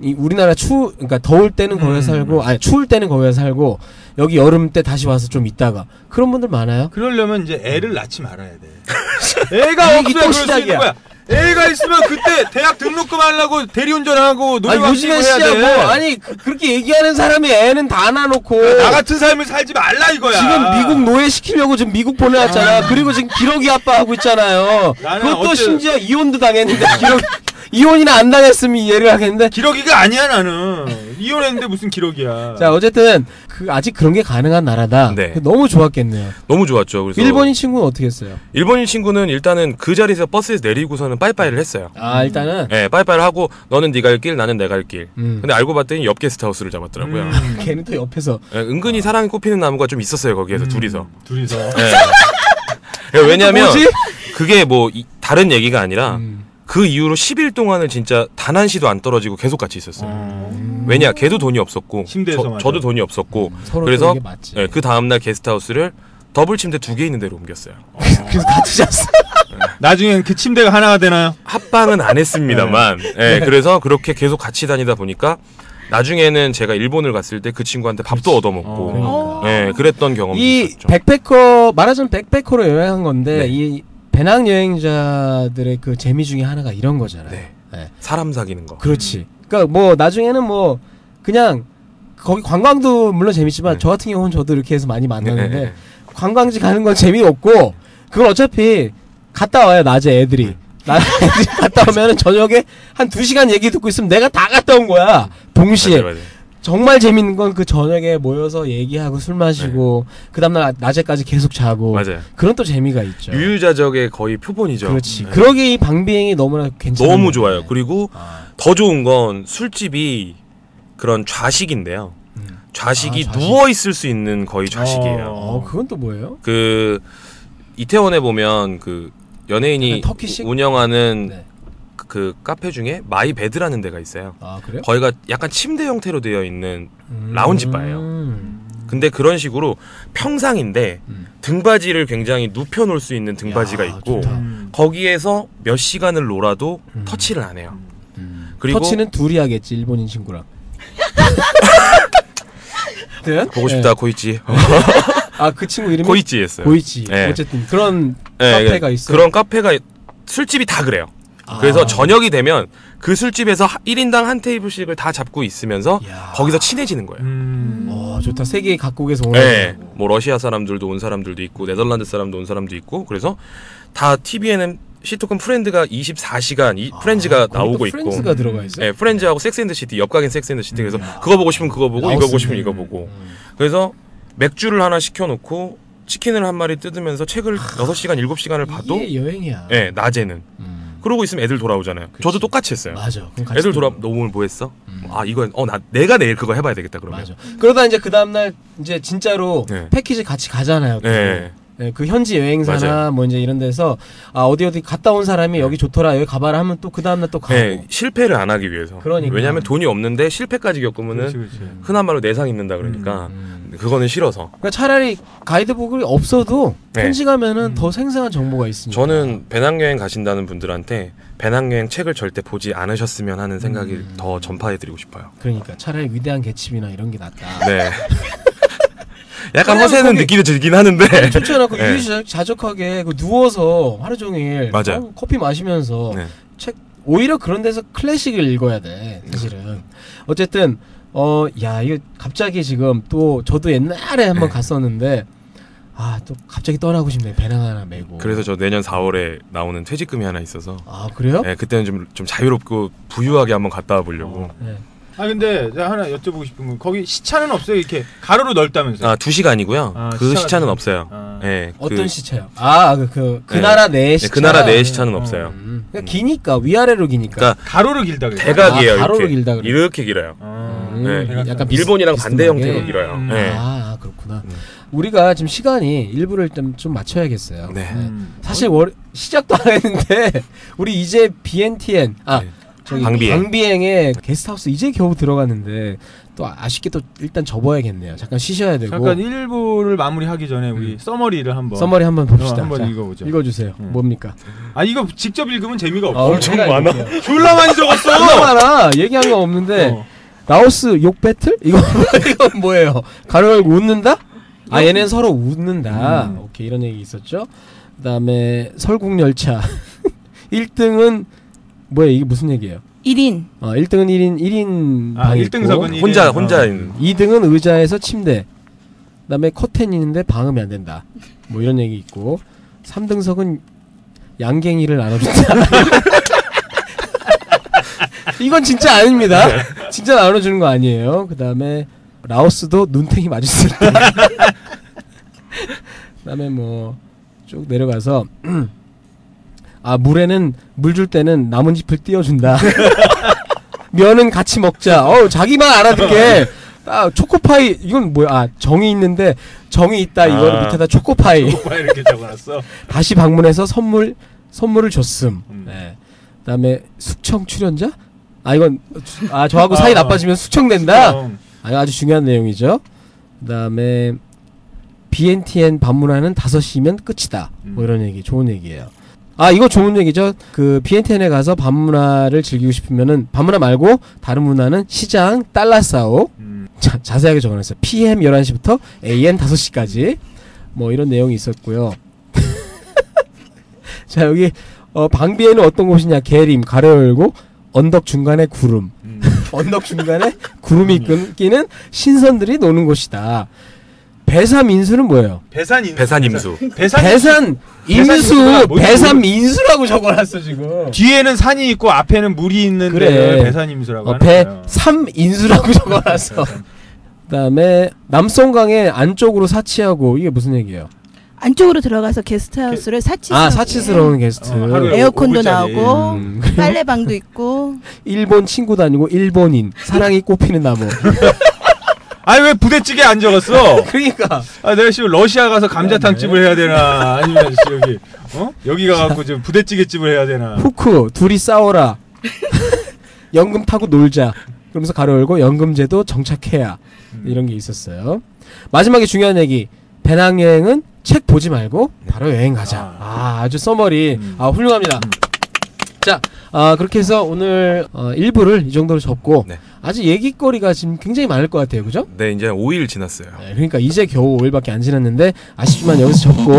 Speaker 3: 이 우리나라 추 그러니까 더울 때는 거기서
Speaker 4: 음.
Speaker 3: 살고 아니 추울 때는 거기서 살고 여기 여름 때 다시 와서 좀 있다가 그런 분들 많아요.
Speaker 4: 그러려면 이제 애를 낳지 말아야 돼. 애가 없으면
Speaker 3: 이게 또
Speaker 4: 그럴 수 있는
Speaker 3: 시작이야.
Speaker 4: 거야. 애가 있으면 그때 대학 등록금 하려고 대리운전하고
Speaker 3: 아니
Speaker 4: 노래방
Speaker 3: 요즘에
Speaker 4: 치고 해야 돼.
Speaker 3: 씨하고 아니 그, 그렇게 얘기하는 사람이 애는 다 안아놓고
Speaker 4: 나 같은 삶을 살지 말라 이거야.
Speaker 3: 지금 미국 노예 시키려고 지금 미국 보내왔잖아. 그리고 지금 기러기 아빠 하고 있잖아요.
Speaker 4: 나는
Speaker 3: 그것도
Speaker 4: 어째-
Speaker 3: 심지어 이혼도 당했는데 기러 이혼이나 안 당했으면 이해를 하겠는데.
Speaker 4: 기러기가 아니야 나는 이혼했는데 무슨 기러기야.
Speaker 3: 자 어쨌든 그 아직 그런 게 가능한 나라다.
Speaker 5: 네.
Speaker 3: 너무 좋았겠네요.
Speaker 5: 너무 좋았죠. 그래서 음.
Speaker 3: 일본인 친구는 어떻게 했어요?
Speaker 5: 일본인 친구는 일단은 그 자리에서 버스에서 내리고서는 빠이빠이를 했어요.
Speaker 3: 아 일단은
Speaker 5: 예, 빠이빠이를 하고 너는 네가 갈 길, 나는 내가 갈 길.
Speaker 3: 음.
Speaker 5: 근데 알고 봤더니 옆 게스트하우스를 잡았더라고요.
Speaker 4: 음.
Speaker 3: 걔는 또 옆에서
Speaker 5: 예, 은근히 사랑이 꽃피는 나무가 좀 있었어요 거기에서
Speaker 3: 음.
Speaker 5: 둘이서.
Speaker 4: 음, 둘이서.
Speaker 5: 예. 예, 왜냐면
Speaker 3: 뭐지?
Speaker 5: 그게 뭐 이- 다른 얘기가 아니라
Speaker 3: 음.
Speaker 5: 그 이후로 10일 동안을 진짜 단 한 시도 안 떨어지고 계속 같이 있었어요.
Speaker 3: 아.
Speaker 4: 음.
Speaker 5: 왜냐 걔도 돈이 없었고
Speaker 4: 침대에서
Speaker 5: 저,
Speaker 4: 맞아.
Speaker 5: 저도 돈이 없었고
Speaker 3: 서로
Speaker 5: 그래서
Speaker 3: 그래서 게 맞지.
Speaker 5: 예, 그 다음 날 게스트하우스를 더블 침대 두 개 있는 데로 옮겼어요.
Speaker 3: 그래서 같이 잤어.
Speaker 4: 나중엔 그 침대가 하나가 되나요?
Speaker 5: 합방은 안 했습니다만
Speaker 3: 네.
Speaker 5: 예, 그래서 그렇게 계속 같이 다니다 보니까 나중에는 제가 일본을 갔을 때 그 친구한테 밥도 얻어먹고
Speaker 4: 어.
Speaker 3: 네.
Speaker 5: 예, 그랬던 경험이
Speaker 3: 아, 그러니까. 이
Speaker 5: 있었죠.
Speaker 3: 백패커 말하자면 백패커로 여행한 건데
Speaker 5: 네.
Speaker 3: 이 배낭 여행자들의 그 재미 중에 하나가 이런 거잖아요.
Speaker 5: 네.
Speaker 3: 예.
Speaker 5: 사람 사귀는 거.
Speaker 3: 그렇지. 그러니까 뭐 나중에는 뭐 그냥 거기 관광도 물론 재밌지만
Speaker 5: 네.
Speaker 3: 저 같은 경우는 저도 이렇게 해서 많이 만났는데
Speaker 5: 네, 네, 네.
Speaker 3: 관광지 가는 건 재미없고 그걸 어차피 갔다 와요 낮에 애들이.
Speaker 5: 네.
Speaker 3: 나 애들이 갔다 오면은 저녁에 한 두 시간 얘기 듣고 있으면 내가 다 갔다 온 거야. 동시에.
Speaker 5: 맞아요, 맞아요.
Speaker 3: 정말 재밌는 건 그 저녁에 모여서 얘기하고 술 마시고 그 다음날 낮에까지 계속 자고
Speaker 5: 네. 맞아요.
Speaker 3: 그런 또 재미가 있죠.
Speaker 5: 유유자적의 거의 표본이죠. 예.
Speaker 3: 그렇지. 그러기에 이 방비행이 너무나 괜찮아요.
Speaker 5: 네. 너무 좋아요. 그리고 더 좋은 건 술집이 그런 좌식인데요. 좌식이
Speaker 3: 아, 좌식.
Speaker 5: 누워 있을 수 있는 거의 좌식이에요.
Speaker 3: 어, 그건 또 뭐예요?
Speaker 5: 그 이태원에 보면 그 연예인이
Speaker 3: 약간 터키식?
Speaker 5: 운영하는
Speaker 3: 네.
Speaker 5: 그 카페 중에 마이 베드라는 데가 있어요.
Speaker 3: 아 그래요?
Speaker 5: 거기가 약간 침대 형태로 되어 있는
Speaker 3: 음.
Speaker 5: 라운지 바예요. 근데 그런 식으로 평상인데
Speaker 3: 음.
Speaker 5: 등받이를 굉장히 눕혀 놓을 수 있는 등바지가
Speaker 3: 야,
Speaker 5: 있고
Speaker 3: 좋다.
Speaker 4: 음.
Speaker 5: 거기에서 몇 시간을 놀아도
Speaker 3: 음.
Speaker 5: 터치를 안 해요.
Speaker 3: 음.
Speaker 5: 그리고
Speaker 3: 터치는 둘이 하겠지 일본인 친구랑. 네?
Speaker 5: 보고 싶다 고이치
Speaker 3: 아그 친구 이름이
Speaker 5: 고이치였어요.
Speaker 3: 고이치.
Speaker 5: 네.
Speaker 3: 어쨌든 그런
Speaker 5: 예,
Speaker 3: 카페가
Speaker 5: 예.
Speaker 3: 있어요.
Speaker 5: 그런 카페가 있- 술집이 다 그래요.
Speaker 3: 아.
Speaker 5: 그래서 저녁이 되면 그 술집에서 하- 1인당 한 테이블씩을 다 잡고 있으면서
Speaker 3: 이야.
Speaker 5: 거기서 친해지는 거예요.
Speaker 4: 음.
Speaker 3: 어 좋다. 세계 각국에서 오는.
Speaker 5: 예. 뭐 러시아 사람들도 온 사람들도 있고 네덜란드 사람도 온 사람도 있고 그래서 다 TV에는 시트콤 프렌드가 24시간 이 프렌즈가
Speaker 3: 아, 거기 또
Speaker 5: 나오고 있고
Speaker 3: 프렌즈가 들어가 있어요. 음.
Speaker 5: 예, 프렌즈하고 섹스앤드시티 옆가게 섹스앤드시티 그래서 그거 보고 싶으면 그거 보고 이거 보고
Speaker 3: 라오스.
Speaker 5: 싶으면 이거 보고 그래서 맥주를 하나 시켜놓고 치킨을 한 마리 뜯으면서 책을 6시간 7시간을 봐도
Speaker 3: 이게 여행이야.
Speaker 5: 예, 낮에는
Speaker 3: 음.
Speaker 5: 그러고 있으면 애들 돌아오잖아요. 저도 똑같이 했어요.
Speaker 3: 맞아. 그럼 같이
Speaker 5: 애들 돌아
Speaker 3: 들어요.
Speaker 5: 너 오늘 뭐 했어? 아 이건 어나 내가 내일 그거 해봐야 되겠다 그러면.
Speaker 3: 맞아. 그러다 이제 그 다음 날 이제 진짜로
Speaker 5: 네.
Speaker 3: 패키지 같이 가잖아요. 또.
Speaker 5: 네.
Speaker 3: 네, 그 현지 여행사나
Speaker 5: 맞아요.
Speaker 3: 뭐 이제 이런 데서 아 어디 어디 갔다 온 사람이 여기 좋더라 여기 가봐라 하면 또 그 다음 날 또 가고
Speaker 5: 네, 실패를 안 하기 위해서.
Speaker 3: 그러니까.
Speaker 5: 왜냐하면 돈이 없는데 실패까지 겪으면은
Speaker 4: 그렇지, 그렇지.
Speaker 5: 흔한 말로 내상 입는다 그러니까
Speaker 3: 음.
Speaker 5: 그거는 싫어서.
Speaker 3: 그러니까 차라리 가이드북이 없어도
Speaker 5: 네.
Speaker 3: 현지 가면은 더 생생한 정보가 있으니까
Speaker 5: 저는 배낭여행 가신다는 분들한테 배낭여행 책을 절대 보지 않으셨으면 하는 생각이
Speaker 3: 음.
Speaker 5: 더 전파해드리고 싶어요.
Speaker 3: 그러니까 차라리 위대한 개츠비나 이런 게 낫다.
Speaker 5: 네. 약간
Speaker 3: 왜냐면
Speaker 5: 허세는
Speaker 3: 거기-
Speaker 5: 느낌이 들긴 하는데.
Speaker 3: 좋잖아. 그
Speaker 5: 네.
Speaker 3: 유유 자적하게 그 누워서 하루 종일
Speaker 5: 맞아요.
Speaker 3: 어, 커피 마시면서
Speaker 5: 네.
Speaker 3: 책 오히려 그런 데서 클래식을 읽어야 돼 사실은 어쨌든 어야 이거 갑자기 지금 또 저도 옛날에 한번
Speaker 5: 네.
Speaker 3: 갔었는데 아 또 갑자기 떠나고 싶네 배낭 하나 메고
Speaker 5: 그래서 저 내년 4월에 나오는 퇴직금이 하나 있어서
Speaker 3: 아 그래요?
Speaker 5: 네, 그때는 좀, 좀 자유롭고 부유하게 한번 갔다 와 보려고.
Speaker 3: 네.
Speaker 4: 아 근데 제가 하나 여쭤보고 싶은 건 거기 시차는 없어요 이렇게 가로로 넓다면서.
Speaker 5: 아, 2시간이고요.
Speaker 4: 아,
Speaker 5: 그
Speaker 4: 시차가
Speaker 5: 시차는
Speaker 4: 좀-
Speaker 5: 없어요.
Speaker 4: 아.
Speaker 5: 네,
Speaker 3: 어떤
Speaker 5: 그,
Speaker 3: 시차요? 아그그 그, 그
Speaker 5: 네.
Speaker 3: 나라 내
Speaker 5: 네,
Speaker 3: 시차
Speaker 5: 그 나라 내 시차는
Speaker 4: 어.
Speaker 5: 없어요.
Speaker 3: 음. 그러니까 기니까 위아래로 기니까
Speaker 5: 그러니까
Speaker 4: 가로로 길다 그래.
Speaker 5: 대각이에요.
Speaker 3: 아, 가로로
Speaker 5: 이렇게.
Speaker 3: 길다 그래요?
Speaker 5: 이렇게 길어요.
Speaker 4: 아,
Speaker 3: 음,
Speaker 5: 네.
Speaker 3: 약간 비스-
Speaker 5: 일본이랑 반대
Speaker 3: 비스듬하게.
Speaker 5: 형태로 길어요.
Speaker 4: 음.
Speaker 5: 네.
Speaker 3: 아, 아, 그렇구나
Speaker 5: 음.
Speaker 3: 우리가 지금 시간이 일부를 좀, 좀 맞춰야겠어요
Speaker 5: 네.
Speaker 4: 음.
Speaker 3: 사실 월, 시작도 안 했는데 우리 이제 BNTN 아
Speaker 5: 네.
Speaker 3: 저기
Speaker 5: 방비행.
Speaker 3: 방비행에 게스트하우스 이제 겨우 들어갔는데 또 아쉽게 또 일단 접어야겠네요. 잠깐 쉬셔야 되고
Speaker 4: 잠깐 일부를 마무리하기 전에 우리 써머리를 한번.
Speaker 3: 써머리 한번 봅시다.
Speaker 4: 어, 한번
Speaker 3: 자,
Speaker 4: 읽어보죠.
Speaker 3: 읽어주세요.
Speaker 4: 음.
Speaker 3: 뭡니까?
Speaker 4: 아 이거 직접 읽으면 재미가 없어.
Speaker 3: 엄청 많아.
Speaker 4: 졸라 많이 적었어.
Speaker 3: 존나 많아. 네. 얘기한 거 없는데
Speaker 4: 어.
Speaker 3: 라오스 욕 배틀 이거 이건 뭐예요? 가로 열고 웃는다? 아 얘네는 서로 웃는다.
Speaker 4: 음.
Speaker 3: 오케이 이런 얘기 있었죠. 그다음에 설국 열차 1등은 뭐야 이게 무슨 얘기예요?
Speaker 6: 1인
Speaker 3: 어, 1등은 1인 1인
Speaker 4: 아,
Speaker 3: 방이
Speaker 4: 일등
Speaker 3: 있고.
Speaker 4: 석은
Speaker 5: 혼자
Speaker 4: 이래요.
Speaker 5: 혼자
Speaker 4: 어.
Speaker 5: 있는
Speaker 3: 2등은 의자에서 침대. 그다음에 커튼 있는데 방음이 안 된다. 뭐 이런 얘기 있고. 3등석은 양갱이를 나눠준다. 이건 진짜 아닙니다.
Speaker 4: 네.
Speaker 3: 진짜 나눠주는 거 아니에요. 그다음에 라오스도 눈탱이 맞았을 때. 그다음에 뭐 쭉 내려가서 아 물에는 물 줄 때는 나뭇잎을 띄워준다. 면은 같이 먹자. 어 자기만 알아듣게. 아 초코파이 이건 뭐야? 아 정이 있는데 정이 있다 이거를
Speaker 5: 아.
Speaker 3: 밑에다 초코파이.
Speaker 4: 오빠 이렇게 적어놨어.
Speaker 3: 다시 방문해서 선물 선물을 줬음.
Speaker 4: 음.
Speaker 3: 네. 그다음에 숙청 출연자? 아 이건 아 저하고 사이
Speaker 4: 아.
Speaker 3: 나빠지면 숙청된다.
Speaker 4: 어.
Speaker 3: 아, 아주 중요한 내용이죠. 그다음에 BNTN 방문하는 5시면 끝이다. 뭐 이런 얘기, 좋은 얘기예요. 아, 이거 좋은 얘기죠. 그 BNTN에 가서 밤문화를 즐기고 싶으면은 밤문화 말고 다른 문화는 시장, 달라싸오.
Speaker 4: 음.
Speaker 3: 자, 자세하게 적어놨어요. PM 11시부터 AM 5시까지. 뭐 이런 내용이 있었고요. 자, 여기 어, 방비에는 어떤 곳이냐? 계림, 가려 열고 언덕 중간에 구름.
Speaker 4: 음.
Speaker 3: 언덕 중간에 구름이 끊기는 신선들이 노는 곳이다. 배삼 인수는 뭐예요?
Speaker 4: 배산 인수.
Speaker 5: 배산 임수.
Speaker 4: 배산.
Speaker 3: 배산
Speaker 4: 인수가
Speaker 3: 인수,
Speaker 4: 뭐지?
Speaker 3: 배삼 인수라고 적어놨어 지금.
Speaker 4: 뒤에는 산이 있고 앞에는 물이 있는
Speaker 3: 그래.
Speaker 4: 데를 배산 임수라고
Speaker 3: 어,
Speaker 4: 하는 거예요.
Speaker 3: 배삼 인수라고 적어놨어. 그다음에 남송강의 안쪽으로 사치하고 이게 무슨 얘기예요?
Speaker 6: 안쪽으로 들어가서 게스트하우스를 사치스러운
Speaker 3: 아 사치스러운 게스트.
Speaker 4: 어, 하루에
Speaker 6: 에어컨도
Speaker 4: 오불짜리.
Speaker 6: 나오고
Speaker 3: 음.
Speaker 6: 빨래방도 있고
Speaker 3: 일본 친구 다니고 일본인 사랑이 꽃피는 나무.
Speaker 4: 아니 왜 부대찌개 안 적었어?
Speaker 3: 그러니까
Speaker 4: 아 내가 지금 러시아 가서 감자탕 집을 해야 되나 아니면 씨, 여기 어 여기 가갖고 지금 부대찌개 집을 해야 되나?
Speaker 3: 후크 둘이 싸워라. 연금 타고 놀자. 그러면서 가로 열고 연금제도 정착해야 이런 게 있었어요. 마지막에 중요한 얘기. 배낭 여행은 책 보지 말고 바로 여행 가자. 아, 아주 써머리
Speaker 4: 음.
Speaker 3: 아 훌륭합니다. 자, 아, 그렇게 해서 오늘 어, 1부를 이 정도로 접고
Speaker 5: 네.
Speaker 3: 아직 얘기거리가 지금 굉장히 많을 것 같아요. 그죠?
Speaker 5: 네, 이제 5일 지났어요.
Speaker 3: 네, 그러니까 이제 겨우 5일밖에 안 지났는데 아쉽지만 여기서 접고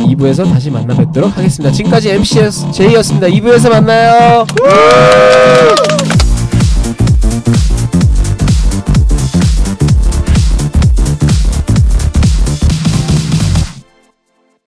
Speaker 3: 2부에서 다시 만나 뵙도록 하겠습니다. 지금까지 MC 제이였습니다. 2부에서 만나요.